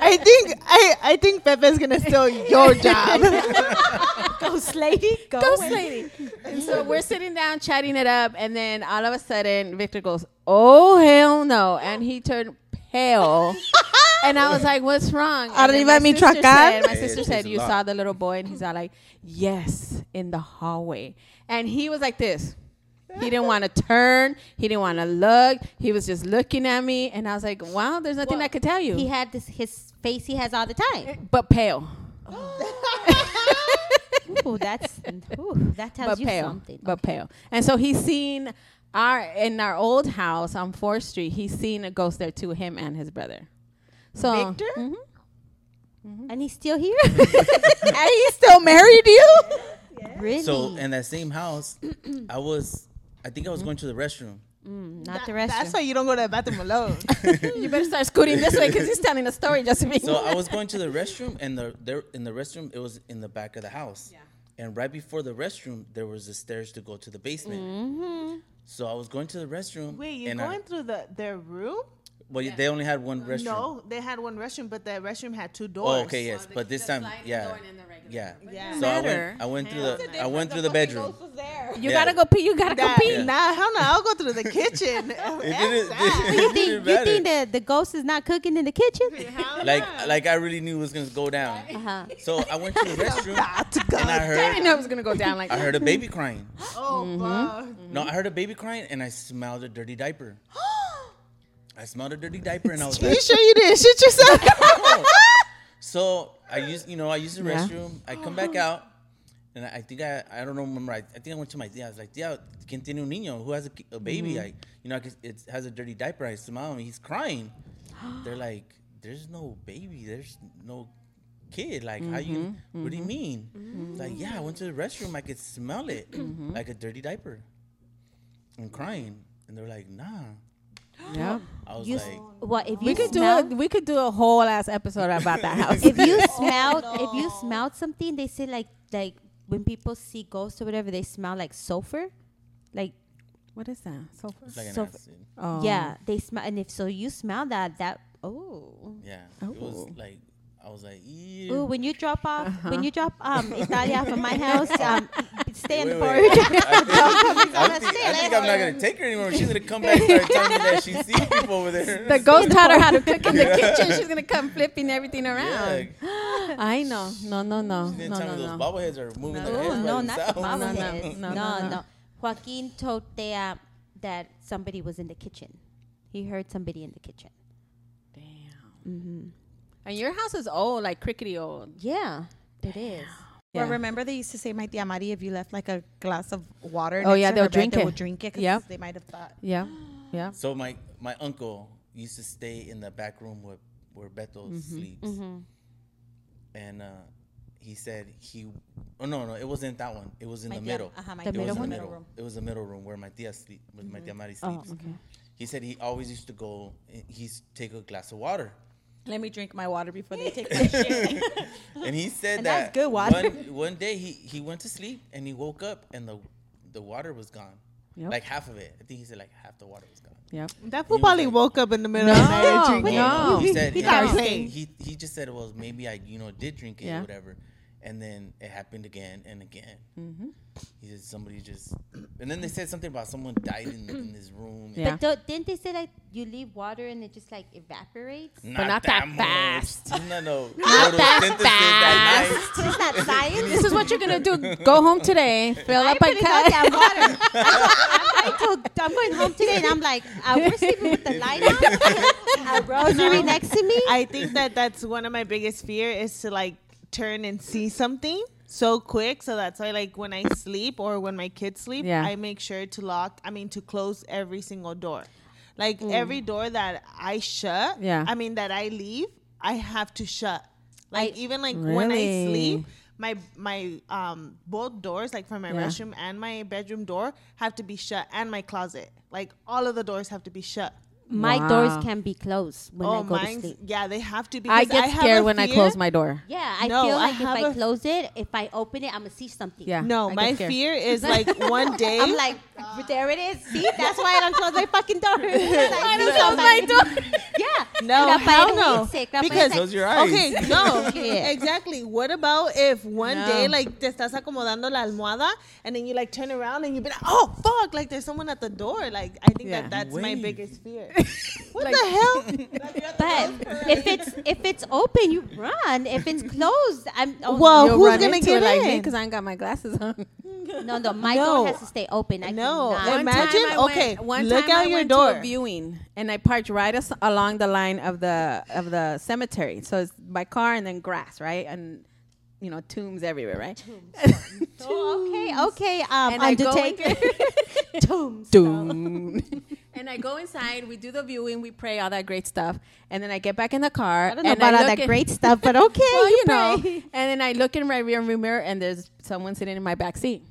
S3: I think I, I think Pepe's gonna steal your job.
S2: Ghost lady.
S1: Ghost lady. And so we're sitting down chatting it up, and then all of a sudden, Victor goes, "Oh hell no!" and he turned pale. and I was like, "What's wrong?" And then my
S3: Arriba Michoacán.
S1: sister said- My
S4: Yeah,
S1: sister
S4: it
S1: said,
S4: is a
S1: "You
S4: lot.
S1: saw the little boy," and he's all like, "Yes, in the hallway," and he was like this. He didn't want to turn. He didn't want to look. He was just looking at me, and I was like, "Wow, there's nothing I could tell you."
S2: He had this his face he has all the time.
S1: but pale,
S2: Ooh, that's ooh, that tells
S1: but
S2: you
S1: pale,
S2: something.
S1: but pale. And so he's seen our in our old house on Fourth Street. He's seen a ghost there too, him and his brother. So
S3: Victor?
S5: Mm-hmm.
S1: Mhm.
S2: and he's still here.
S3: and he's still married you?
S2: really?
S4: So in that same house, I was, I think I was going to the restroom.
S2: Not the rest.
S3: That's why you don't go to the bathroom alone.
S1: you better start scooting this way because he's telling a story, Josephine.
S4: So I was going to the restroom, and the there in the restroom it was in the back of the house. Yeah. And right before the restroom, there was the stairs to go to the basement. So I was going to the restroom.
S5: Wait, you're
S4: and I-
S5: going through the their room?
S4: well, they only had one restroom.
S5: No, Oh, they had one restroom, but the restroom had two doors.
S4: Oh, okay, yes, but this time, yeah, yeah.
S5: Yeah.
S4: So I
S1: Matter.
S4: went, I went through the, I went through the bedroom.
S1: you
S4: yeah.
S1: gotta go pee. You gotta
S5: That-
S1: go pee.
S4: Yeah.
S5: Nah, hell no, I'll go through the kitchen.
S4: It
S5: F
S4: didn't,
S5: that.
S4: it
S2: you
S4: didn't
S2: think you think
S4: matter.
S2: the, the ghost is not cooking in the kitchen?
S5: Hell
S4: like, like I really knew it was gonna go down.
S2: Uh-huh.
S4: So I went to the restroom, and
S1: I
S4: I
S1: didn't
S4: heard,
S1: know it was gonna go down like
S4: I
S1: that.
S4: heard a baby crying.
S5: Oh,
S3: Mm-hmm.
S5: fuck.
S4: No, I heard a baby crying and I smelled a dirty diaper. I smelled a dirty diaper and I was like,
S3: you sure you didn't shit yourself?
S4: "Oh." so I used, you know, I used the restroom. I come back out and I I think I, I don't know, remember. I, I think I went to my tia. I was like, tia, quien tiene un niño? Who has a, ki- a baby? Like, you know, I guess it has a dirty diaper. I smell him. He's crying. They're like, there's no baby. There's no kid. Like, how you, what do you mean? Like, yeah, I went to the restroom. I could smell it like a dirty diaper. I'm crying. And they're like, nah.
S1: Yeah.
S4: I was
S2: You s-
S4: like,
S2: what if you
S1: We could do
S2: smell,
S1: a, we could do a whole ass episode about that house.
S2: if you smelled if you smelled something they say like like when people see ghosts or whatever they smell like sulfur like
S1: what is that? So
S4: like an
S2: So-
S4: acid.
S1: oh.
S2: yeah they smell and if so you smell that that oh
S4: Yeah. It was like, I was like, ew.
S2: Ooh, when you drop off when you drop um Italia from my house um stay on the
S4: Wait,
S2: porch
S4: wait. I think, I think, I
S2: stay
S4: think I'm not gonna take her anymore. She's gonna come back and start telling me that she's seeing people over there.
S1: The ghost taught her how to cook in the kitchen. She's gonna come flipping everything around.
S4: yeah.
S1: I know. No, no, no,
S4: She
S1: no,
S4: didn't tell me
S1: no,
S4: those
S1: no.
S4: bobbleheads are moving their
S2: Oh
S4: heads
S2: no,
S4: by
S2: not the
S4: themselves.
S2: mama
S1: no,
S2: heads.
S1: no,
S2: No,
S1: no,
S2: no,
S1: no.
S2: Joaquin told Thea that somebody was in the kitchen. He heard somebody in the kitchen.
S1: Damn. And your house is old, like crickety old.
S2: Yeah, it is.
S1: Yeah.
S3: Well, remember they used to say, "My tia Mari, if you left like a glass of water,
S1: Oh,
S3: next
S1: yeah,
S3: to
S1: they'll
S3: her bed,
S1: drink
S3: they
S1: it.
S3: would drink it. 'cause
S1: Yep.
S3: they might have thought.
S1: Yeah. Yeah.
S4: So my my uncle used to stay in the back room where where Beto sleeps, and uh, he said he oh no no it wasn't that one it was in the
S3: tia-
S4: middle
S3: uh-huh, my
S4: it
S3: tia-
S4: was
S3: middle
S4: in the
S3: one?
S4: middle
S3: Middle room.
S4: it was the middle room where my tia sleep where my tia Mari sleeps. He said he always used to go. He's take a glass of water.
S3: Let me drink my water before they take my shit.
S4: and he said
S3: And that's
S4: that
S3: good water.
S4: One, one day he, he went to sleep and he woke up and the the water was gone,
S1: Yep.
S4: like half of it. I think he said like half the water was gone.
S1: Yep.
S5: That fool probably woke up in the middle of the night and
S1: No,
S5: drinking.
S1: no.
S4: he said
S5: He
S4: he,
S5: got
S4: he-
S5: played.
S4: he he just said well maybe I you know did drink it
S1: Yeah.
S4: or whatever, and then it happened again and again. He said somebody just, and then they said something about someone died in, in this room.
S1: Yeah.
S2: But do didn't they say like you leave water and it just like evaporates?
S4: Not
S1: But not that
S4: much.
S1: fast.
S4: No, no.
S1: Not that
S4: Photosynthesis that night.
S2: It's not science.
S1: This is what you're gonna do. Go home today. Fill
S2: I
S1: up a
S2: couldn't got
S1: cup.
S2: that water. I'm, going to, I'm going home today, and I'm like, uh, we're sleeping with the light on, a rosary next to me.
S5: I think that that's one of my biggest fear is to like turn and see something so quick. So that's why like when I sleep or when my kids sleep,
S1: Yeah.
S5: I make sure to lock. I mean to close every single door, like every door that I shut.
S1: Mm. Yeah.
S5: I mean that I leave, I have to shut. Like even like when I
S1: Really?
S5: sleep. My my um both doors like from my
S1: Yeah.
S5: restroom and my bedroom door have to be shut and my closet like all of the doors have to be shut.
S2: My
S1: Wow.
S2: doors can be closed when I
S5: oh,
S2: go to
S5: mine's
S2: sleep.
S5: yeah they have to be.
S1: I get scared when I close my door.
S2: Yeah, I
S5: No,
S2: feel
S5: I
S2: like if
S5: have
S2: I
S5: a-
S2: close it, if I open it, I'm gonna see something.
S1: Yeah.
S5: No,
S1: I get
S5: my
S1: scared.
S5: fear is like one day.
S2: I'm like, there it is. See, that's why I don't close my fucking door. I
S5: don't close my
S2: door. Yeah.
S5: No,
S2: Not by
S5: hell
S2: any
S5: no.
S2: means, not by
S5: Because-
S2: any-
S4: Close your eyes.
S5: okay, no,
S2: Yeah.
S5: exactly. What about if one
S1: No.
S5: day like te estás acomodando la almohada and then you like turn around and you be like, oh fuck, like there's someone at the door. Like I think
S1: Yeah.
S5: that that's my
S4: Wait.
S5: biggest fear. What the hell?
S2: But if it's if it's open, you run. If it's closed, I'm. Oh,
S5: Well,
S2: no,
S5: who's
S1: run
S5: gonna
S1: into
S5: get
S1: it like me
S5: in?
S1: because I ain't got my glasses on.
S2: no, no. My
S5: No.
S2: door has to stay open. I
S5: No.
S2: cannot.
S1: One
S5: Imagine,
S1: time I went-
S5: okay,
S1: one
S5: look
S1: time
S5: out
S1: I
S5: your
S1: went
S5: door.
S1: to a viewing, and I parked right as- along the line of the of the cemetery. So it's my car and then grass, right, and you know tombs everywhere, right?
S2: Oh, okay, okay. Um,
S1: And I go
S2: Undertaker. Tombs.
S1: Doom. and I go inside. We do the viewing. We pray all that great stuff, and then I get back in the car.
S2: I don't know
S1: and
S2: about all
S1: look
S2: that
S1: in-
S2: great stuff, but okay.
S1: well, you, know.
S2: pray.
S1: And then I look in my rear view mirror, and there's someone sitting in my back seat.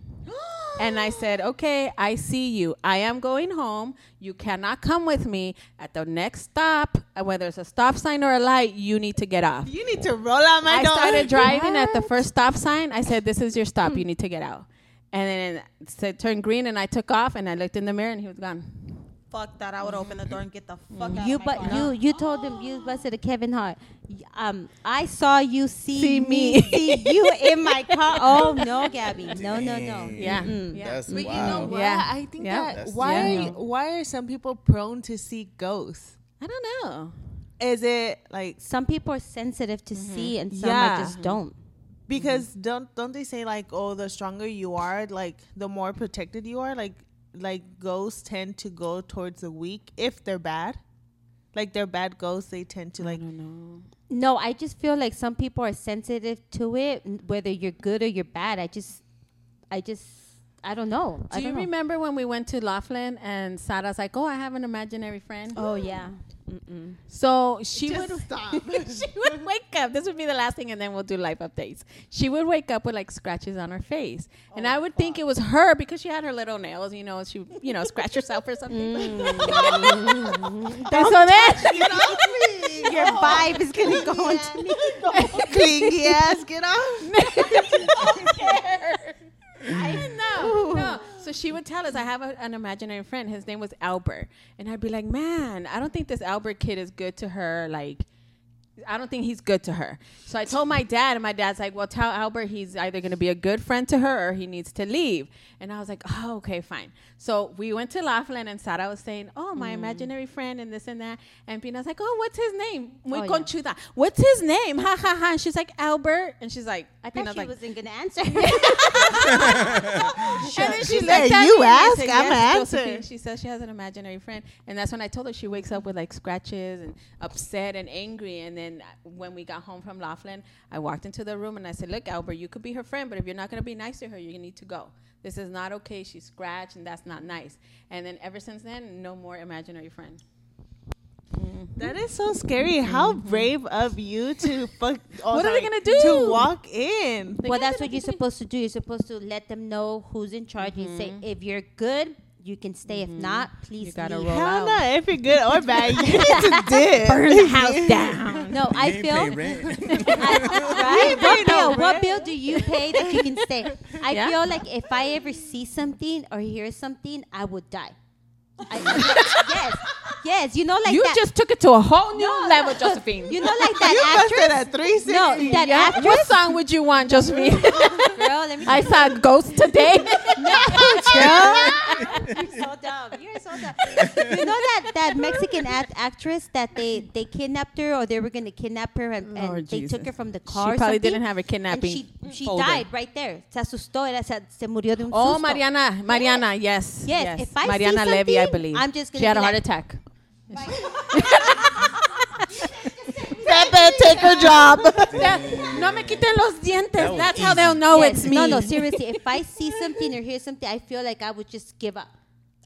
S1: and I said, "Okay, I see you. I am going home. You cannot come with me. At the next stop, uh, whether it's a stop sign or a light, you need to get off."
S5: you need to roll out my
S1: I
S5: door.
S1: started driving at the first stop sign. I said, "This is your stop. You need to get out." And then it said, turned green, and I took off. And I looked in the mirror, and he was gone.
S3: Fuck that. I would open the door and get the fuck out
S2: You
S3: of Oh my
S2: but
S3: car.
S2: you you told him you busted a Kevin Hart. Y- Um, I saw you see,
S1: See
S2: me,
S1: me.
S2: see you in my car. Oh no, Gabby, no no no.
S1: Yeah, yeah.
S4: That's
S5: But you know
S4: wild.
S5: what?
S1: Yeah.
S5: I think
S1: Yeah.
S5: that
S4: That's-
S5: why
S1: Yeah.
S5: are you, why are some people prone to see ghosts?
S1: I don't know.
S5: Is it like
S2: Some people are sensitive to see, and some
S5: Yeah.
S2: I just don't.
S1: Mm-hmm.
S5: because don't don't they say like oh the stronger you are like the more protected you are like like ghosts tend to go towards the weak if they're bad like they're bad ghosts they tend to
S1: Mm-hmm.
S5: like
S2: No, I just feel like some people are sensitive to it, n- whether you're good or you're bad. I just, I just, I don't know. I
S1: Do you
S2: don't know.
S1: remember when we went to Laughlin and Sarah's like, "Oh, I have an imaginary friend."
S2: Oh yeah.
S1: So she would
S5: stop
S1: she would wake up. This would be the last thing, and then we'll do life updates. She would wake up with like scratches on her face, and I would think it was her because she had her little nails. You know, she would, you know scratch herself or something. and so then
S2: Your vibe is gonna go into me.
S5: clingy ass get off
S1: no, no. So she would tell us, I have a, an imaginary friend. His name was Albert. And I'd be like, man, I don't think this Albert kid is good to her. Like, I don't think he's good to her. So I told my dad, and my dad's like, well, tell Albert he's either going to be a good friend to her or he needs to leave. And I was like, oh, okay, fine. So we went to Laughlin, and Sarah was saying, oh,
S2: Mm.
S1: my imaginary friend, and this and that. And Pina's like, oh, what's his name? Muy
S2: yeah.
S1: conchuda. What's his name? Ha ha ha. And she's like, Albert. And she's like,
S2: I thought
S1: Pina's
S2: she
S1: like,
S2: wasn't gonna answer.
S1: And then she,
S5: She
S1: looked
S5: said,
S1: at
S5: "You
S1: me and I
S5: ask,
S1: said,
S5: I'ma
S1: "Yes,
S5: answer."
S1: Josephine." She says she has an imaginary friend, and that's when I told her she wakes up with like scratches and upset and angry. And then uh, when we got home from Laughlin, I walked into the room and I said, "Look, Albert, you could be her friend, but if you're not gonna be nice to her, you need to go. This is not okay. She scratched, and that's not nice." And then ever since then, no more imaginary friend.
S5: that is so scary how brave of you to fuck
S1: Mm-hmm.
S5: oh,
S1: What are they
S5: sorry,
S1: gonna do?
S5: to walk in
S1: Like,
S2: well,
S1: yeah,
S2: that's
S1: then
S2: what you're
S1: I can-
S2: supposed to do. You're supposed to let them know who's in charge. and say, if you're good, you can stay. If not, please
S1: Mm-hmm. You gotta
S2: leave.
S1: roll
S5: Hell
S1: out.
S5: no! If you're good or bad, you need to dip.
S2: Burn the house down. No, I
S4: You
S2: feel.
S4: ain't pay rent.
S2: right? what, bill, what bill do you pay that you can stay? I
S1: Yeah.
S2: feel like if I ever see something or hear something, I would die. I, yes. Yes, you know like
S1: you
S2: that.
S1: just took it to a whole new level, Josephine.
S2: you know like that
S5: You busted
S2: actress.
S5: at 360.
S2: No, that
S1: Yeah.
S2: actress.
S1: What song would you want, Josephine?
S2: Girl, let me.
S1: I saw a ghost today.
S2: You're so dumb. You're so dumb. you know that that Mexican act- actress that they they kidnapped her or they were going to kidnap her and, and
S1: Lord
S2: they took
S1: Jesus.
S2: her from the
S1: She
S2: car. or
S1: probably
S2: something,
S1: didn't have a kidnapping
S2: And she she
S1: folder.
S2: died right there. Se asustó. Era, se, se murió de un
S1: oh,
S2: susto.
S1: Mariana, Mariana, yes,
S2: Yes, if I see
S1: Mariana Levy, I
S2: something,
S1: believe.
S2: I'm just
S1: she had
S2: gonna be
S1: a heart
S2: like-
S1: attack.
S3: Pepe, take her job.
S1: no me quiten los dientes.
S4: was
S1: That's how they'll know
S2: Yes.
S1: it's me.
S2: No, no, seriously. If I see something or hear something, I feel like I would just give up.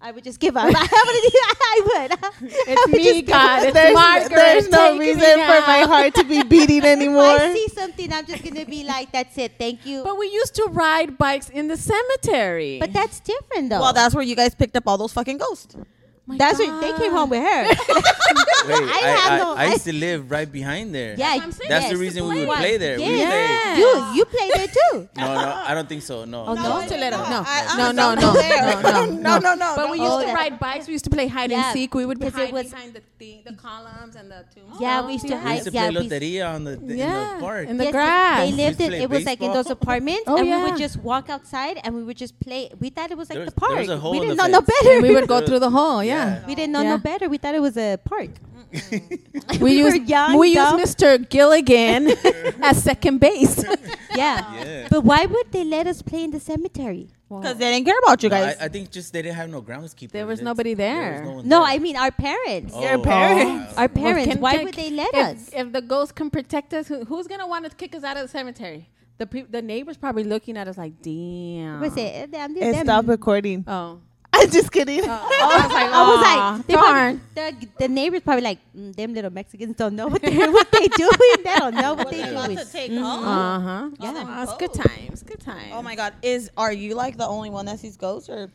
S2: I would just give up. I would.
S1: It's me, God. It's
S5: There's,
S1: Margaret.
S5: there's no
S1: taking me
S5: reason for my
S1: out.
S5: heart to be beating
S2: If
S5: anymore.
S2: I see something, I'm just gonna be like, "That's it. Thank you." But,
S1: But we used to ride bikes in the cemetery.
S2: that's different, though.
S3: well, that's where you guys picked up all those fucking ghosts.
S1: Oh My
S2: that's
S1: God.
S2: what they came home with her.
S4: Wait, I,
S2: have
S4: I,
S2: no-
S4: I
S2: I-
S4: used to live right behind there.
S2: yeah,
S1: I'm saying.
S4: That's
S1: yes,
S4: the reason we
S1: play.
S4: would play there. We would
S1: Yeah.
S4: play.
S2: You you play there too.
S4: No, no, I don't think so. No.
S2: Oh, no?
S1: No, Stiletto,
S3: No,
S1: no,
S3: I- I
S1: no,
S3: was
S1: no,
S3: up
S1: no,
S3: there.
S1: no,
S3: No, no, no.
S1: But
S3: no.
S1: we
S2: Oh,
S1: used to
S2: that-
S1: ride bikes. We used to play hide
S2: Yeah,
S1: and seek. We would be
S2: 'cause it
S1: hide
S2: was-
S1: behind the, thing, the columns and the tombstones.
S2: Yeah, we used to
S4: We
S2: hide.
S4: used to
S2: yeah,
S4: play
S2: we-
S4: loteria on the, the- in
S1: Yeah,
S4: the park.
S1: in the
S2: yes,
S1: grass.
S2: They lived
S4: We
S2: in.
S4: play
S2: It was like in
S4: baseball.
S2: those apartments,
S1: Oh,
S2: and we
S1: yeah.
S2: would just walk outside, and we would just play. We thought it was like
S4: There
S2: the
S4: was- there
S2: park.
S4: was a hole
S2: we
S4: in
S2: didn't know
S4: the
S2: no
S4: fence.
S2: better.
S1: And we would go through the hole. Oh, Yeah.
S4: Yeah.
S2: We didn't know
S1: Yeah.
S2: no better. We thought it was a park.
S1: We,
S2: were
S1: used
S2: young,
S1: we
S2: dumb.
S1: used Mr. Gilligan as second base.
S2: Yeah.
S4: Yeah.
S2: But why would they let us play in the cemetery?
S3: Because they didn't care about you
S4: No,
S3: guys.
S4: I, I think just they didn't have no groundskeeper.
S1: There was
S4: That's-
S1: nobody
S4: was
S1: there.
S4: no, one
S2: No,
S4: there.
S2: I mean our parents.
S4: Oh,
S5: Your parents.
S2: Our
S1: Well,
S2: parents.
S1: can-
S2: why
S1: can-
S2: would they let
S1: if,
S2: us?
S1: If the ghost can protect us, who, who's gonna want to kick us out of the cemetery? The peop the neighbors probably looking at us like, damn.
S2: Was it? Damn,
S5: And
S2: damn.
S5: stop recording.
S1: Oh,
S5: I'm just kidding.
S1: I was like,
S2: I was
S1: "Aw,
S2: like, they
S1: darn.
S2: Probably, the, the neighbors probably like, mm, them little Mexicans don't know what they're what they doing. They don't know what they doing. Oh.
S1: Uh huh.
S3: All
S1: Yeah,
S3: them
S1: Aw, it's good times. Good times.
S3: Oh my God! Is are you like the only one that sees ghosts, or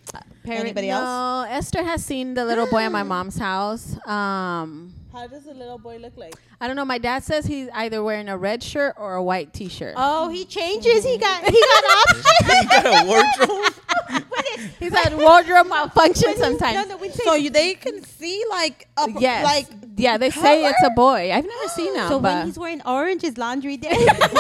S3: anybody
S1: no,
S3: else?
S1: Esther has seen the little boy at my mom's house. Um,
S3: How does the little boy look like?
S1: I don't know. My dad says he's either wearing a red shirt or a white T-shirt.
S2: Oh, he changes. He got he got options.
S4: You got a wardrobe.
S2: When it-
S1: He's had wardrobe malfunction
S2: no,
S1: sometimes.
S2: no, when
S3: So you, they can see like a
S1: yes.
S3: like
S1: yeah, they say it's a boy. I've never seen him.
S2: so
S1: but
S2: when he's wearing orange, is laundry day.
S3: it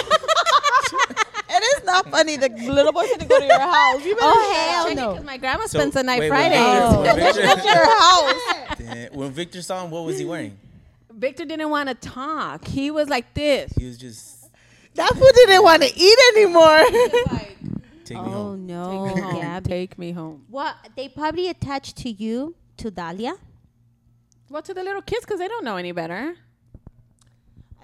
S3: is not funny. The little boy's gonna go to your house. You better
S2: Oh,
S3: check
S2: hell
S3: it
S2: no.
S1: Because my grandma
S4: So,
S1: spends the night
S4: wait,
S1: Friday.
S4: When Victor, when,
S3: out
S4: Victor,
S3: Your house.
S4: Damn, when Victor saw him, what was he wearing?
S1: Victor didn't want to talk. He was like this.
S4: He was just
S5: That food didn't want to eat anymore.
S1: Like,
S4: take me
S2: oh
S4: home.
S2: no, Gabby.
S1: take me home.
S2: What they probably attached to you to Dahlia.
S1: Well, to the little kids, because they don't know any better.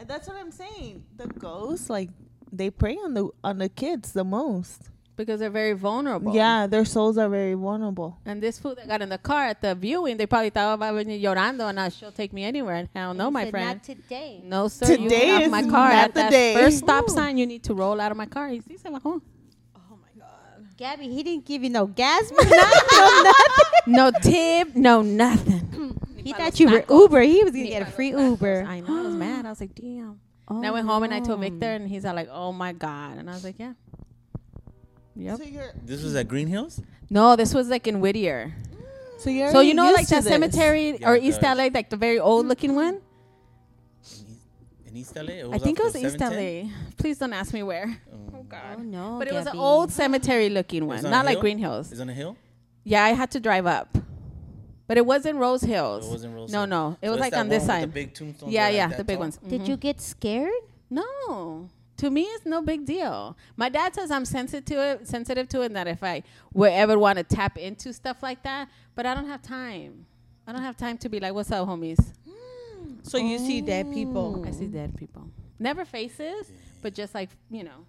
S5: That's what I'm saying. The ghosts, like, they prey on the on the kids the most.
S1: Because they're very vulnerable.
S5: Yeah, their souls are very vulnerable.
S1: And this fool that got in the car at the viewing, they probably thought about me llorando and I, she'll take me anywhere. And hell no,
S2: He
S1: my
S2: said,
S1: friend.
S2: Not today.
S1: No, sir. you
S5: Today
S1: get
S5: is
S1: off my car.
S5: not
S1: At
S5: the
S1: that
S5: day.
S1: first stop sign, you need to roll out of my car. He sees him. Oh.
S2: Gabby, he didn't give you no gas. no, nothing.
S1: No tip, no nothing.
S2: He thought you were Uber. He was gonna get a free Uber.
S1: I know. I was mad. I was like, damn. and I went home and I told Victor, and he's all like, oh my God. And I was like, yeah. Yep.
S4: This was at Green Hills.
S1: No, this was like in Whittier.
S5: So you're
S1: So you know,
S5: already
S1: like
S5: used to
S1: that
S5: this.
S1: cemetery
S4: Yeah,
S1: or
S4: it
S1: East
S4: does.
S1: LA, like the very old looking one.
S4: In East- In East LA. It
S1: I think it
S4: off
S1: was
S4: of
S1: East
S4: 710?
S1: LA. Please don't ask me where.
S4: Oh.
S2: Oh no,
S1: But it was an
S2: Gabby.
S1: old cemetery looking one,
S4: on a
S1: not like
S4: hill?
S1: Green Hills.
S4: It's on a hill.
S1: Yeah, I had to drive up, but it wasn't Rose Hills.
S4: It wasn't real.
S1: No, no, it
S4: So
S1: was
S4: it's
S1: like
S4: that
S1: on this
S4: one with
S1: side.
S4: The big tombstones.
S1: yeah,
S4: that are
S1: yeah,
S4: that
S1: the big
S4: tall.
S1: ones.
S2: Did you get scared?
S1: No. To me, it's no big deal. My dad says I'm sensitive to it, sensitive to it, and that if I would ever want to tap into stuff like that, but I don't have time. I don't have time to be like, "What's up, homies?"
S3: So you see dead people.
S1: I
S2: Mm-hmm.
S1: see dead people, never faces, but just like you know.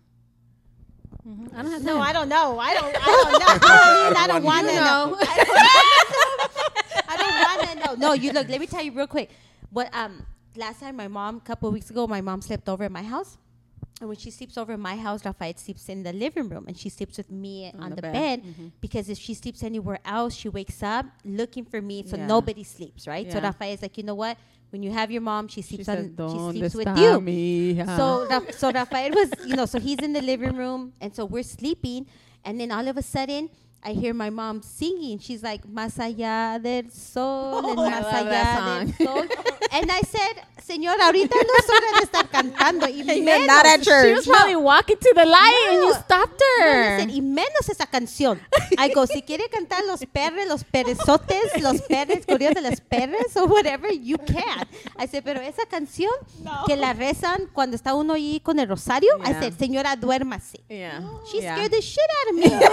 S1: Mhm. I don't have time.
S2: No, I don't know. I don't. I don't know. I, mean, I don't want to know. I don't want to know. No, you look. Let me tell you real quick. What um last time my mom, a couple of weeks ago, my mom slept over at my house. And when she sleeps over at my house, Rafael sleeps in the living room, and she sleeps with me on, the,
S1: the bed.
S2: bed, because if she sleeps anywhere else, she wakes up looking for me, so
S1: Yeah.
S2: nobody sleeps, right? So
S1: Yeah.
S2: Rafael is like, you know what? When you have your mom, she
S1: She
S2: sleeps
S1: said,
S2: on,
S1: "Don't
S2: she sleeps with
S1: disturb
S2: you.
S1: me."
S2: So, Ra- so Rafael was, you know, so he's in the living room, and so we're sleeping, and then all of a sudden, I hear my mom singing. She's like, Más allá del sol, and
S1: Oh, I
S2: más
S1: love that
S2: allá del
S1: song.
S2: sol. and I said, Señora, ahorita no es hora de estar cantando. Y menos.
S3: not at church.
S1: She was probably walking to the light and you
S2: No.
S1: stopped
S2: I
S1: her.
S2: said, y menos esa canción. I go, si quiere cantar los perres, los perezotes, los perres, corridos de las perres, or whatever, you can. I said, pero esa canción que la rezan cuando está uno ahí con el rosario, I
S1: Yeah.
S2: said, señora, duérmase.
S1: yeah.
S2: She
S1: yeah.
S2: scared the shit out of me.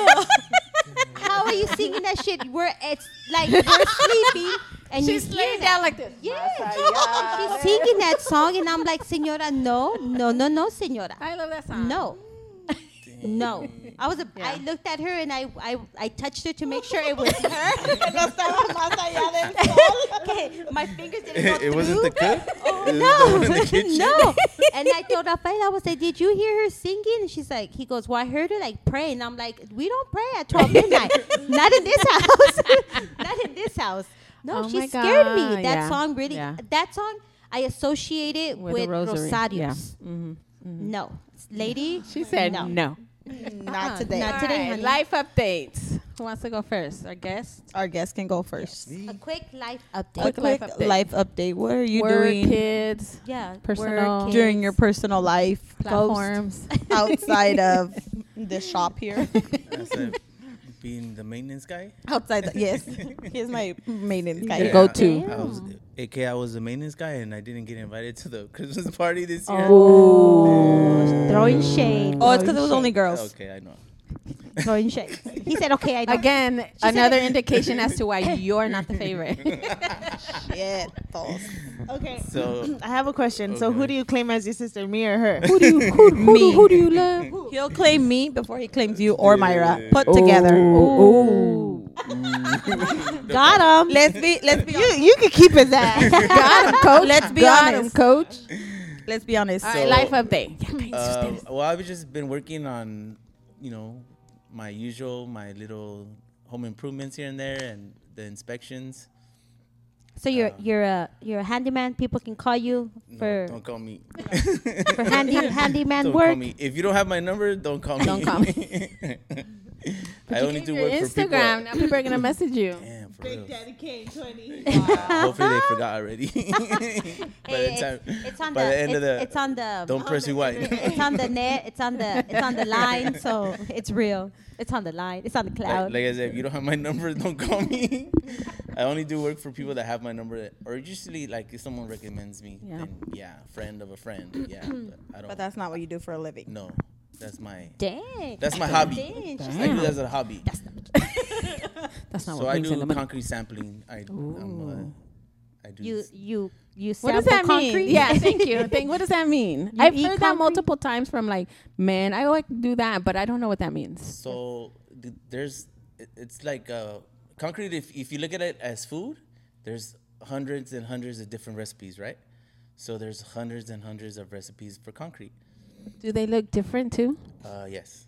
S2: How are you singing that shit? We're it's like we're sleeping and
S1: She's
S2: you
S1: laying
S2: hear
S1: down
S2: that.
S1: like this.
S2: Yeah, she's singing that song, and I'm like, Senora, no, no, no, no, Senora,
S1: I love that song.
S2: no, no. I was, a, I
S1: Yeah.
S2: looked at her and I, I, I touched her to make sure it was her. okay, my fingers didn't go
S4: It, wasn't
S2: through.
S4: the cook.
S1: oh,
S4: It was the
S2: No,
S4: one in the kitchen?
S2: no. And I told Rafael, I was like, "Did you hear her singing?" And she's like, "He goes, well, I heard her like pray." And I'm like, "We don't pray at 12 midnight. Not in this house. Not in this house." No,
S1: Oh
S2: she
S1: my
S2: scared me.
S1: God.
S2: That
S1: Yeah.
S2: song really.
S1: Yeah.
S2: That song I associate it
S1: With
S2: with,
S1: a rosary.
S2: Rosarios.
S1: Yeah. Mm-hmm.
S2: No, lady.
S1: She said no.
S2: no.
S3: Not today.
S2: Not
S1: All
S2: today,
S1: right,
S2: honey.
S1: Life updates. Who wants to go first? Our guest.
S3: Our guest can go first.
S2: A quick life update.
S3: A quick
S1: life
S3: life
S1: update.
S3: update. What are you
S1: Work,
S3: doing
S1: kids.
S2: yeah,
S1: Personal.
S2: work,
S3: during
S2: kids,
S3: your personal life?
S1: Platforms.
S3: Ghost outside of the shop here.
S4: That's like being the maintenance guy.
S3: outside, the, yes. Here's my maintenance guy.
S1: Your go-to.
S4: I was, AK, I was the maintenance guy, and I didn't get invited to the Christmas party this year.
S2: Oh, throwing shade.
S3: Oh, it's because it was
S2: throwing
S3: only girls.
S4: Okay, I know.
S2: shade, throwing shade. He said, "Okay, I know."
S1: Again,
S2: said-
S1: another indication as to why you're not the favorite.
S3: Shit.
S5: Okay.
S4: So
S5: I have a question. So who
S4: Okay.
S5: do you claim as your sister, me or her?
S1: who do you who, who, do, who do you love?
S3: He'll claim me before he claims you or Myra. Put together.
S2: Got him.
S3: Let's be let's be honest.
S5: you can keep his ass.
S3: Got him, coach. Let's be
S1: Got him,
S3: honest.
S1: coach.
S3: Let's be honest.
S1: All
S4: So-
S1: right, life update.
S4: Um, well, I've just been working on, you know, my usual, my little home improvements here and there, and the inspections.
S2: So you're you're a you're a handyman. People can call you
S4: No,
S2: for
S4: don't call me.
S2: for handy handyman
S4: don't call
S2: work.
S4: me. If you don't have my number, don't call me.
S1: Don't call
S4: me. I only
S1: Get
S4: do
S1: your
S4: work for people.
S1: Instagram. Now people are gonna message you.
S4: Damn, for real.
S5: Kane, 20.
S4: Hopefully they forgot already. by
S2: Hey,
S4: the
S2: it's,
S4: time,
S2: it's on
S4: by
S2: the,
S4: the end
S2: it's,
S4: of the,
S2: it's on the
S4: don't press rewind.
S2: it's on the net. It's on the it's on the line. So it's real. It's on the line. It's on the
S4: Like,
S2: cloud.
S4: like I said, if you don't have my number, don't call me. I only do work for people that have my number, or usually like if someone recommends me,
S1: Yeah.
S4: then yeah, friend of a friend, yeah. But I don't.
S3: But that's not what you do for a living.
S4: no, that's my
S2: Dang.
S4: that's my hobby.
S2: Dang. she's
S4: I do that as a hobby.
S1: That's not
S4: so
S1: what
S4: I
S1: brings in
S4: do
S1: the money.
S4: concrete sampling. I I'm, uh, I do.
S2: You you you
S1: What
S2: sample
S1: does that
S2: concrete?
S1: mean? Yeah, thank you. Thank, what does that mean?
S2: You
S1: I've heard
S2: eat
S1: that
S2: concrete?
S1: multiple times from like, man, I like to do that, but I don't know what that means.
S4: So th- there's, it- it's like uh, concrete. If if you look at it as food, there's hundreds and hundreds of different recipes, right? So there's hundreds and hundreds of recipes for concrete.
S1: Do they look different too?
S4: Uh, yes.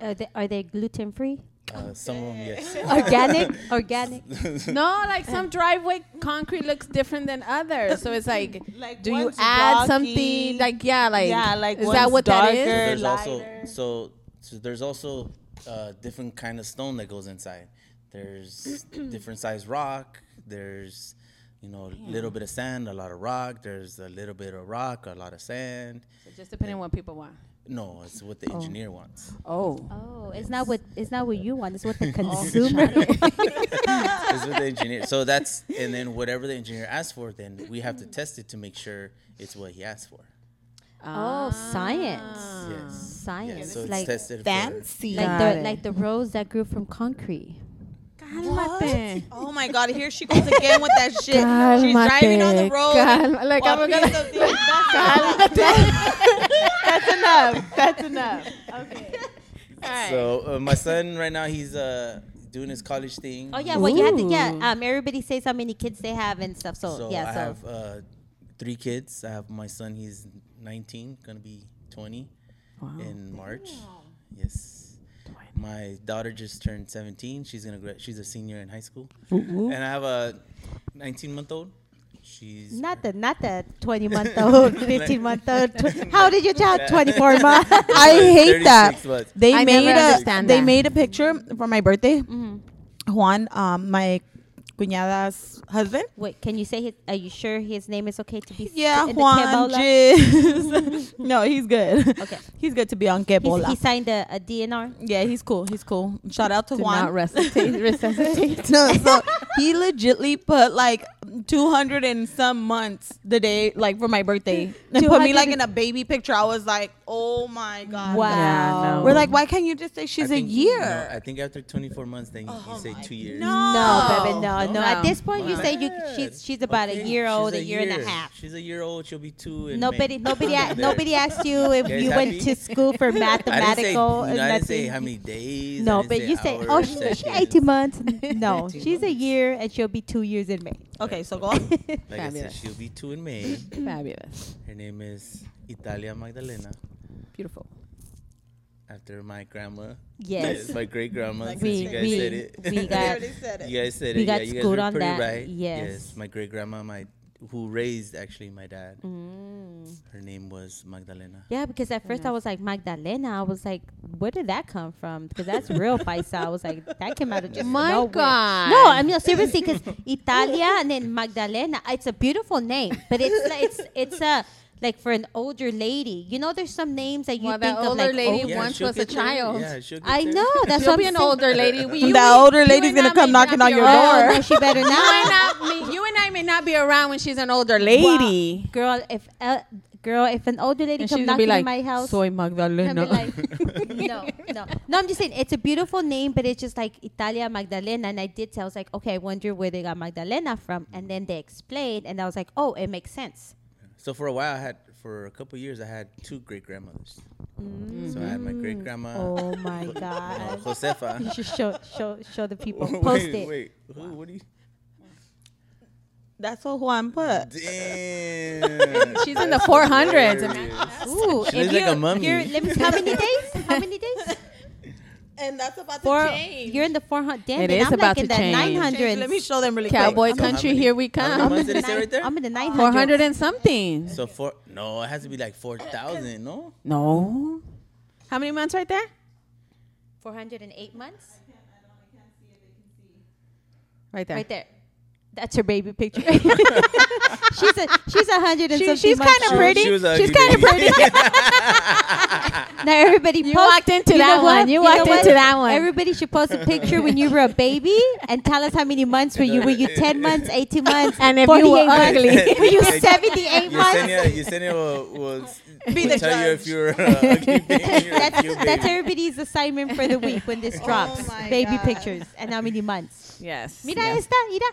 S2: Are they, are they gluten free?
S4: Uh, some of them, yes.
S2: Organic? Organic?
S1: No, like some driveway concrete looks different than others. So it's like,
S5: Like
S1: do you
S5: one's
S1: add
S5: rocky.
S1: something? Like, yeah, like,
S5: Yeah, like
S1: is that
S5: one's
S1: what
S4: But
S1: that
S5: darker.
S1: is?
S4: there's also
S5: lighter.
S4: so, so there's also uh, different kind of stone that goes inside. There's different size rock. There's you know a little bit of sand, a lot of rock. There's a little bit of rock, a lot of sand.
S1: So just depending on what people want.
S4: No, it's what the engineer wants.
S1: Oh,
S2: Oh, it's not what it's not what you want. It's what the consumer.
S4: It's what the engineer. So that's and then whatever the engineer asks for, then we have to test it to make sure it's what he asked for.
S2: oh, science.
S4: Yes.
S2: Science.
S4: Yeah, so it's
S2: like
S4: tested for-
S3: Fancy.
S2: like
S1: Got
S2: the
S1: it.
S2: like the rose that grew from concrete.
S1: Cálmate.
S3: Oh my god, here she goes again with that shit. She's driving on the
S1: Cálmate.
S3: road.
S1: Calma. Like, I'm gonna.
S5: That's enough. That's enough.
S4: So uh, my son right now he's uh, doing his college thing.
S2: Oh yeah, well you had to yeah.
S1: Ooh.
S2: Um, everybody says how many kids they have and stuff. So,
S4: So
S2: yeah,
S4: I
S2: so
S4: have uh, three kids. I have my son. He's 19, gonna be 20 in March. Yes. My daughter just turned
S2: Mm-hmm.
S4: 17. She's gonna grad. She's a senior in high school. And I have a 19 month old. She's
S2: Not the not the twenty month old, fifteen month old. Tw- how did your child twenty four month?
S3: I hate
S4: 36
S3: that.
S4: months.
S3: They
S1: I
S3: made
S1: never
S3: a
S1: understand
S3: they
S1: that.
S3: made a picture for my birthday.
S5: Mm-hmm.
S3: Juan, um, my cuñada's husband.
S2: Wait, can you say? His, are you sure his name is okay to be? s-
S3: Yeah,
S2: in the
S3: Juan
S2: Kebola?
S3: Jizz. no, he's good.
S2: Okay.
S3: he's good to be on
S2: He's-
S3: Kebola.
S2: he signed a, a DNR.
S3: yeah, he's cool. He's cool. Shout out to
S1: Do
S3: Juan.
S1: not resuscitate. resuscitate.
S3: no, so he legitly put like 200 and some months the day, like for my birthday, and put me
S2: 200
S3: like in a baby picture. I was like, oh my god.
S2: Wow.
S1: Yeah, no.
S3: We're like, why can't you just say she's
S4: I
S3: a
S4: think-
S3: year?
S4: no, I think after 24 months, then you, you
S2: Oh
S4: say two years.
S2: No, baby, no, Oh, no.
S1: No.
S2: At this point, you
S4: Not
S2: say you
S4: bad.
S2: she's she's about a
S4: Okay,
S2: year
S4: she's
S2: old, a year, and a half.
S4: She's a year old. She'll be two. In
S2: Nobody,
S4: May.
S2: nobody, a-
S4: There.
S2: nobody asked you if
S4: guys
S2: you went
S4: happy?
S2: to school for
S4: I didn't say,
S2: mathematical.
S4: you know, I didn't say
S2: nothing.
S4: how many days. I
S2: No,
S4: didn't
S2: but you say,
S4: hours,
S2: oh, she's, she's
S4: sessions.
S2: 18 months. No,
S4: 18
S2: she's a
S4: months.
S2: year and she'll be two years in May.
S3: Okay, so go on.
S4: Like I said,
S1: Fabulous.
S4: she'll be two in May.
S1: Fabulous.
S4: Her name is Italia Magdalena,
S1: Beautiful.
S4: after my grandma.
S2: Yes.
S4: my great grandma. Since
S2: We,
S4: you guys
S2: we,
S4: said it.
S2: we got,
S4: You guys said
S2: We
S4: it.
S2: got
S4: yeah, you guys
S2: schooled
S4: were
S2: on
S4: pretty
S2: that,
S4: right.
S2: yes.
S4: my great grandma, my who raised actually my dad.
S2: Mm.
S4: Her name was Magdalena.
S2: yeah, because at first I was like, Magdalena. I was like, where did that come from? Because that's real paisa. I was like, that came out of just
S1: My
S2: nowhere.
S1: God.
S2: No, I mean, no, seriously, because Italia and then Magdalena, it's a beautiful name, but it's, like- it's, it's a, like for an older lady, you know, there's some names that you
S1: Well, that
S2: think of
S1: older
S2: like
S1: lady
S2: old-
S1: Yeah, once
S4: she'll
S1: was a
S4: get there.
S1: child.
S4: Yeah, she'll get
S2: I
S4: there.
S2: know that's
S1: She'll
S2: what
S1: be
S2: I'm
S1: an
S2: saying.
S1: older lady. We, you
S3: That
S1: and-
S3: older
S1: you
S3: lady's
S1: and
S3: gonna
S1: I
S3: come
S1: may
S3: knocking
S1: not
S3: on
S1: be
S3: your
S1: around.
S3: door.
S2: Oh, no, she better
S1: You and,
S2: not.
S1: I, me, you and I may not be around when she's an older lady.
S2: Wow. girl, if uh, girl, if an older lady
S1: And
S2: come
S1: she's gonna
S2: knocking
S1: be
S2: in
S1: like,
S2: my house,
S1: soy
S2: I'll
S1: Magdalena.
S2: be like, no, no, no. I'm just saying it's a beautiful name, but it's just like Italia Magdalena. And I did say I was like, okay, I wonder where they got Magdalena from. And then they explained, and I was like, oh, it makes sense.
S4: So for a while, I had for a couple years, I had two great grandmothers. So I had my great grandma,
S2: Mm. Oh my
S4: uh,
S2: god!
S4: Josefa.
S2: You should show show show the people.
S4: Wait,
S2: Post it.
S4: Wait, who? What do you?
S3: That's what Juan put.
S4: Damn.
S1: she's in the 400s. And
S4: Hilarious.
S2: Ooh,
S4: She
S2: if
S4: looks like
S2: you-
S4: a mummy.
S2: you're- Let me. How many days? How many days?
S3: And that's about
S2: Four. You're in the four hundred. Damn
S1: It
S2: it!
S1: is
S2: I'm like
S1: about
S2: in
S1: to
S2: the
S1: change.
S2: nine hundreds.
S3: Let me show them really
S1: Cowboy
S4: So how
S1: country,
S4: many-
S1: here we
S4: how many
S1: come.
S4: months did it say right there?
S2: I'm in the nine
S1: 400 and something.
S4: So four? No, it has to be like four thousand. No.
S1: No. How many months right there?
S2: 408 months?
S1: Right there.
S2: Right there. That's her baby picture. she's a she's a hundred and
S1: She-
S2: something.
S1: she's
S2: months
S1: kinda
S2: old.
S1: pretty.
S4: was
S1: She's
S4: ugly
S1: kinda
S4: baby.
S2: Now everybody
S1: You
S2: post-
S1: walked into
S2: you
S1: that
S2: know
S1: one.
S2: what?
S1: You
S2: know
S1: walked
S2: what?
S1: into that one.
S2: Everybody should post a picture when you were a baby and tell us how many months were you. Were you ten months, eighteen months,
S1: And if you were
S2: 48 months?
S1: ugly.
S2: Were you seventy-eight months?
S4: Yesenia, Yesenia will, will,
S3: Be
S4: will
S3: the
S4: tell you if
S3: judge.
S4: you're uh, ugly baby or a
S2: That's,
S4: cute
S2: that's
S4: baby.
S2: everybody's assignment for the week when
S1: Oh
S2: this drops.
S3: my
S2: baby
S3: God.
S2: pictures and how many months.
S1: Yes.
S2: Mira
S1: yes.
S2: esta, mira.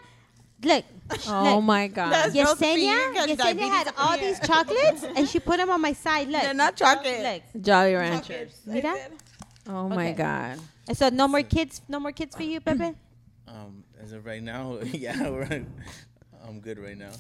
S2: Look.
S1: Oh
S2: look.
S1: my God.
S3: That's- Girls, for you,
S2: Yesenia,
S3: you got
S2: Yesenia
S3: diabetes
S2: had
S3: up in
S2: all
S3: here.
S2: these chocolates and she put them on my side. Look,
S3: They're not chocolate.
S2: Look,
S1: Jolly Ranchers.
S2: mira.
S1: Oh my
S2: Okay.
S1: God.
S2: And so no more kids, no more kids for you, Pepe.
S4: Um, as of right now, yeah, we're, I'm good right now.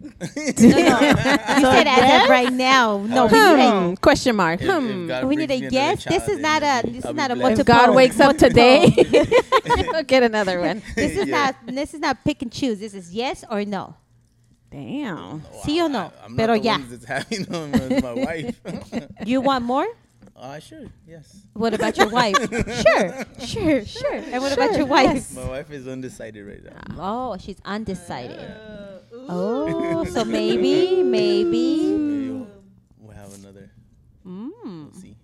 S2: No, no. you said as of right now. No, we
S1: Hmm.
S2: need a-
S1: Question mark.
S4: If- if
S1: Hmm.
S4: God
S2: we
S4: brings
S2: need a
S4: me another
S2: yes. This
S4: child,
S2: is
S4: then
S2: not a-
S4: I'll
S2: this
S4: be
S2: is not a
S4: blessed.
S1: If God
S2: multiple.
S1: wakes up today, he'll get another one.
S2: This is
S4: Yeah.
S2: not. This is not pick and choose. This is yes or no.
S1: Damn.
S2: Sí o no.
S4: I, am
S2: Pero
S4: not the
S2: ya.
S4: one that's having them as my wife. Oh,
S2: You want more?
S4: I should, yes.
S2: What about your wife? sure, sure, sure. And what about your wife?
S4: My wife is undecided right now.
S2: Oh, she's undecided. oh, so maybe, maybe.
S4: Maybe we'll, we'll have another.
S2: Mm.
S4: We'll see.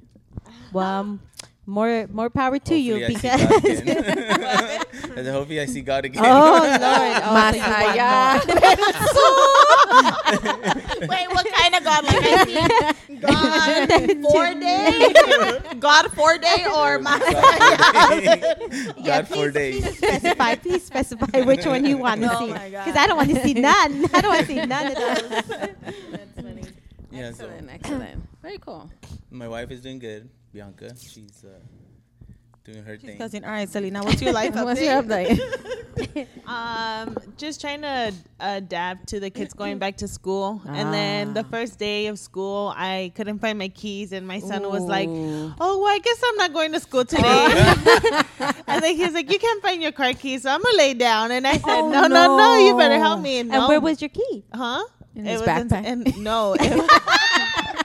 S2: Well, um, more more power to you
S4: Hopefully I
S2: because.
S4: see God again. I said, hopefully I see God again.
S2: oh Lord! Oh, so you want
S1: Masaya.
S3: Wait, what kind of God? Like I see God four day, God four day, or my
S4: God
S2: Yeah,
S4: for days.
S2: please specify. Please specify which one you want to
S3: Oh
S2: see.
S3: my God.
S2: Because I don't want to see none. I don't want to see none of those.
S4: Yeah, so
S1: Excellent, excellent. Very cool.
S4: my wife is doing good, Bianca. She's uh, doing her thing.
S3: cousin. All right, Selena, what's your life
S1: What's
S3: update?
S1: your update?
S5: Um, just trying to adapt to the kids going back to school. And then
S1: Ah.
S5: the first day of school, I couldn't find my keys, and my son was like,
S1: Ooh.
S5: "Oh, well, I guess I'm not going to school today." and then he's like, "You can't find your car keys, so I'm gonna lay down." And I said,
S2: Oh,
S5: no, no, no, you better
S2: no.
S5: help me."
S2: And
S5: no.
S2: where was your key?
S5: huh?
S1: In his
S5: was
S1: backpack?
S5: In, in- no, it was,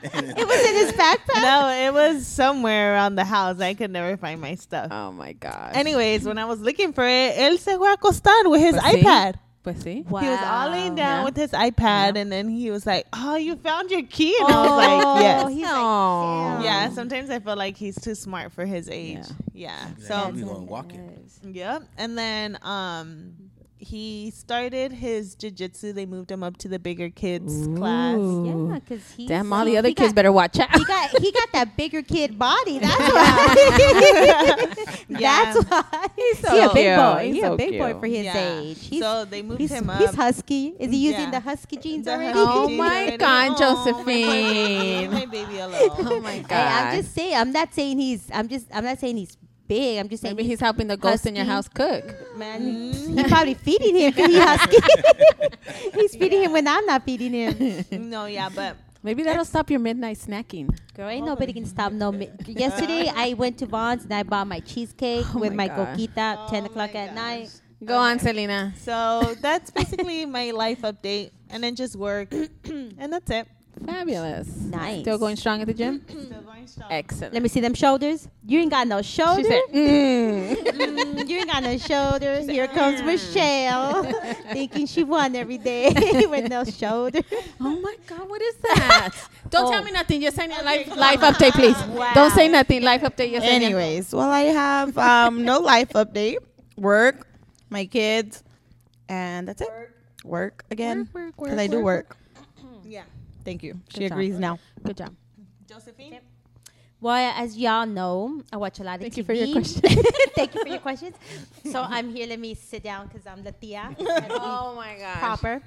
S2: It was in his backpack.
S5: no, it was somewhere around the house. I could never find my stuff.
S1: Oh my god.
S5: Anyways, when I was looking for it, él se fue a acostar with his
S1: Pues sí.
S5: iPad.
S1: Pues sí.
S2: Wow.
S5: He was all laying down
S1: Yeah.
S5: with his iPad,
S1: Yeah.
S5: and then he was like, "Oh, you found your key," and I
S2: Oh,
S5: was like, "Yes."
S2: he's like,
S1: Aw.
S2: "Damn."
S5: Yeah, sometimes I feel like he's too smart for his age. Yeah.
S4: we
S5: So,
S4: gonna walk it.
S5: yep. And then um he started his jiu-jitsu. They moved him up to the bigger kids class.
S1: Ooh.
S2: Yeah, because he.
S1: Damn, all the other kids better watch out.
S2: He got he got that bigger kid body. That's why. That's why. He's
S1: so
S2: a big
S1: cute.
S2: boy. He's,
S1: He's
S2: a
S1: so
S2: big boy
S1: cute.
S2: for his
S5: Yeah.
S2: age. He's,
S5: so they moved
S2: he's,
S5: him up.
S2: he's husky. Is he using
S5: Yeah.
S2: the husky jeans
S5: The
S2: already?
S5: husky
S1: Oh
S5: jeans
S1: my
S5: already.
S1: God,
S5: Oh, my God,
S1: Josephine.
S5: leave My baby alone.
S1: Oh my god.
S2: Hey, I'm just saying. I'm not saying he's. I'm just. I'm not saying he's big. I'm just saying
S1: Maybe he's helping the ghost in your house cook.
S2: man. He's probably feeding him. 'cause He's husky. he's feeding him when I'm not feeding him.
S5: No, yeah, but
S1: Maybe that'll stop your midnight snacking.
S2: Girl, ain't nobody can stop no. Mi- Yesterday, I went to Vaughn's and I bought my cheesecake
S1: Oh
S2: with
S1: my
S2: my,
S1: God.
S2: coquita, ten
S5: Oh
S2: o'clock
S5: my
S2: at
S5: gosh.
S2: night.
S1: Go on, Selena.
S5: So that's basically my life update, and then just work, and that's it.
S1: Fabulous.
S2: Nice.
S1: Still going strong at the gym? Excellent.
S2: Let me see them shoulders. You ain't got no
S1: She
S2: shoulder.
S1: said, mm.
S2: Mm, you ain't got no shoulder. Here comes Michelle, thinking she won every day with no shoulder.
S1: Oh my God, what is that? Don't tell
S2: Oh.
S1: me nothing. Just send a life, life update, please. Don't say nothing. Life update, yes.
S3: Anyways, well, I have um, no life update. Work, my kids, and that's it. Work again.
S1: work, work,
S3: Because I do work.
S1: work,
S5: Yeah,
S3: Thank you. She
S1: Good job.
S3: agrees now.
S1: Good job.
S5: Josephine.
S2: Well, as y'all know, I watch a lot of
S1: Thank
S2: TV.
S1: you for your question.
S2: Thank you for your questions. So I'm here. Let me sit down because I'm the tia.
S1: Oh my God.
S2: proper.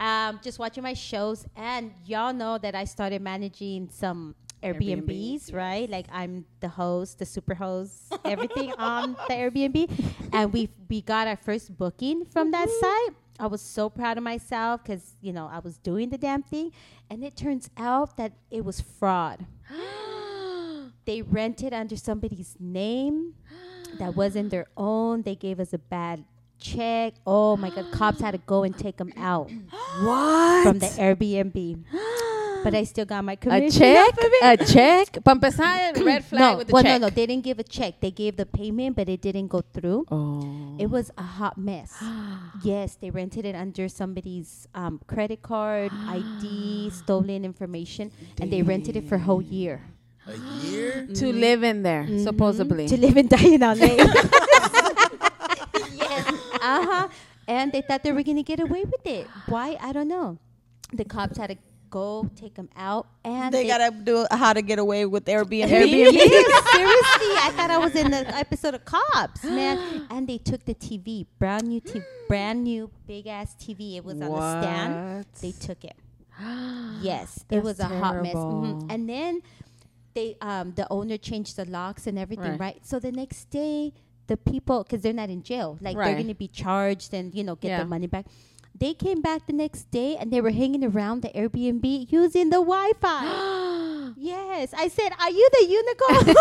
S2: Um, just watching my shows, and y'all know that I started managing some Airbnbs, right? Like I'm the host, the super host, everything on the Airbnb, and we we got our first booking from that site. I was so proud of myself because you know I was doing the damn thing, and it turns out that it was fraud. they rented under somebody's name that wasn't their own. They gave us a bad check. Oh my God, cops had to go and take them out from the Airbnb. but I still got my
S1: A
S2: commission.
S1: check? A check? Pa empezar, red flag
S2: No,
S1: with the
S2: well,
S1: check.
S2: no, no. They didn't give a check. They gave the payment, but it didn't go through.
S1: Oh.
S2: It was a hot mess. yes, they rented it under somebody's um, credit card, ID, stolen information, and they rented it for a whole year.
S4: A year?
S1: To live in there, supposedly.
S2: to live and die in LA. yes. Uh huh. And they thought they were gonna get away with it. Why? I don't know. The cops had to go take them out, and
S3: They gotta do how to get away with Airbnb.
S2: Yes, seriously. I thought I was in the episode of Cops, man. And they took the TV, brand new, t- brand new, big ass TV. It was on the stand.
S1: What?
S2: They took it. Yes, it
S1: That's
S2: was a hot mess.
S1: terrible.
S2: Mhm. And then they, um, the owner changed the locks and everything,
S1: Right.
S2: right? So the next day, the people, because they're not in jail, like
S1: Right.
S2: they're going to be charged and you know get
S1: Yeah.
S2: their money back. They came back the next day and they were hanging around the Airbnb using the Wi-Fi. yes, I said, "Are you the unicorn?"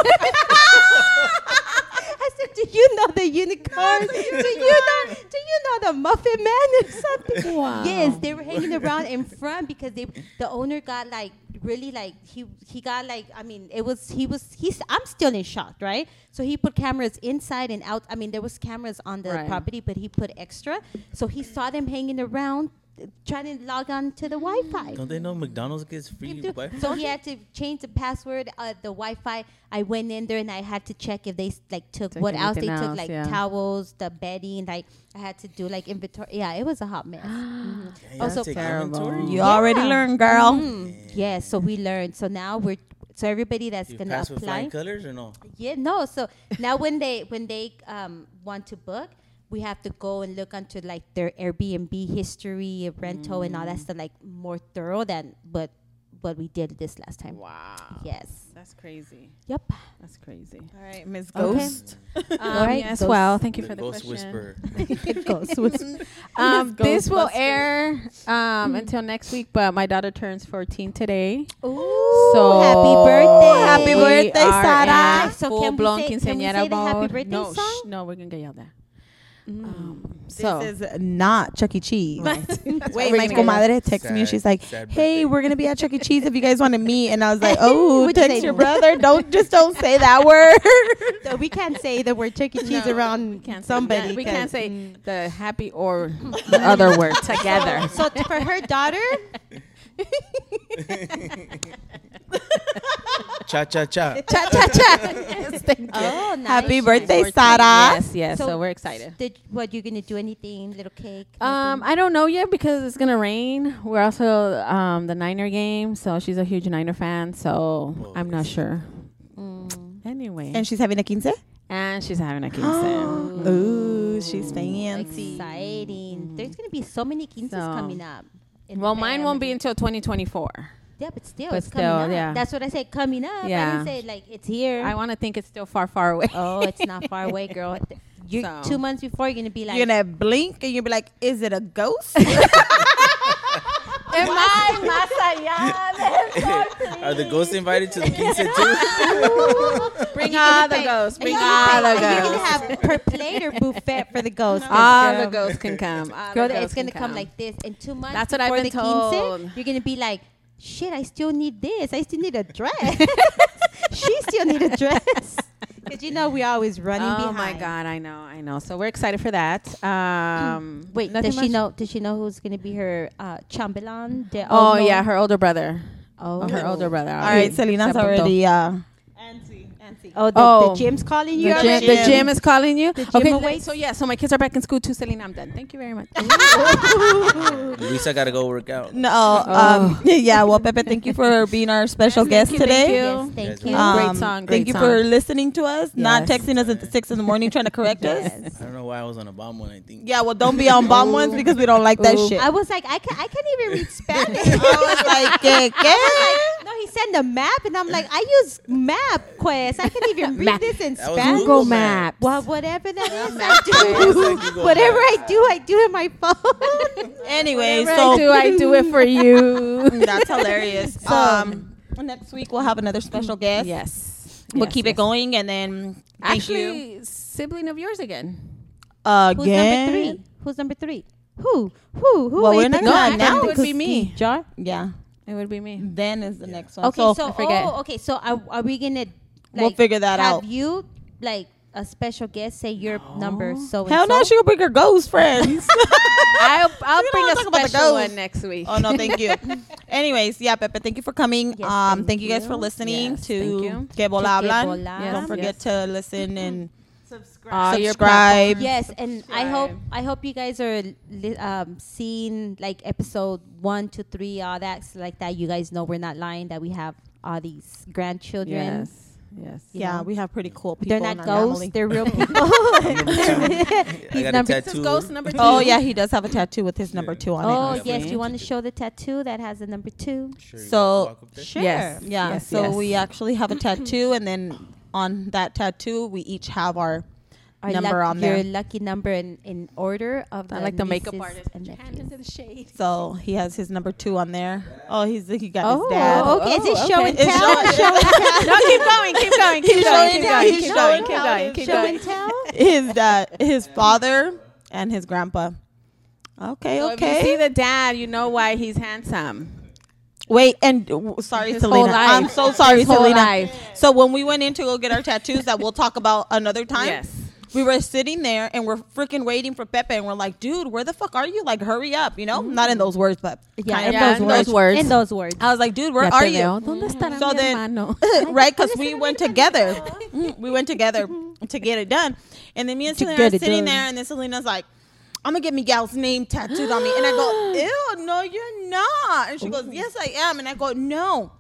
S2: I said, "Do you know the unicorn? do you know? Do you know the Muffin Man or something?"
S1: Wow.
S2: Yes, they were hanging around in front because they the owner got like really like he he got like I mean it was he was he's I'm still in shock right so he put cameras inside and out I mean there was cameras on the
S1: Right.
S2: property but he put extra so he saw them hanging around uh, trying to log on to the Wi-Fi
S4: Don't they know McDonald's gives free
S2: do-
S4: Wi-Fi?
S2: So he had to change the password of the Wi-Fi. I went in there and I had to check if they s- like took
S1: Took
S2: what else they
S1: anything
S2: took,
S1: else,
S2: like
S1: yeah.
S2: towels, the bedding. Like I had to do like inventory. Yeah, it was a hot mess. Mhm.
S4: Damn,
S2: Also
S4: take
S1: terrible.
S4: inventory?
S3: You already
S2: Yeah.
S3: learned, girl.
S2: Yes, so we learned. So now we're so everybody that's
S4: You
S2: gonna
S4: pass with
S2: apply.
S4: flying colors or no?
S2: Yeah, no. So now when they when they um, want to book, we have to go and look onto like their Airbnb history, rental, and all that stuff, like more thorough than what what we did this last time.
S1: Wow.
S2: Yes.
S1: That's crazy.
S2: Yep.
S1: That's crazy.
S5: All right, Ms.
S2: Okay.
S5: Ghost.
S1: Um,
S2: right,
S1: Yes.
S2: ghost-
S1: Well, thank you
S4: The
S1: for the
S4: Ghost
S1: question.
S4: Whisperer.
S2: Ghost was-
S1: Um, this will air um, until next week, but my daughter turns 14 today.
S2: Ooh,
S1: So oh,
S2: happy birthday!
S1: Happy birthday,
S2: We are
S1: Sarah!
S2: in
S1: So
S2: full
S1: can
S2: blown
S1: we say, can we
S2: quinceañera
S1: say the happy
S2: mode.
S1: birthday
S2: No,
S1: song?
S2: shh.
S1: no, we're gonna get yelled at. Um, so
S3: This is not Chuck E. Cheese. Wait,
S1: We're gonna
S3: my
S1: get yelled
S3: comadre texted me.
S4: Sad-
S3: She's like,
S4: sad
S3: "Hey,
S4: birthday.
S3: we're gonna be at Chuck E. Cheese if you guys want to meet." And I was like, "Oh,
S2: What'd you
S3: text
S2: say?
S3: your brother. Don't just don't say that word."
S2: So we can't say the word Chuck E. Cheese
S1: No, we
S2: around
S1: can't say-
S2: somebody.
S1: we
S2: 'cause-
S1: can't say
S3: Mm.
S1: the happy or the other word together.
S2: So t- for her daughter,
S4: Cha cha cha.
S1: cha cha cha.
S2: oh, nice.
S3: Happy
S2: She's
S3: birthday,
S2: 14.
S3: Sarah.
S1: Yes, yes. So,
S2: So-
S1: we're excited.
S2: Did what you gonna do? Anything? Little cake?
S1: Um, I don't know yet because it's gonna rain. We're also um the Niner game, so she's a huge Niner fan. So
S4: Well,
S1: I'm not sure. Anyway,
S3: And she's having a quince.
S1: Mm. and she's having a quince.
S3: Ooh, she's
S2: Anything?
S3: fancy.
S2: Exciting. There's gonna be so many quinces
S1: So-
S2: coming up. in
S1: well,
S2: the
S1: mine won't be
S2: family.
S1: until 2024.
S2: Yeah, but still,
S1: But
S2: it's coming
S1: still,
S2: up.
S1: yeah.
S2: That's what I said. Coming up. I
S1: Yeah.
S2: didn't say like it's here.
S1: I want to think it's still far, far away.
S2: oh, it's not far away, girl. You
S1: So.
S2: two months before you're gonna be like
S3: You're gonna blink and you'll be like, "Is it a ghost?"
S2: Am I más allá del corte?
S4: Are the ghosts invited to the quince too?
S1: Bring
S2: You can
S1: all the
S2: pay-
S1: ghosts.
S2: and
S1: Bring
S2: you
S1: all
S2: can
S1: the
S2: pay- and
S1: ghosts.
S2: You can have per platter buffet for the ghosts.
S1: All
S2: girl.
S1: Ah, the ghosts can come. All
S2: Girl,
S1: the
S2: it's
S1: ghosts can
S2: gonna come like this in two months.
S1: That's what I've
S2: before
S1: been
S2: the quince,
S1: told.
S2: you're gonna be like, shit, I still need this. I still need a dress. she still need a dress. Cause you know we always running
S1: Oh
S2: behind.
S1: my God, I know, I know. So we're excited for that. Um,
S2: Wait,
S1: nothing
S2: does she
S1: much-
S2: know? Does she know who's gonna be her uh, chambelán? De-
S1: Oh,
S2: no.
S1: yeah, her older brother.
S2: Oh,
S1: Oh, her older brother.
S3: All right, Selena's already. Uh,
S2: Oh, the,
S1: Oh.
S2: the gym's calling you
S1: The gym,
S2: already.
S1: the gym is calling you.
S2: The gym
S1: Okay,
S2: away.
S1: so yeah, so my kids are back in school too, Selena. I'm done. Thank you very much.
S4: Luisa gotta go work out.
S3: no, um, yeah. Well, Pepe, thank you for being our special guest
S1: Oh. Thank you,
S3: today. Um,
S1: thank you.
S2: Yes, thank
S4: Yes,
S2: you.
S1: Great song, great
S3: thank you
S1: song.
S3: for listening to us, not
S1: Yes.
S3: texting us at six in the morning trying to correct us.
S4: I don't know why I was on a bomb one. I think.
S3: Yeah, well, don't be on bomb ones because we don't like that shit.
S2: I
S3: I
S2: was like, I can't, I can't even read Spanish.
S3: was like, ¿qué, qué?
S2: no, he sent a map, and I'm like, I use map quest. I can't even read
S1: Map.
S2: this in
S4: That was
S2: Spanish.
S1: Google
S4: Google
S1: Maps.
S4: Maps.
S2: Well, whatever that is, I do.
S4: That's like Google
S2: whatever I
S4: Maps.
S2: do, I do in my phone.
S3: Anyway,
S1: Whatever
S3: so
S1: I do, I do it for you.
S3: that's hilarious. um, next week we'll have another special guest.
S1: yes.
S3: We'll
S1: Yes,
S3: keep
S1: yes.
S3: it going, and then thank you Uh,
S1: Actually, sibling of yours again.
S2: Who's
S3: again.
S2: number three? Who's number three? Who? Who? Who?
S3: Well,
S2: is
S3: we're
S2: the
S3: not
S1: No,
S3: gonna
S2: guy?
S1: actually,
S3: announce
S1: it would be me.
S3: Jar. Yeah.
S1: It would be me.
S3: Then is the next one.
S2: Okay, so,
S1: I forget.
S2: oh, okay, so are, are we gonna? Like,
S3: We'll figure that
S2: have
S3: out.
S2: you like a special guest? Say your number. So
S3: hell
S2: and
S3: no,
S2: oh, so?
S3: she gonna bring her ghost friends.
S1: I'll, I'll
S3: We don't
S1: bring
S3: wanna
S1: a
S3: talk about the
S1: special
S3: ghost.
S1: one next week.
S3: oh no, thank you. Anyways, yeah, Pepe, thank you for coming.
S2: Yes,
S3: um,
S2: thank
S3: thank, you guys
S2: you.
S3: for listening
S1: Yes, thank
S3: to
S1: you.
S3: Que Bola
S2: To Que
S3: Hablan.
S2: Bola
S3: Don't
S1: Yes,
S3: forget to listen and
S1: All your
S3: subscribe.
S2: Yes, and I hope
S1: Subscribe.
S2: I hope you guys are li- um, seeing like episode one, two, three, all that so like that. You guys know we're not lying that we have all these grandchildren.
S1: Yes. Yes.
S2: you
S3: Yeah,
S2: know.
S3: we have pretty cool people.
S2: they're
S3: in
S2: not
S3: our
S2: ghosts;
S3: family.
S2: they're real people.
S4: I got a
S2: number-
S1: This
S4: tattoo.
S1: is ghost number two.
S3: Oh yeah, he does have a tattoo with his number two on it.
S2: oh
S4: Yeah,
S2: yes,
S4: we
S2: you
S4: need
S2: want to
S4: to do-
S2: show the tattoo that has the number two?
S4: Sure, you
S3: So-
S4: walk up there?
S2: Sure.
S1: Yes.
S3: Yeah.
S1: Yes,
S3: so
S1: yes.
S3: we actually have a tattoo, and then on that tattoo, we each have our,
S2: Our
S3: number
S2: luck-
S3: on there.
S2: Your lucky number in, in order of the
S1: I like the makeup
S2: nieces
S1: artist.
S2: and nephews.
S1: into the shade.
S3: So he has his number two on there. Oh, he's he got
S2: Oh,
S3: his dad.
S1: Oh,
S2: okay. Is
S1: okay.
S2: it show and
S3: It's
S2: tell?
S3: showing-
S2: Show and tell.
S1: No, keep going, keep going, keep
S3: He's
S1: going,
S3: showing
S1: keep
S3: down,
S1: going,
S3: he's
S1: keep
S3: showing
S1: going, keep going, keep
S2: Show
S1: going.
S2: and tell.
S3: His dad, his father, and his grandpa. Okay,
S1: So
S3: okay.
S1: if you see the dad, you know why he's handsome.
S3: Wait, and w- sorry,
S1: His
S3: Selena.
S1: whole life.
S3: I'm so sorry,
S1: His whole
S3: Selena.
S1: life.
S3: So when we went in to go get our tattoos, that we'll talk about another time.
S1: Yes.
S3: We were sitting there and we're freaking waiting for Pepe, and we're like, "Dude, where the fuck are you? Like, hurry up!" You know, not in those words, but
S2: Mm-hmm. Yeah,
S3: kind of
S1: Yeah, in those words.
S2: In those words.
S3: I was like, "Dude, where are you?"
S1: ¿Dónde estará
S3: So
S1: mi
S3: then-
S1: hermano?
S3: right? Because we went together. Mm, we went together to get it done. And then me and
S2: To
S3: Selena are
S2: get it
S3: sitting
S2: done.
S3: there, and then Selena's like, I'm gonna get Miguel's name tattooed on me. And I go, Ew, no, you're not. And she goes,
S2: Oh.
S3: Yes, I am. And I go, No.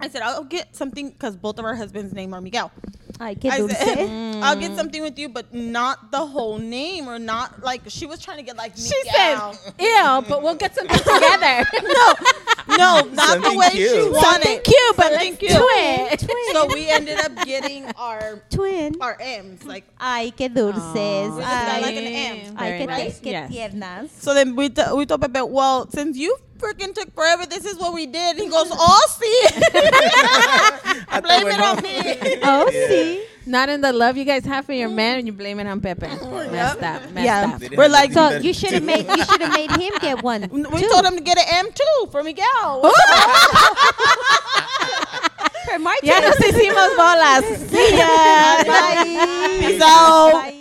S3: I said, I'll get something because both of our husbands' name are Miguel.
S2: Ay, qué
S3: I
S2: dulce.
S3: said, I'll get something with you, but not the whole name or not like she was trying to get like me
S1: She
S3: down.
S1: said, "Ew, but we'll get something together."
S3: no, not the
S4: Something
S3: way she
S4: cute.
S3: wanted.
S1: Something cute, but
S3: Something
S1: let's
S3: cute.
S1: do it.
S3: So we ended up getting our
S2: Twin.
S3: our M's like.
S2: Ay, qué dulces.
S3: Ay.
S2: Ay,
S3: like an M.
S2: ay, qué,
S1: nice.
S2: te- qué
S1: Yes.
S2: tiernas.
S3: So then we t- we told Pepe, well, since you freaking took forever, this is what we did. He goes, oh, see,
S4: I thought
S3: blame
S4: we're
S3: it on
S4: home.
S3: me.
S2: Oh, sí.
S1: Not in the love you guys have for your man, and you blame it on Pepe. Messed up. Messed
S3: Oh, Yeah.
S1: up.
S4: They didn't
S3: We're
S4: have
S3: like,
S4: anything
S2: So
S4: better
S2: you
S4: to
S2: should have
S4: do.
S2: made you should have made him get one.
S3: We
S2: too.
S3: told him to get an M too for
S1: Oh,
S3: Miguel.
S2: For Martin.
S1: Ya nos hicimos bolas.
S2: Bye.
S3: So